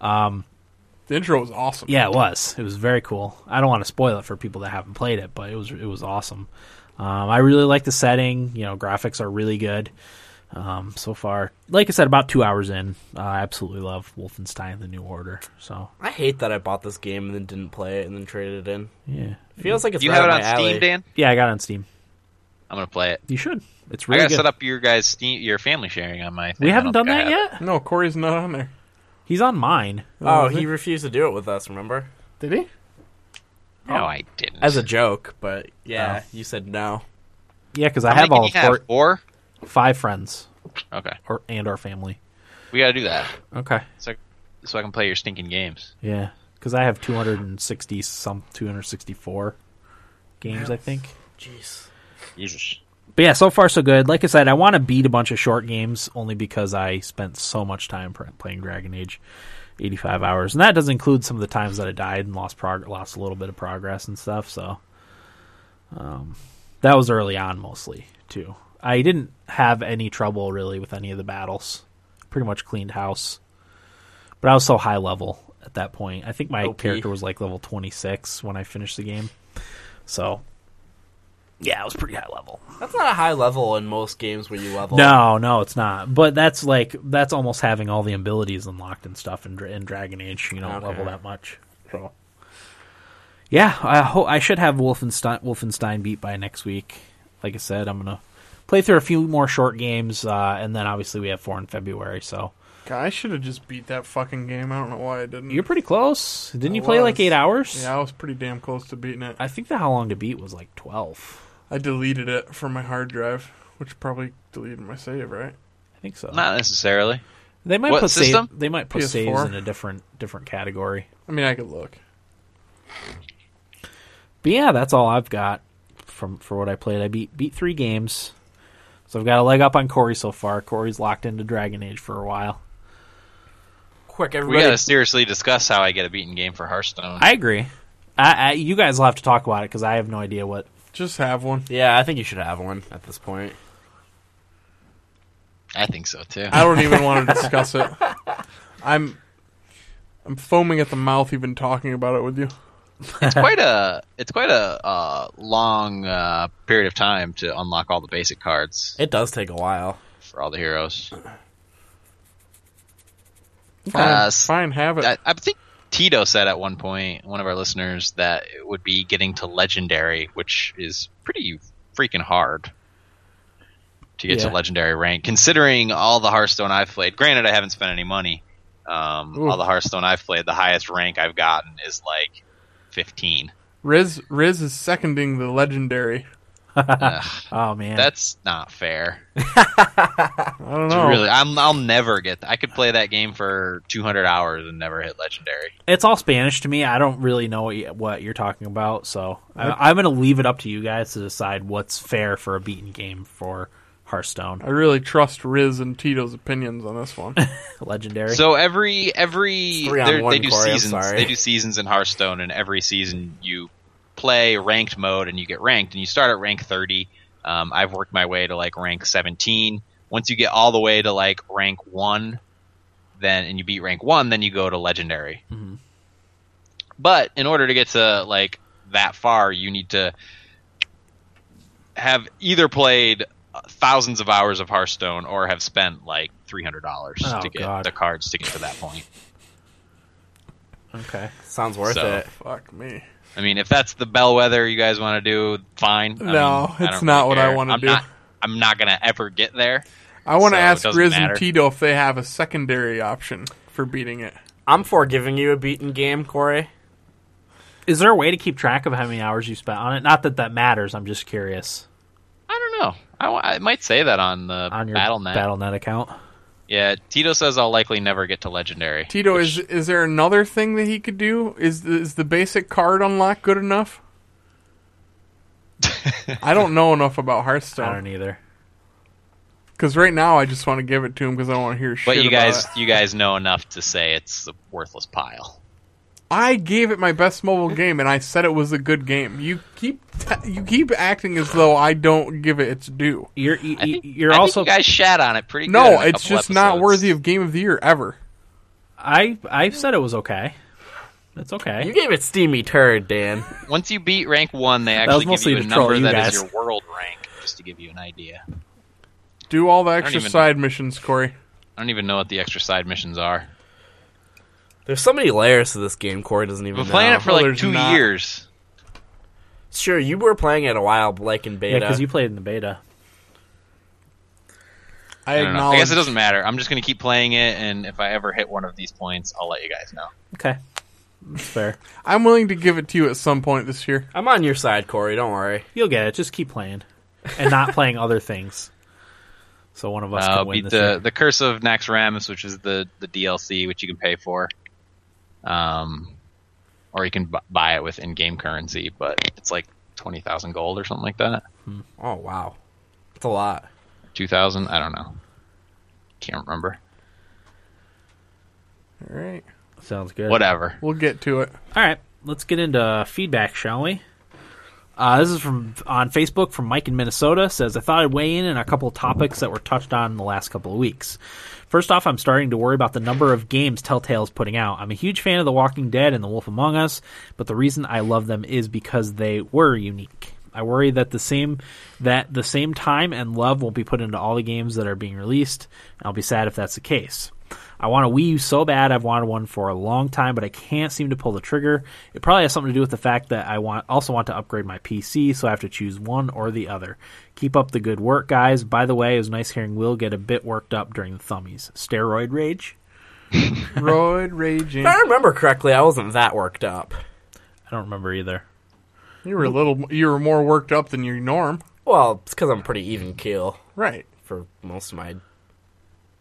Speaker 4: The intro was awesome.
Speaker 3: Yeah, it was. It was very cool. I don't want to spoil it for people that haven't played it, but it was it was awesome. Um, I really like the setting. You know, graphics are really good. Um, so far, like I said, about two hours in, uh, I absolutely love Wolfenstein: The New Order. So
Speaker 5: I hate that I bought this game and then didn't play it and then traded it in.
Speaker 3: yeah,
Speaker 5: feels like it's
Speaker 6: do you
Speaker 5: right
Speaker 6: have it
Speaker 5: up
Speaker 6: on
Speaker 5: my
Speaker 6: Steam,
Speaker 5: alley.
Speaker 6: Dan?
Speaker 3: yeah, I got it on Steam.
Speaker 6: I'm gonna play it.
Speaker 3: You should. It's
Speaker 6: I
Speaker 3: really
Speaker 6: gotta
Speaker 3: good.
Speaker 6: set up your guys' Steam, your family sharing on my. Thing.
Speaker 3: we
Speaker 6: I
Speaker 3: haven't
Speaker 6: don't
Speaker 3: done
Speaker 6: think I
Speaker 3: that
Speaker 6: have
Speaker 3: yet.
Speaker 4: No, Corey's not on there.
Speaker 3: He's on mine.
Speaker 5: Oh, he refused to do it with us, remember?
Speaker 4: Did he?
Speaker 6: it. No, I didn't.
Speaker 5: As a joke, but yeah,
Speaker 3: Oh.
Speaker 5: you said no.
Speaker 3: Yeah, because I
Speaker 6: How
Speaker 3: have
Speaker 6: many
Speaker 3: all
Speaker 6: can you
Speaker 3: four,
Speaker 6: have? Four?
Speaker 3: five friends
Speaker 6: Okay,
Speaker 3: or and our family.
Speaker 6: we gotta do that
Speaker 3: Okay.
Speaker 6: so, so I can play your stinking games.
Speaker 3: Yeah, because I have 260 some 264 games, I think.
Speaker 5: Jeez.
Speaker 6: Jesus.
Speaker 3: But yeah, so far so good. Like I said, I want to beat a bunch of short games only because I spent so much time pr- playing Dragon Age, 85 hours, and that does include some of the times that I died and lost prog- lost a little bit of progress and stuff. So, um, that was early on mostly too. I didn't have any trouble really with any of the battles. pretty much cleaned house. But I was so high level at that point. I think my
Speaker 5: OP.
Speaker 3: character was like level 26 when I finished the game. So yeah, it was pretty high level.
Speaker 5: That's not a high level in most games where you level.
Speaker 3: No, no, it's not. But that's like that's almost having all the abilities unlocked and stuff in, Dra- in Dragon Age. You don't
Speaker 5: Okay.
Speaker 3: level that much. So yeah, I ho- I should have Wolfenstein Wolfenstein beat by next week. Like I said, I'm gonna play through a few more short games, uh, and then obviously we have four in February. So
Speaker 4: God, I should have just beat that fucking game. I don't know why I didn't.
Speaker 3: you're pretty close. Didn't
Speaker 4: I
Speaker 3: you play like
Speaker 4: was.
Speaker 3: eight hours?
Speaker 4: yeah, I was pretty damn close to beating it.
Speaker 3: I think that how long to beat was like twelve.
Speaker 4: I deleted it from my hard drive, which probably deleted my save, right?
Speaker 3: I think so.
Speaker 6: Not necessarily.
Speaker 3: they might
Speaker 6: what
Speaker 3: put save-
Speaker 6: system?
Speaker 3: they might put saves
Speaker 4: PS4?
Speaker 3: in a different different category.
Speaker 4: I mean, I could look.
Speaker 3: But yeah, that's all I've got from for what I played. I beat beat three games, so I've got a leg up on Corey so far. Corey's locked into Dragon Age for a while.
Speaker 5: Quick,
Speaker 6: We
Speaker 5: everybody.
Speaker 6: gotta seriously discuss how I get a beaten game for Hearthstone.
Speaker 3: I agree. I, I, you guys will have to talk about it because I have no idea what.
Speaker 4: Just have one.
Speaker 5: Yeah, I think you should have one at this point.
Speaker 6: I think so too.
Speaker 4: I don't even want to discuss it. I'm, I'm foaming at the mouth even talking about it with you.
Speaker 6: It's quite a it's quite a uh, long uh, period of time to unlock all the basic cards
Speaker 5: It does take a while.
Speaker 6: for all the heroes.
Speaker 4: Fine,
Speaker 6: Uh, s-
Speaker 4: fine, have it.
Speaker 6: I, I think Tito said at one point, one of our listeners, that it would be getting to legendary, which is pretty freaking hard to get
Speaker 3: Yeah.
Speaker 6: to legendary rank, considering all the Hearthstone I've played. Granted, I haven't spent any money. Um,
Speaker 4: Ooh.
Speaker 6: all the Hearthstone I've played, the highest rank I've gotten is like fifteen.
Speaker 4: Riz, Riz is seconding the legendary.
Speaker 3: Oh man,
Speaker 6: That's not fair.
Speaker 4: I don't
Speaker 6: It's
Speaker 4: know.
Speaker 6: Really, I'm, I'll never get. I could play that game for 200 hours and never hit legendary.
Speaker 3: it's all Spanish to me. I don't really know what, you, what you're talking about, so I, I'm going to leave it up to you guys to decide what's fair for a beaten game for Hearthstone
Speaker 4: I really trust Riz and Tito's opinions on this one.
Speaker 3: Legendary.
Speaker 6: So every every
Speaker 5: Three on
Speaker 6: they're-
Speaker 5: one,
Speaker 6: they do
Speaker 5: Corey, I'm
Speaker 6: seasons.
Speaker 5: sorry.
Speaker 6: They do seasons in Hearthstone, and every season you play ranked mode and you get ranked, and you start at rank 30. Um, I've worked my way to like rank 17. Once you get all the way to like rank one, then and you beat rank one, then you go to legendary.
Speaker 4: Mm-hmm.
Speaker 6: But in order to get to like that far, you need to have either played thousands of hours of Hearthstone or have spent like three hundred dollars
Speaker 3: Oh,
Speaker 6: to get
Speaker 3: God.
Speaker 6: the cards to get to that point.
Speaker 3: okay,
Speaker 5: Sounds worth
Speaker 6: So-
Speaker 5: it.
Speaker 4: Oh, Fuck me.
Speaker 6: I mean, if that's the bellwether you guys want to do, fine.
Speaker 4: No,
Speaker 6: I mean, I
Speaker 4: it's
Speaker 6: don't
Speaker 4: not
Speaker 6: really
Speaker 4: what I
Speaker 6: care.
Speaker 4: wanna
Speaker 6: I'm
Speaker 4: do.
Speaker 6: Not, I'm not gonna ever get there.
Speaker 4: I want to
Speaker 6: So, it
Speaker 4: ask
Speaker 6: doesn't
Speaker 4: Riz
Speaker 6: matter.
Speaker 4: and Tito if they have a secondary option for beating it.
Speaker 5: I'm for giving you a beaten game, Corey.
Speaker 3: is there a way to keep track of how many hours you spent on it? Not that that matters. I'm just curious
Speaker 6: I don't know. I, w- I might say that on the
Speaker 3: on your
Speaker 6: BattleNet.
Speaker 3: BattleNet account.
Speaker 6: Yeah, Tito says I'll likely never get to legendary.
Speaker 4: Tito, is is there another thing that he could do? Is is the basic card unlock good enough? I don't know enough about
Speaker 3: I don't e-
Speaker 4: Hearthstone
Speaker 3: either.
Speaker 4: because right now I just want to give it to him because I don't want to hear shit.
Speaker 6: but you
Speaker 4: about
Speaker 6: guys,
Speaker 4: it.
Speaker 6: you guys know enough to say it's a worthless pile.
Speaker 4: I gave it my best mobile game, and I said it was a good game. You keep t- you keep acting as though I don't give it its due.
Speaker 3: You're you,
Speaker 6: I think,
Speaker 3: you're
Speaker 6: I think
Speaker 3: also
Speaker 6: you guys shat on it pretty. good in
Speaker 4: No,
Speaker 6: a
Speaker 4: it's
Speaker 6: couple
Speaker 4: just not
Speaker 6: episodes.
Speaker 4: worthy of Game of the Year ever.
Speaker 3: I I said it was okay. It's
Speaker 5: You
Speaker 3: okay.
Speaker 5: gave it steamy turd, Dan.
Speaker 6: Once you beat rank one, they
Speaker 3: was
Speaker 6: actually give
Speaker 3: mostly
Speaker 6: you a
Speaker 3: to troll
Speaker 6: number
Speaker 3: you
Speaker 6: that is
Speaker 3: guys.
Speaker 6: your world rank, just to give you an idea. I
Speaker 4: Do all the
Speaker 6: don't
Speaker 4: extra
Speaker 6: even-
Speaker 4: side missions, Corey.
Speaker 6: don't even know what the extra side missions are.
Speaker 5: There's so many layers to this game. Corey doesn't even.
Speaker 6: We've been
Speaker 5: know.
Speaker 6: playing it for
Speaker 4: Well,
Speaker 6: like
Speaker 4: there's
Speaker 6: two
Speaker 4: not.
Speaker 6: years.
Speaker 5: Sure, you were playing it a while, like in
Speaker 3: Yeah,
Speaker 5: beta.
Speaker 3: because you played in the beta.
Speaker 4: I,
Speaker 6: I, don't know. I
Speaker 4: acknowledge.
Speaker 6: guess it doesn't matter. I'm just going to keep playing it, and if I ever hit one of these points, I'll let you guys know.
Speaker 3: Okay, that's fair.
Speaker 4: I'm willing to give it to you at some point this year.
Speaker 5: I'm on your side, Corey. Don't worry.
Speaker 3: You'll get it. Just keep playing and not playing other things. So one of us
Speaker 6: Uh,
Speaker 3: can win
Speaker 6: beat
Speaker 3: this.
Speaker 6: the,
Speaker 3: year.
Speaker 6: the Curse of Naxxramas, which is the, the DLC, which you can pay for. Um, or you can bu buy it with in game currency, but it's like 20,000 gold or something like that.
Speaker 5: Oh wow, it's a lot.
Speaker 6: 2,000? I don't know. Can't remember.
Speaker 4: All right,
Speaker 3: Sounds good.
Speaker 6: Whatever.
Speaker 4: we'll get to it.
Speaker 3: All right, let's get into feedback, shall we? Uh, this is from on Facebook from Mike in Minnesota. Says I thought I'd weigh in on a couple of topics that were touched on in the last couple of weeks. First off, I'm starting to worry about the number of games Telltale is putting out. I'm a huge fan of The Walking Dead and The Wolf Among Us, but the reason I love them is because they were unique. I worry that the same that the same time and love won't be put into all the games that are being released. I'll be sad if that's the case. I want a Wii U so bad. I've wanted one for a long time, but I can't seem to pull the trigger. It probably has something to do with the fact that I want also want to upgrade my PC, so I have to choose one or the other. Keep up the good work, guys. By the way, it was nice hearing Will get a bit worked up during the thummies. Steroid rage?
Speaker 4: Roid raging.
Speaker 5: If I remember correctly, I wasn't that worked up.
Speaker 3: I don't remember either.
Speaker 4: You were a little. You were more worked up than your norm.
Speaker 5: Well, it's because I'm pretty even keel
Speaker 4: Right.
Speaker 5: for most of my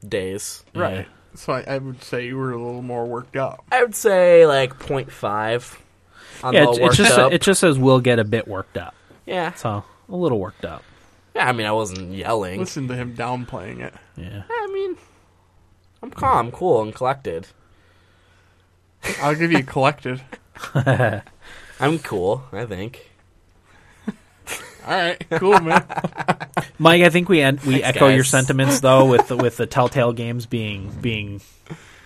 Speaker 5: days.
Speaker 4: Right. So I, I would say you were a little more worked up.
Speaker 5: I would say like 0.5 on
Speaker 3: Yeah,
Speaker 5: the
Speaker 3: it, it
Speaker 5: worked
Speaker 3: just
Speaker 5: up.
Speaker 3: it just says Will get a bit worked up,
Speaker 5: yeah.
Speaker 3: so a little worked up.
Speaker 5: yeah. I mean, I wasn't yelling.
Speaker 4: Listen to him downplaying it.
Speaker 3: Yeah.
Speaker 5: I mean, I'm calm, cool, and collected.
Speaker 4: I'll give you collected.
Speaker 5: I'm cool, I think.
Speaker 4: All right. Cool, man.
Speaker 3: Mike, I think we end, we
Speaker 5: Thanks,
Speaker 3: echo your
Speaker 5: guys.
Speaker 3: sentiments though with the, with the Telltale games being being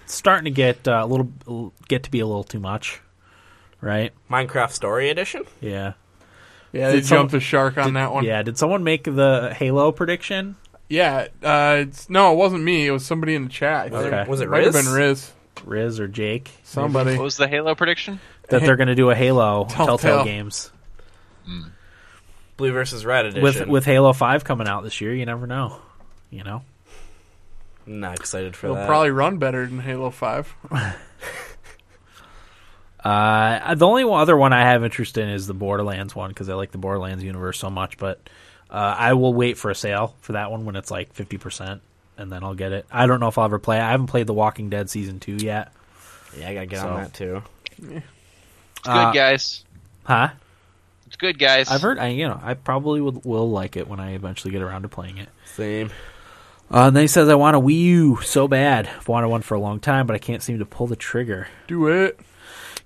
Speaker 3: starting to get uh, a little get to be a little too much, right?
Speaker 5: Minecraft Story Edition?
Speaker 3: Yeah,
Speaker 4: Yeah, they
Speaker 3: Did some-
Speaker 4: jumped the shark on that one.
Speaker 3: yeah. Did someone make the Halo prediction?
Speaker 4: Yeah, uh, it's, no, it wasn't me. It was somebody in the chat.
Speaker 5: Was
Speaker 3: Okay.
Speaker 5: it, was it
Speaker 4: might
Speaker 5: Riz?
Speaker 4: have been Riz.
Speaker 3: Riz or Jake
Speaker 4: Somebody.
Speaker 6: What was the Halo prediction?
Speaker 3: that they're going to do a Halo Telltale,
Speaker 4: Telltale.
Speaker 3: games
Speaker 5: Blue versus Red Edition.
Speaker 3: with with Halo Five coming out this year. You never know, you know.
Speaker 5: I'm not excited for
Speaker 4: They'll
Speaker 5: that.
Speaker 4: probably run better than Halo Five.
Speaker 3: Uh, the only one- other one I have interest in is the Borderlands one because I like the Borderlands universe so much. But uh, I will wait for a sale for that one when it's like fifty percent, and then I'll get it. I don't know if I'll ever play. it. I haven't played The Walking Dead season two yet.
Speaker 5: yeah, I gotta get
Speaker 3: So.
Speaker 5: on that too.
Speaker 6: It's good,
Speaker 3: Uh,
Speaker 6: guys.
Speaker 3: Huh?
Speaker 6: It's good, guys.
Speaker 3: I've heard. I you know I probably would, will like it when I eventually get around to playing it.
Speaker 5: Same.
Speaker 3: Uh, and then he says, "I want a Wii U so bad. I've wanted one for a long time, but I can't seem to pull the trigger."
Speaker 4: Do it.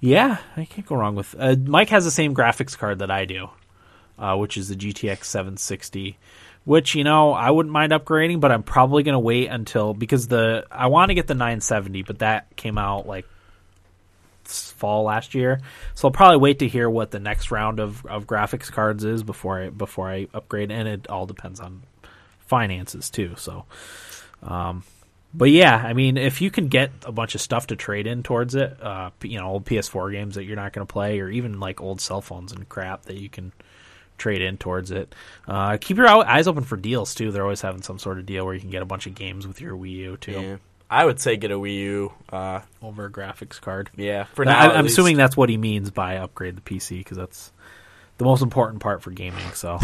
Speaker 3: Yeah, I can't go wrong with. Uh, Mike has the same graphics card that I do, uh, which is the GTX 760, which you know I wouldn't mind upgrading, but I'm probably going to wait until because the I want to get the 970, but that came out like s- fall last year, so I'll probably wait to hear what the next round of, of graphics cards is before I before I upgrade, and it all depends on finances too. So. um, But yeah, I mean, if you can get a bunch of stuff to trade in towards it, uh, p- you know, old PS4 games that you're not going to play, or even like old cell phones and crap that you can trade in towards it. Uh, keep your ou- eyes open for deals too. They're always having some sort of deal where you can get a bunch of games with your Wii U too
Speaker 5: Yeah. I would say get a Wii U. Uh,
Speaker 3: over a graphics card.
Speaker 5: yeah, for
Speaker 3: But
Speaker 5: now.
Speaker 3: I,
Speaker 5: at
Speaker 3: I'm
Speaker 5: least.
Speaker 3: assuming that's what he means by upgrade the PC because that's the most important part for gaming. So,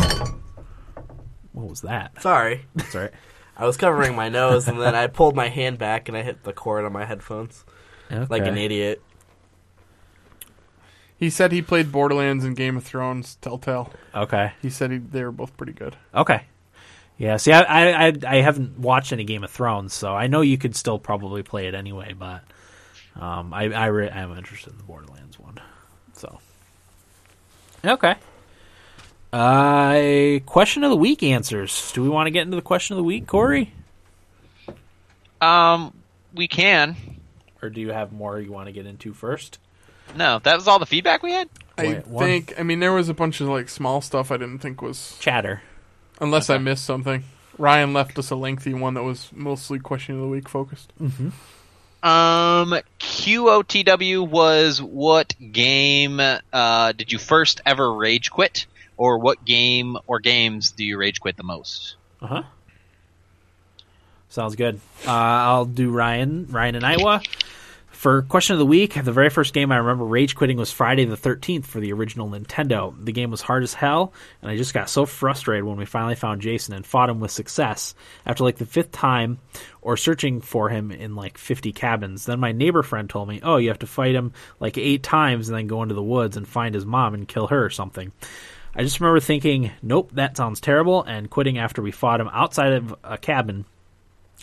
Speaker 3: what was that?
Speaker 5: Sorry.
Speaker 3: That's all right.
Speaker 5: I was covering my nose and then I pulled my hand back and I hit the cord on my headphones like an
Speaker 3: Okay.
Speaker 5: idiot.
Speaker 4: He said he played Borderlands and Game of Thrones. Telltale.
Speaker 3: Okay.
Speaker 4: He said he, they were both pretty good.
Speaker 3: Okay. Yeah. See, I, I I I haven't watched any Game of Thrones, so I know you could still probably play it anyway. But um, I I re- I'm interested in the Borderlands one. So. Okay. Uh, question of the week answers. Do we want to get into the question of the week, Corey,
Speaker 6: um, we can.
Speaker 3: or do you have more you want to get into first?
Speaker 6: No, that was all the feedback we had.
Speaker 4: I
Speaker 3: Wait, one-
Speaker 4: think. I mean, there was a bunch of like small stuff I didn't think was
Speaker 3: Chatter.
Speaker 4: unless I missed something. Ryan left us a lengthy one that was mostly question of the week focused.
Speaker 6: Um, QOTW was what game uh, did you first ever rage quit, or what game or games do you rage quit the most?
Speaker 3: Uh huh. Sounds good. Uh, I'll do Ryan, Ryan and Iowa. For question of the week, the very first game I remember rage quitting was Friday the 13th for the original Nintendo. The game was hard as hell, and I just got so frustrated when we finally found Jason and fought him with success after like the fifth time or searching for him in like 50 cabins. Then my neighbor friend told me, Oh, you have to fight him like eight times and then go into the woods and find his mom and kill her or something. I just remember thinking, Nope, that sounds terrible, and quitting after we fought him outside of a cabin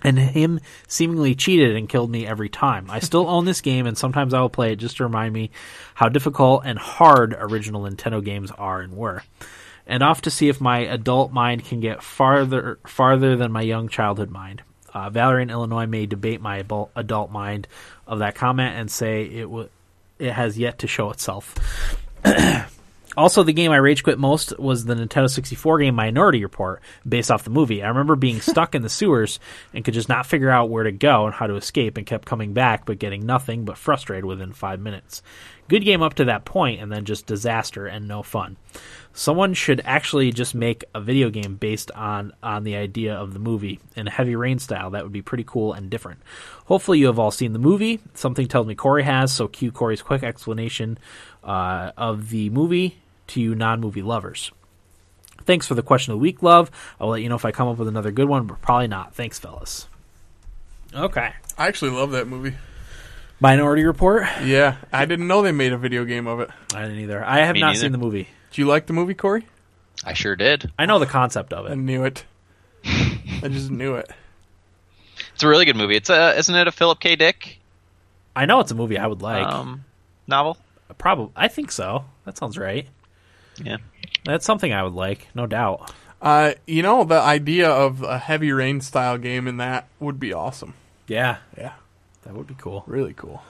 Speaker 3: and him seemingly cheated and killed me every time. I still own this game, and sometimes I will play it just to remind me how difficult and hard original Nintendo games are and were. And off to see if my adult mind can get farther farther than my young childhood mind. Uh, Valerie in Illinois may debate my abul- adult mind of that comment and say it w- it has yet to show itself. Also, the game I rage quit most was the Nintendo 64 game Minority Report, based off the movie. I remember being stuck in the sewers and could just not figure out where to go and how to escape, and kept coming back but getting nothing but frustrated within five minutes. Good game up to that point, and then just disaster and no fun. Someone should actually just make a video game based on on the idea of the movie in heavy rain style. That would be pretty cool and different. Hopefully, you have all seen the movie. Something tells me Corey has, so cue Corey's quick explanation uh, of the movie to you non movie lovers. Thanks for the question of the week, love. I'll let you know if I come up with another good one, but probably not. Thanks, fellas. Okay.
Speaker 4: I actually love that movie.
Speaker 3: Minority Report?
Speaker 4: Yeah, I didn't know they made a video game of it.
Speaker 3: I didn't either. I have
Speaker 6: Me
Speaker 3: not
Speaker 6: neither.
Speaker 3: seen the movie.
Speaker 4: Do you like the movie, Corey?
Speaker 6: I sure did.
Speaker 3: I know the concept of
Speaker 4: I
Speaker 3: it.
Speaker 4: knew it. I just knew it.
Speaker 6: It's a really good movie. It's a isn't it a Philip K. Dick
Speaker 3: I know it's a movie I would like.
Speaker 6: um, novel?
Speaker 3: Probably. I think so. That sounds right.
Speaker 6: Yeah.
Speaker 3: That's something I would like, no doubt.
Speaker 4: Uh, you know, the idea of a heavy rain style game in that would be awesome.
Speaker 3: Yeah.
Speaker 4: Yeah,
Speaker 3: That would be cool.
Speaker 4: really cool.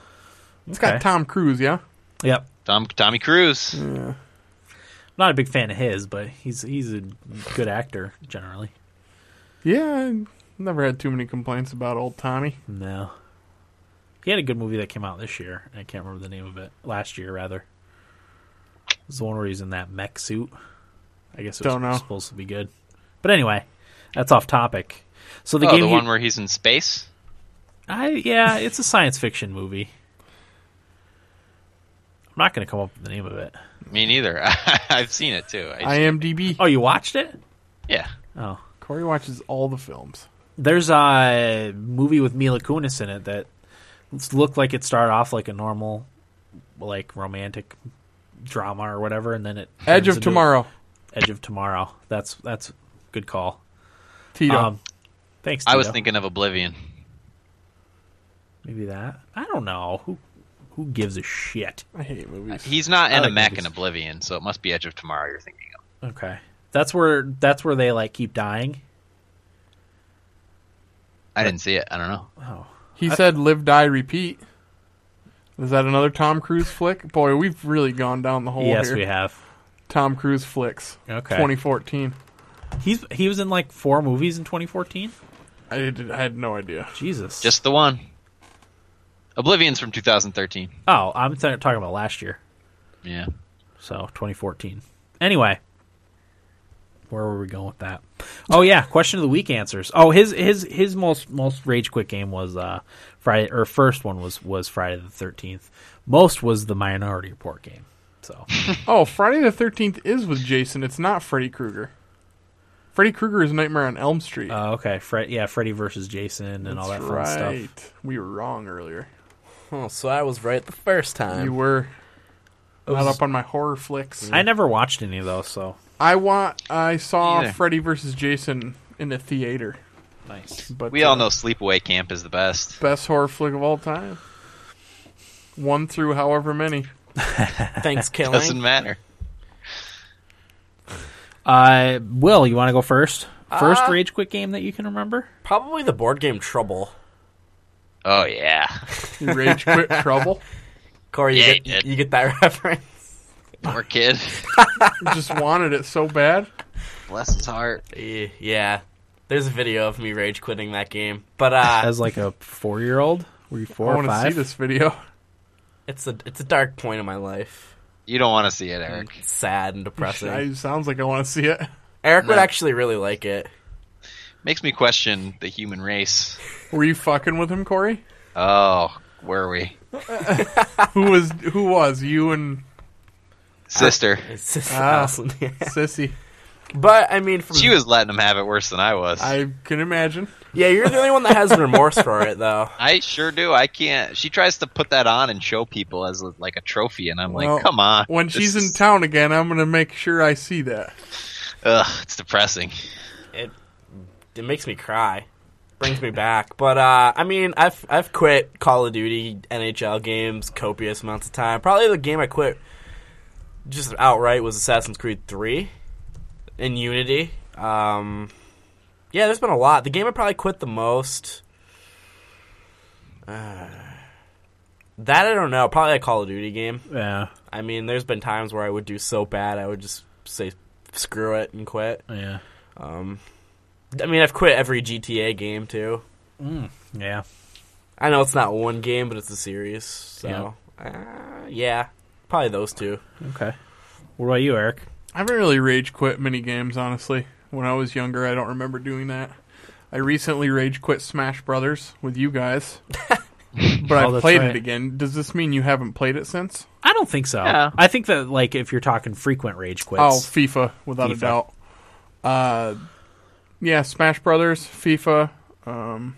Speaker 4: It's
Speaker 3: Okay.
Speaker 4: got Tom Cruise, yeah?
Speaker 3: Yep.
Speaker 6: Tom Tommy Cruise.
Speaker 3: Mm, I'm not a big fan of his, but he's he's a good actor generally.
Speaker 4: Yeah, I never had too many complaints about old Tommy.
Speaker 3: No. He had a good movie that came out this year. and I can't remember the name of it. Last year, rather. It was the one where he's in that mech suit. I guess it was
Speaker 4: Don't know.
Speaker 3: supposed to be good. But anyway, that's off topic. So the
Speaker 6: oh,
Speaker 3: game
Speaker 6: the
Speaker 3: you-
Speaker 6: one where he's in space.
Speaker 3: I yeah, it's a science fiction movie. I'm not going to come up with the name of it.
Speaker 6: Me neither. I've seen it too. I,
Speaker 4: IMDb.
Speaker 3: Oh, you watched it?
Speaker 6: yeah.
Speaker 3: Oh.
Speaker 4: Corey watches all the films.
Speaker 3: There's a movie with Mila Kunis in it that looked like it started off like a normal, like romantic drama or whatever, and then it
Speaker 4: Edge
Speaker 3: turns
Speaker 4: of
Speaker 3: into-
Speaker 4: Tomorrow.
Speaker 3: Edge of Tomorrow. That's that's good call.
Speaker 4: Tito.
Speaker 3: Um, thanks.
Speaker 6: I was
Speaker 3: Tito.
Speaker 6: thinking of Oblivion.
Speaker 3: maybe that. I don't know who who gives a shit.
Speaker 4: I hate movies.
Speaker 6: He's not in
Speaker 3: I
Speaker 6: a
Speaker 3: like
Speaker 6: mech
Speaker 3: movies.
Speaker 6: in Oblivion, so it must be Edge of Tomorrow you're thinking of.
Speaker 3: Okay, that's where that's where they like keep dying.
Speaker 6: I didn't see it. I don't know.
Speaker 4: He said live, die, repeat. Is that another Tom Cruise flick? Boy, we've really gone down the hole
Speaker 3: yes,
Speaker 4: here.
Speaker 3: we have.
Speaker 4: Tom Cruise flicks.
Speaker 3: Okay.
Speaker 4: 2014.
Speaker 3: He's he was in like four movies in 2014.
Speaker 4: I, did, I had no idea.
Speaker 3: Jesus.
Speaker 6: Just the one. Oblivion's from 2013.
Speaker 3: oh, I'm t- talking about last year.
Speaker 6: Yeah.
Speaker 3: So 2014. Anyway, where were we going with that? Oh yeah, question of the week answers. Oh, his his his most most rage quit game was uh Friday or first one was was Friday the 13th. Most was the Minority Report game. So
Speaker 4: Oh, Friday the 13th is with Jason. It's not Freddy Krueger. Freddy Krueger is Nightmare on Elm Street.
Speaker 3: uh, okay, Fred, yeah, Freddy versus Jason and all that
Speaker 4: That's
Speaker 3: fun
Speaker 4: right.
Speaker 3: stuff.
Speaker 4: We were wrong earlier.
Speaker 5: Oh, so I was right the first
Speaker 4: You
Speaker 5: time.
Speaker 4: were not
Speaker 3: was-
Speaker 4: up on my horror flicks.
Speaker 3: I never watched any of those, so
Speaker 4: I want. I saw
Speaker 6: Neither.
Speaker 4: Freddy versus Jason in the theater,
Speaker 3: nice.
Speaker 4: but
Speaker 6: We all
Speaker 4: uh,
Speaker 6: know Sleepaway Camp is the best.
Speaker 4: best horror flick of all time. One through however many.
Speaker 5: Thanks,
Speaker 6: Doesn't
Speaker 5: killing.
Speaker 6: matter.
Speaker 3: Uh, Will, you want to go first? First rage quit game that you can remember?
Speaker 5: Probably the board game Trouble.
Speaker 6: Oh yeah.
Speaker 4: You rage quit trouble.
Speaker 5: Corey, you,
Speaker 6: Yeah, you
Speaker 5: get,
Speaker 6: did.
Speaker 5: you get that reference?
Speaker 6: Poor kid.
Speaker 4: You just wanted it so bad.
Speaker 6: Bless his heart.
Speaker 5: Eh, Yeah. There's a video of me rage quitting that game. But uh,
Speaker 3: As like a four year old? Were you four
Speaker 4: I
Speaker 3: or
Speaker 4: want to
Speaker 3: five?
Speaker 4: see this video.
Speaker 5: it's a it's a dark point in my life.
Speaker 6: You don't want to see it, Eric.
Speaker 5: It's sad and
Speaker 4: I,
Speaker 5: depressing.
Speaker 4: sounds like I want to see it.
Speaker 5: Eric would
Speaker 6: No.
Speaker 5: actually really like it.
Speaker 6: Makes me question the human race.
Speaker 4: Were you fucking with him, Corey?
Speaker 6: Oh, were we?
Speaker 4: Who was? Who was you and
Speaker 6: Sister.
Speaker 5: It's just
Speaker 4: Ah.
Speaker 5: awesome. Yeah.
Speaker 4: Sissy?
Speaker 5: But I mean, from
Speaker 6: She was letting him have it worse than I was. I,
Speaker 4: I can imagine.
Speaker 5: yeah, you're the only one that has remorse for it, though.
Speaker 6: sure do. I can't. She tries to put that on and show people as like a trophy, and I'm
Speaker 4: Well,
Speaker 6: like, come on.
Speaker 4: When
Speaker 6: This
Speaker 4: she's in
Speaker 6: is-
Speaker 4: town again, I'm gonna make sure I see that.
Speaker 6: ugh, it's depressing.
Speaker 5: It it makes me cry. brings me back. But uh, I mean, I've I've quit Call of Duty NHL games copious amounts of time. Probably the game I quit just outright was Assassin's Creed Three in Unity. Um, yeah, there's been a lot. The game I probably quit the most. Uh, that I don't know. Probably a Call of Duty game.
Speaker 3: Yeah,
Speaker 5: I mean, there's been times where I would do so bad, I would just say screw it and quit.
Speaker 3: yeah,
Speaker 5: I mean, I've quit every GTA game too.
Speaker 3: yeah.
Speaker 5: I know it's not one game, but it's a series. So, uh, yeah, probably those two.
Speaker 3: Okay. What about you, Eric?
Speaker 4: I haven't really rage quit many games, honestly. When I was younger, I don't remember doing that. I recently rage quit Smash Brothers with you guys, but
Speaker 3: Oh,
Speaker 4: I've
Speaker 3: that's
Speaker 4: played
Speaker 3: right.
Speaker 4: it again. Does this mean you haven't played it since?
Speaker 3: I don't think so.
Speaker 6: Yeah.
Speaker 3: I think that like if you're talking frequent rage quits,
Speaker 4: Oh, FIFA, without a
Speaker 3: FIFA.
Speaker 4: doubt. Uh, yeah, Smash Brothers, FIFA. Um,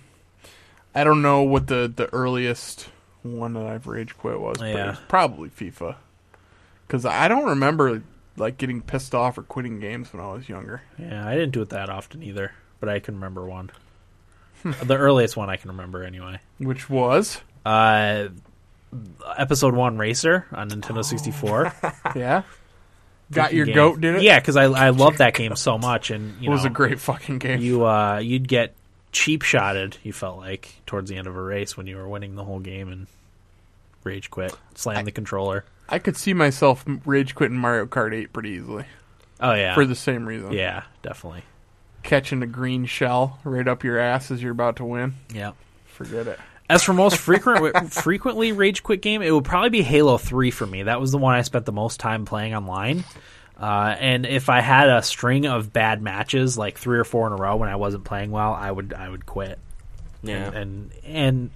Speaker 4: I don't know what the, the earliest one that I've rage quit was, but it
Speaker 3: Yeah.
Speaker 4: was probably FIFA. Because I don't remember like getting pissed off or quitting games when I was younger.
Speaker 3: yeah, I didn't do it that often either, but I can remember one. the earliest one I can remember, anyway.
Speaker 4: Which was,
Speaker 3: Uh, episode one racer on Nintendo 64.
Speaker 4: yeah, got your
Speaker 3: Game.
Speaker 4: goat. Did it?
Speaker 3: Yeah, because I I loved that game so much, and you
Speaker 4: it was
Speaker 3: know,
Speaker 4: a great fucking game.
Speaker 3: you uh you'd get cheap shotted. You felt like towards the end of a race when you were winning the whole game and rage quit, slam the controller.
Speaker 4: I could see myself m- rage quitting Mario Kart 8 pretty easily
Speaker 3: Oh yeah,
Speaker 4: for the same reason.
Speaker 3: yeah, definitely.
Speaker 4: catching a green shell right up your ass as you're about to win.
Speaker 3: Yeah.
Speaker 4: Forget it.
Speaker 3: As for most frequent frequently rage quit game, it would probably be Halo Three for me. That was the one I spent the most time playing online. Uh, and if I had a string of bad matches, like three or four in a row, when I wasn't playing well, I would I would quit.
Speaker 5: Yeah,
Speaker 3: And and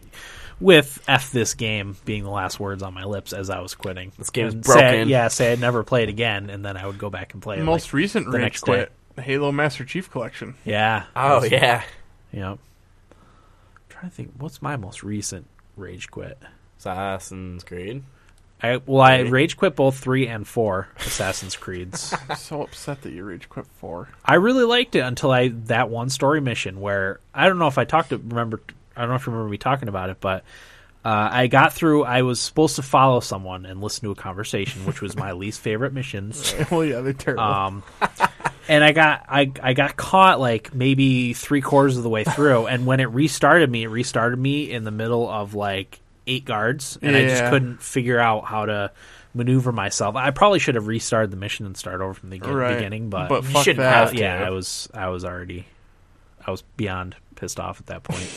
Speaker 3: with f this game being the last words on my lips as I was quitting.
Speaker 5: This game's
Speaker 3: And say-
Speaker 5: broken.
Speaker 3: yeah, say I'd never play it again, and then I would go back and play it.
Speaker 4: Most
Speaker 3: like,
Speaker 4: recent
Speaker 3: the
Speaker 4: rage
Speaker 3: next
Speaker 4: quit.
Speaker 3: day.
Speaker 4: Halo Master Chief Collection.
Speaker 3: Yeah.
Speaker 5: oh yeah,
Speaker 3: Yeah. I'm trying to think, what's my most recent rage quit?
Speaker 5: Assassin's Creed.
Speaker 3: I well, I
Speaker 5: Three.
Speaker 3: rage quit both three and four Assassin's Creeds.
Speaker 4: I'm so upset that you rage quit four.
Speaker 3: I really liked it until I that one story mission where I don't know if I talked to remember I don't know if you remember me talking about it, but uh, I got through. I was supposed to follow someone and listen to a conversation, which was my least favorite missions.
Speaker 4: well, yeah, they're terrible.
Speaker 3: Um, and I got I I got caught like maybe three quarters of the way through, and when it restarted me, it restarted me in the middle of like eight guards, and I just
Speaker 4: Yeah.
Speaker 3: couldn't figure out how to maneuver myself. I probably should have restarted the mission and start over from the ge-
Speaker 4: Right.
Speaker 3: beginning, but,
Speaker 4: But
Speaker 5: You
Speaker 4: fuck
Speaker 5: shouldn't
Speaker 3: I-
Speaker 4: that.
Speaker 5: have to.
Speaker 3: yeah, I was I was already I was beyond pissed off at that point.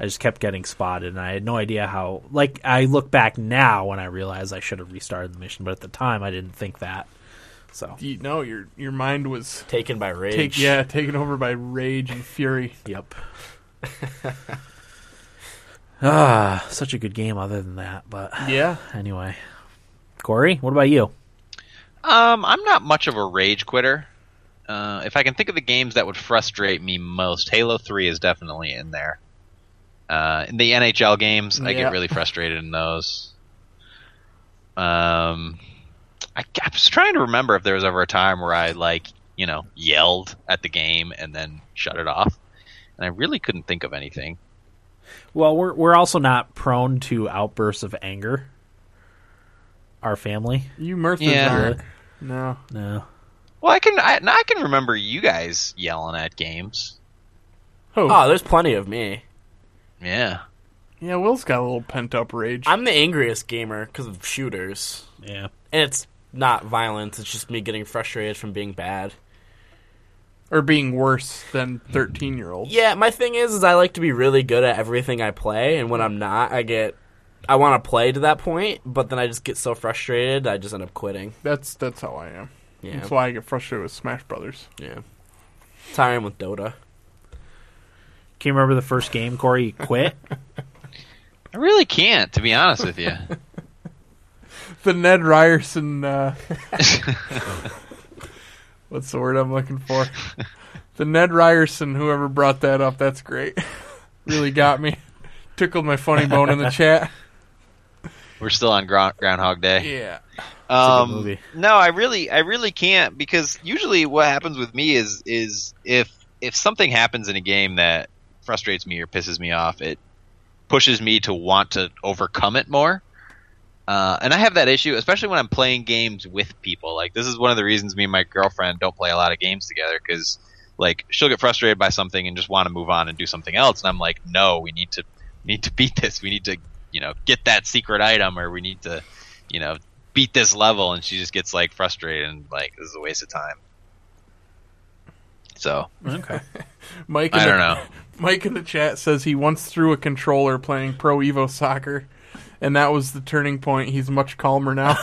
Speaker 3: I just kept getting spotted, and I had no idea how. Like, I look back now and I realize I should have restarted the mission, but at the time I didn't think that. So,
Speaker 4: You know, your your mind was
Speaker 5: Taken by rage.
Speaker 4: take, yeah taken over by rage and fury.
Speaker 3: Yep. ah, such a good game. Other than that, but
Speaker 4: Yeah,
Speaker 3: anyway, Corey, what about you?
Speaker 6: Um, I'm not much of a rage quitter. Uh, if I can think of the games that would frustrate me most, Halo Three is definitely in there. Uh, in the NHL games, I
Speaker 4: Yeah.
Speaker 6: get really frustrated in those. Um, I, I was trying to remember if there was ever a time where I like you know yelled at the game and then shut it off, and I really couldn't think of anything.
Speaker 3: Well, we're we're also not prone to outbursts of anger. Our family,
Speaker 4: you mirthers
Speaker 6: Yeah.
Speaker 4: aren't. No,
Speaker 3: no.
Speaker 6: Well, I can I, and I can remember you guys yelling at games.
Speaker 3: Uh,
Speaker 5: Oh, there's plenty of me.
Speaker 6: Yeah.
Speaker 4: yeah, Will's got a little pent up rage.
Speaker 5: I'm the angriest gamer because of shooters,
Speaker 3: Yeah,
Speaker 5: and it's not violence. It's just me getting frustrated from being bad.
Speaker 4: or being worse than
Speaker 6: Hmm.
Speaker 4: thirteen year olds.
Speaker 5: Yeah, my thing is, is I like to be really good at everything I play, and when I'm not, I get, I want to play to that point, but then I just get so frustrated, I just end up quitting.
Speaker 4: That's that's how I am.
Speaker 5: Yeah,
Speaker 4: That's why I get frustrated with Smash Brothers.
Speaker 5: yeah. Tiring with Dota.
Speaker 3: can you remember the first game, Corey? You quit.
Speaker 6: I really can't, to be honest with you.
Speaker 4: the Ned Ryerson. Uh, what's the word I'm looking for? The Ned Ryerson, whoever brought that up, that's great. really got me. Tickled my funny bone in the chat.
Speaker 6: We're still on Gro- Groundhog Day.
Speaker 4: Yeah.
Speaker 6: Um,
Speaker 3: movie.
Speaker 6: No, I really, I really can't because usually what happens with me is is if if something happens in a game that frustrates me or pisses me off, it pushes me to want to overcome it more. Uh, and I have that issue, especially when I'm playing games with people. Like this is one of the reasons me and my girlfriend don't play a lot of games together because like she'll get frustrated by something and just want to move on and do something else, and I'm like, no, we need to we need to beat this. We need to you know get that secret item, or we need to you know beat this level. And she just gets like frustrated and like this is a waste of time. So
Speaker 3: Okay.
Speaker 4: Mike, in
Speaker 6: I
Speaker 4: the-
Speaker 6: don't know.
Speaker 4: Mike in the chat says he once threw a controller playing Pro Evo Soccer, and that was the turning point. He's much calmer now.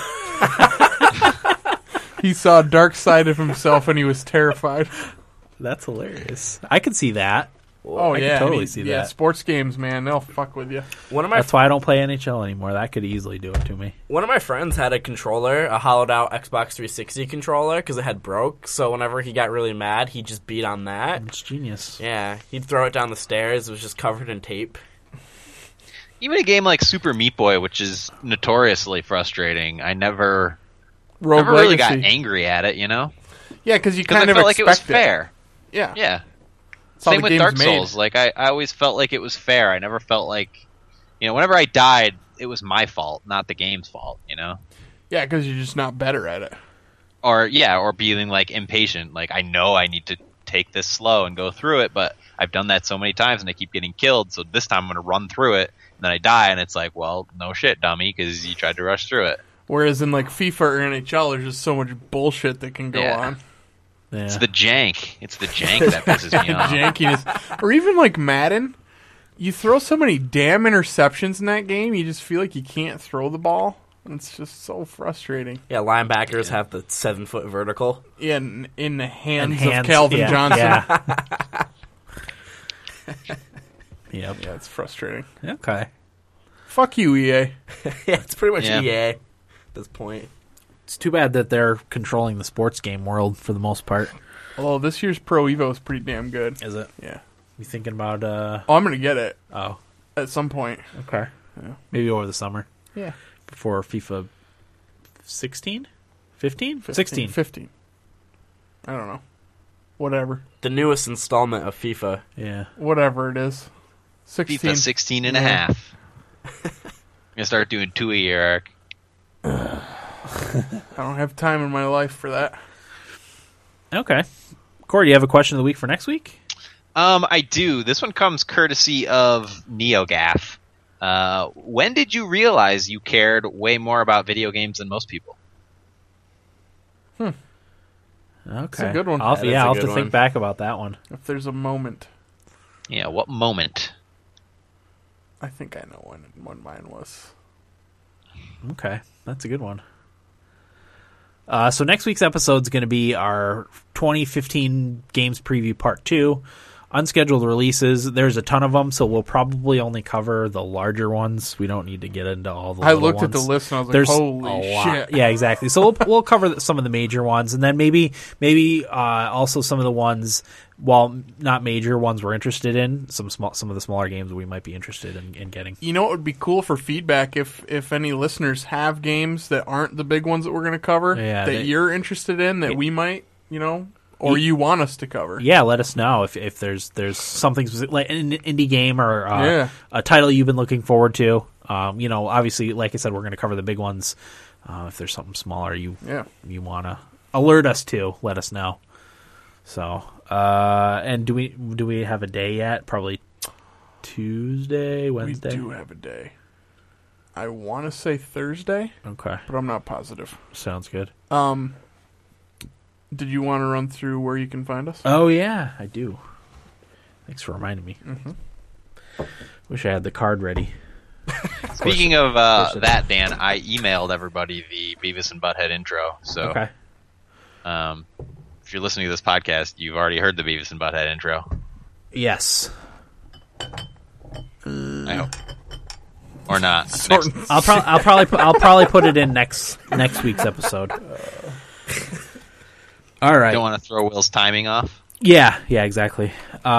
Speaker 4: he saw a dark side of himself, and he was terrified.
Speaker 3: That's hilarious. I could see that.
Speaker 4: Oh
Speaker 3: I
Speaker 4: yeah,
Speaker 3: could totally
Speaker 4: and he-
Speaker 3: see
Speaker 4: Yeah,
Speaker 3: that.
Speaker 4: sports games, man, they'll fuck with you.
Speaker 5: One of my
Speaker 3: That's why I don't play NHL anymore. That could easily do it to me.
Speaker 5: one of my friends had a controller, a hollowed out Xbox 360 controller, because it had broke. So whenever he got really mad, he just beat on that.
Speaker 3: It's genius.
Speaker 5: Yeah, he'd throw it down the stairs. It was just covered in tape.
Speaker 6: Even a game like Super Meat Boy, which is notoriously frustrating, I never
Speaker 4: Rogue
Speaker 6: never really got
Speaker 4: Legacy.
Speaker 6: angry at it, you know,
Speaker 4: yeah, because you
Speaker 6: because I
Speaker 4: kind of
Speaker 6: felt like it was
Speaker 4: expect
Speaker 6: fair.
Speaker 4: Yeah,
Speaker 6: Yeah,
Speaker 4: That's how
Speaker 6: same
Speaker 4: the
Speaker 6: with
Speaker 4: game's
Speaker 6: Dark
Speaker 4: made.
Speaker 6: Souls. Like I, I always felt like it was fair. I never felt like, you know, whenever I died, it was my fault, not the game's fault. You know,
Speaker 4: Yeah, because you're just not better at it.
Speaker 6: or yeah, or being like impatient. Like I know I need to take this slow and go through it, but I've done that so many times and I keep getting killed. So this time I'm going to run through it, and then I die, and it's like, well, no shit, dummy, because you tried to rush through it.
Speaker 4: Whereas in like FIFA or NHL, there's just so much bullshit that can go
Speaker 6: Yeah.
Speaker 4: on.
Speaker 3: Yeah.
Speaker 6: It's the jank. It's the jank that pisses me off.
Speaker 4: jankiness, or even like Madden. You throw so many damn interceptions in that game, you just feel like you can't throw the ball. It's just so frustrating.
Speaker 5: Yeah, linebackers have the seven foot vertical.
Speaker 4: Yeah, in, in the hands of
Speaker 3: Enhanced-
Speaker 4: Calvin
Speaker 3: yeah,
Speaker 4: Johnson.
Speaker 3: Yeah. yep.
Speaker 4: Yeah, it's frustrating.
Speaker 3: Okay.
Speaker 4: Fuck you, E EA.
Speaker 5: yeah, it's pretty much
Speaker 6: Yeah.
Speaker 5: EA at this point.
Speaker 3: It's too bad that they're controlling the sports game world for the most part.
Speaker 4: Although this year's Pro Evo is pretty damn good.
Speaker 3: Is it?
Speaker 4: Yeah.
Speaker 3: You thinking about uh
Speaker 4: Oh, I'm gonna get it
Speaker 3: oh,
Speaker 4: at some point.
Speaker 3: okay. Maybe over the summer
Speaker 4: Yeah.
Speaker 3: before FIFA 16? 15?
Speaker 4: 15,
Speaker 3: 16.
Speaker 4: 15. I don't know. Whatever.
Speaker 5: The newest installment of FIFA.
Speaker 3: Yeah.
Speaker 4: Whatever it is. Sixteen.
Speaker 6: FIFA 16 and a
Speaker 4: Yeah.
Speaker 6: half. I'm going to start doing two a year, Eric.
Speaker 4: I don't have time in my life for that.
Speaker 3: Okay. Corey, you have a question of the week for next week?
Speaker 6: Um, I do. This one comes courtesy of NeoGaf. Uh, when did you realize you cared way more about video games than most people?
Speaker 3: Okay.
Speaker 4: a good one.
Speaker 3: I'll,
Speaker 5: That
Speaker 3: have-
Speaker 5: is
Speaker 3: yeah,
Speaker 5: a
Speaker 3: I'll
Speaker 5: good
Speaker 3: have to
Speaker 5: one.
Speaker 3: think back about that one.
Speaker 4: If there's a moment.
Speaker 6: Yeah, what moment?
Speaker 4: I think I know when when mine was.
Speaker 3: Okay, that's a good one. Uh, so next week's episode is going to be our 2015 games preview part two. Unscheduled releases. There's a ton of them, so we'll probably only cover the larger ones. We don't need to get into all the.
Speaker 4: I
Speaker 3: little
Speaker 4: looked at the
Speaker 3: ones.
Speaker 4: list and I was like,
Speaker 3: There's
Speaker 4: "Holy
Speaker 3: a lot.
Speaker 4: shit!"
Speaker 3: Yeah, exactly. So we'll, we'll cover th- some of the major ones, and then maybe maybe uh, also some of the ones, while not major ones, we're interested in some small some of the smaller games we might be interested in, in getting.
Speaker 4: You know, it would be cool for feedback if if any listeners have games that aren't the big ones that we're going to cover
Speaker 3: Yeah,
Speaker 4: that
Speaker 3: they-
Speaker 4: you're interested in that we might, you know, or you want us to cover.
Speaker 3: yeah, let us know if, if there's there's something specific, like an indie game or uh,
Speaker 4: Yeah.
Speaker 3: a title you've been looking forward to. Um, you know, obviously, like I said, we're going to cover the big ones. Uh, if there's something smaller you
Speaker 4: Yeah.
Speaker 3: you want to alert us to, let us know. So, uh, and do we do we have a day yet? Probably Tuesday,
Speaker 4: we
Speaker 3: Wednesday.
Speaker 4: do have a day. I want to say Thursday,
Speaker 3: Okay,
Speaker 4: but I'm not positive.
Speaker 3: sounds good.
Speaker 4: Um, did you want to run through where you can find us?
Speaker 3: Oh yeah, I do. Thanks for reminding me.
Speaker 4: Mm-hmm.
Speaker 3: Wish I had the card ready.
Speaker 6: Speaking of uh,
Speaker 3: course it-
Speaker 6: that, Dan, I emailed everybody the Beavis and Butthead intro. So
Speaker 4: Oh.
Speaker 3: Okay.
Speaker 6: um, if you're listening to this podcast, you've already heard the Beavis and Butthead intro.
Speaker 3: Yes.
Speaker 6: I hope. Or not.
Speaker 4: Sorry.
Speaker 6: Next-
Speaker 3: I'll, prob- I'll probably pu- I'll probably put it in next next week's episode. All right.
Speaker 6: don't want to throw Will's timing off.
Speaker 3: yeah. Yeah. Exactly. Uh,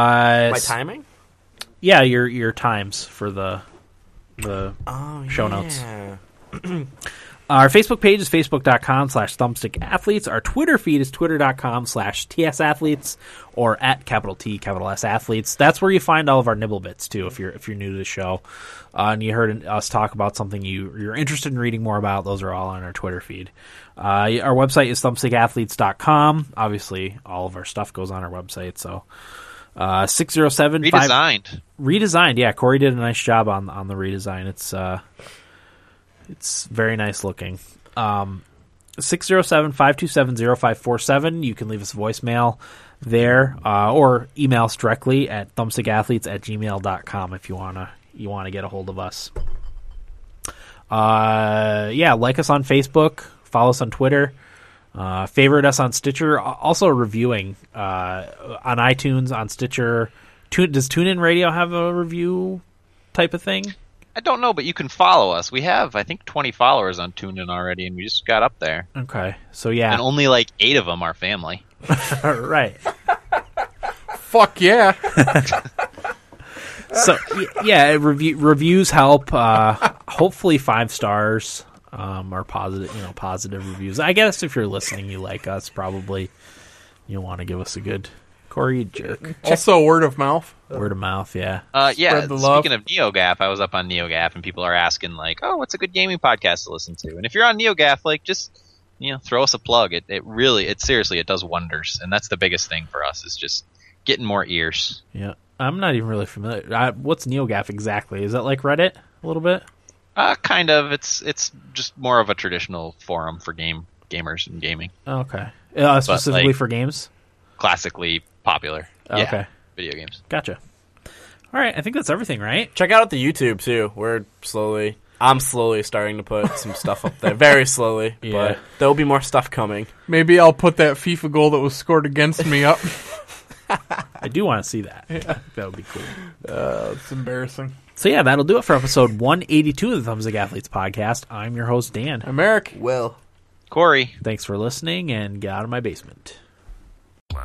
Speaker 5: My
Speaker 3: s-
Speaker 5: timing?
Speaker 3: Yeah. Your your times for the the
Speaker 5: Oh,
Speaker 3: Show notes.
Speaker 5: yeah.
Speaker 3: Our Facebook page is facebook.com slash thumbstick athletes. Our Twitter feed is twitter.com slash TS athletes or at capital T, capital S athletes. That's where you find all of our nibble bits too. If you're, if you're new to the show uh, and you heard us talk about something you, you're interested in reading more about, those are all on our Twitter feed. Uh, our website is thumbstickathletes.com. Obviously, all of our stuff goes on our website. So, uh, 607
Speaker 6: Redesigned.
Speaker 3: redesigned. Yeah, Corey did a nice job on on the redesign. It's uh, it's very nice looking. Um, 607-527-0547. You can leave us a voicemail there uh, or email us directly at thumbstickathletes at gmail.com if you wanna you wanna get a hold of us. Uh, yeah, like us on Facebook, follow us on Twitter. Uh, favorite us on Stitcher. Al- Also reviewing uh, on iTunes, on Stitcher. Tune, does TuneIn Radio have a review type of thing?
Speaker 6: I don't know, but you can follow us. We have, I think, 20 followers on TuneIn already, and we just got up there.
Speaker 3: Okay, so yeah,
Speaker 6: And only like eight of them are family.
Speaker 3: right.
Speaker 4: Fuck yeah.
Speaker 3: So y- yeah, review, reviews help. Uh, hopefully, five stars um, or positive, you know, positive reviews. I guess if you're listening, you like us, probably you want to give us a good Corey you jerk
Speaker 4: also, word of mouth.
Speaker 3: word of mouth. Yeah,
Speaker 6: Uh, yeah,
Speaker 4: Spread the love.
Speaker 6: speaking of NeoGAF, I was up on NeoGAF, and people are asking, like, oh, what's a good gaming podcast to listen to? And if you're on NeoGAF, like, just, you know, throw us a plug. It, it really, it seriously, it does wonders. And that's the biggest thing for us is just getting more ears.
Speaker 3: yeah. I'm not even really familiar. I, what's NeoGAF exactly? Is that like Reddit a little bit?
Speaker 6: Uh, kind of. It's it's just more of a traditional forum for game gamers and gaming.
Speaker 3: Okay, uh, specifically
Speaker 6: like-
Speaker 3: for games.
Speaker 6: Classically popular.
Speaker 3: Okay.
Speaker 6: Yeah, video games.
Speaker 3: Gotcha. All right, I think that's everything, right?
Speaker 5: Check out the YouTube too. We're slowly, I'm slowly starting to put some stuff up there, very slowly.
Speaker 3: Yeah.
Speaker 5: But there will be more stuff coming.
Speaker 4: Maybe I'll put that FIFA goal that was scored against me up.
Speaker 3: I do want to see that. That would be cool.
Speaker 4: That's embarrassing.
Speaker 3: So yeah, that'll do it for episode 182 of the Thumbs Up Athletes podcast. I'm your host Dan.
Speaker 4: I'm Eric.
Speaker 5: Well.
Speaker 6: Corey.
Speaker 3: Thanks for listening, and get out of my basement.
Speaker 1: One,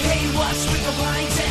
Speaker 2: Hey, what's with the blind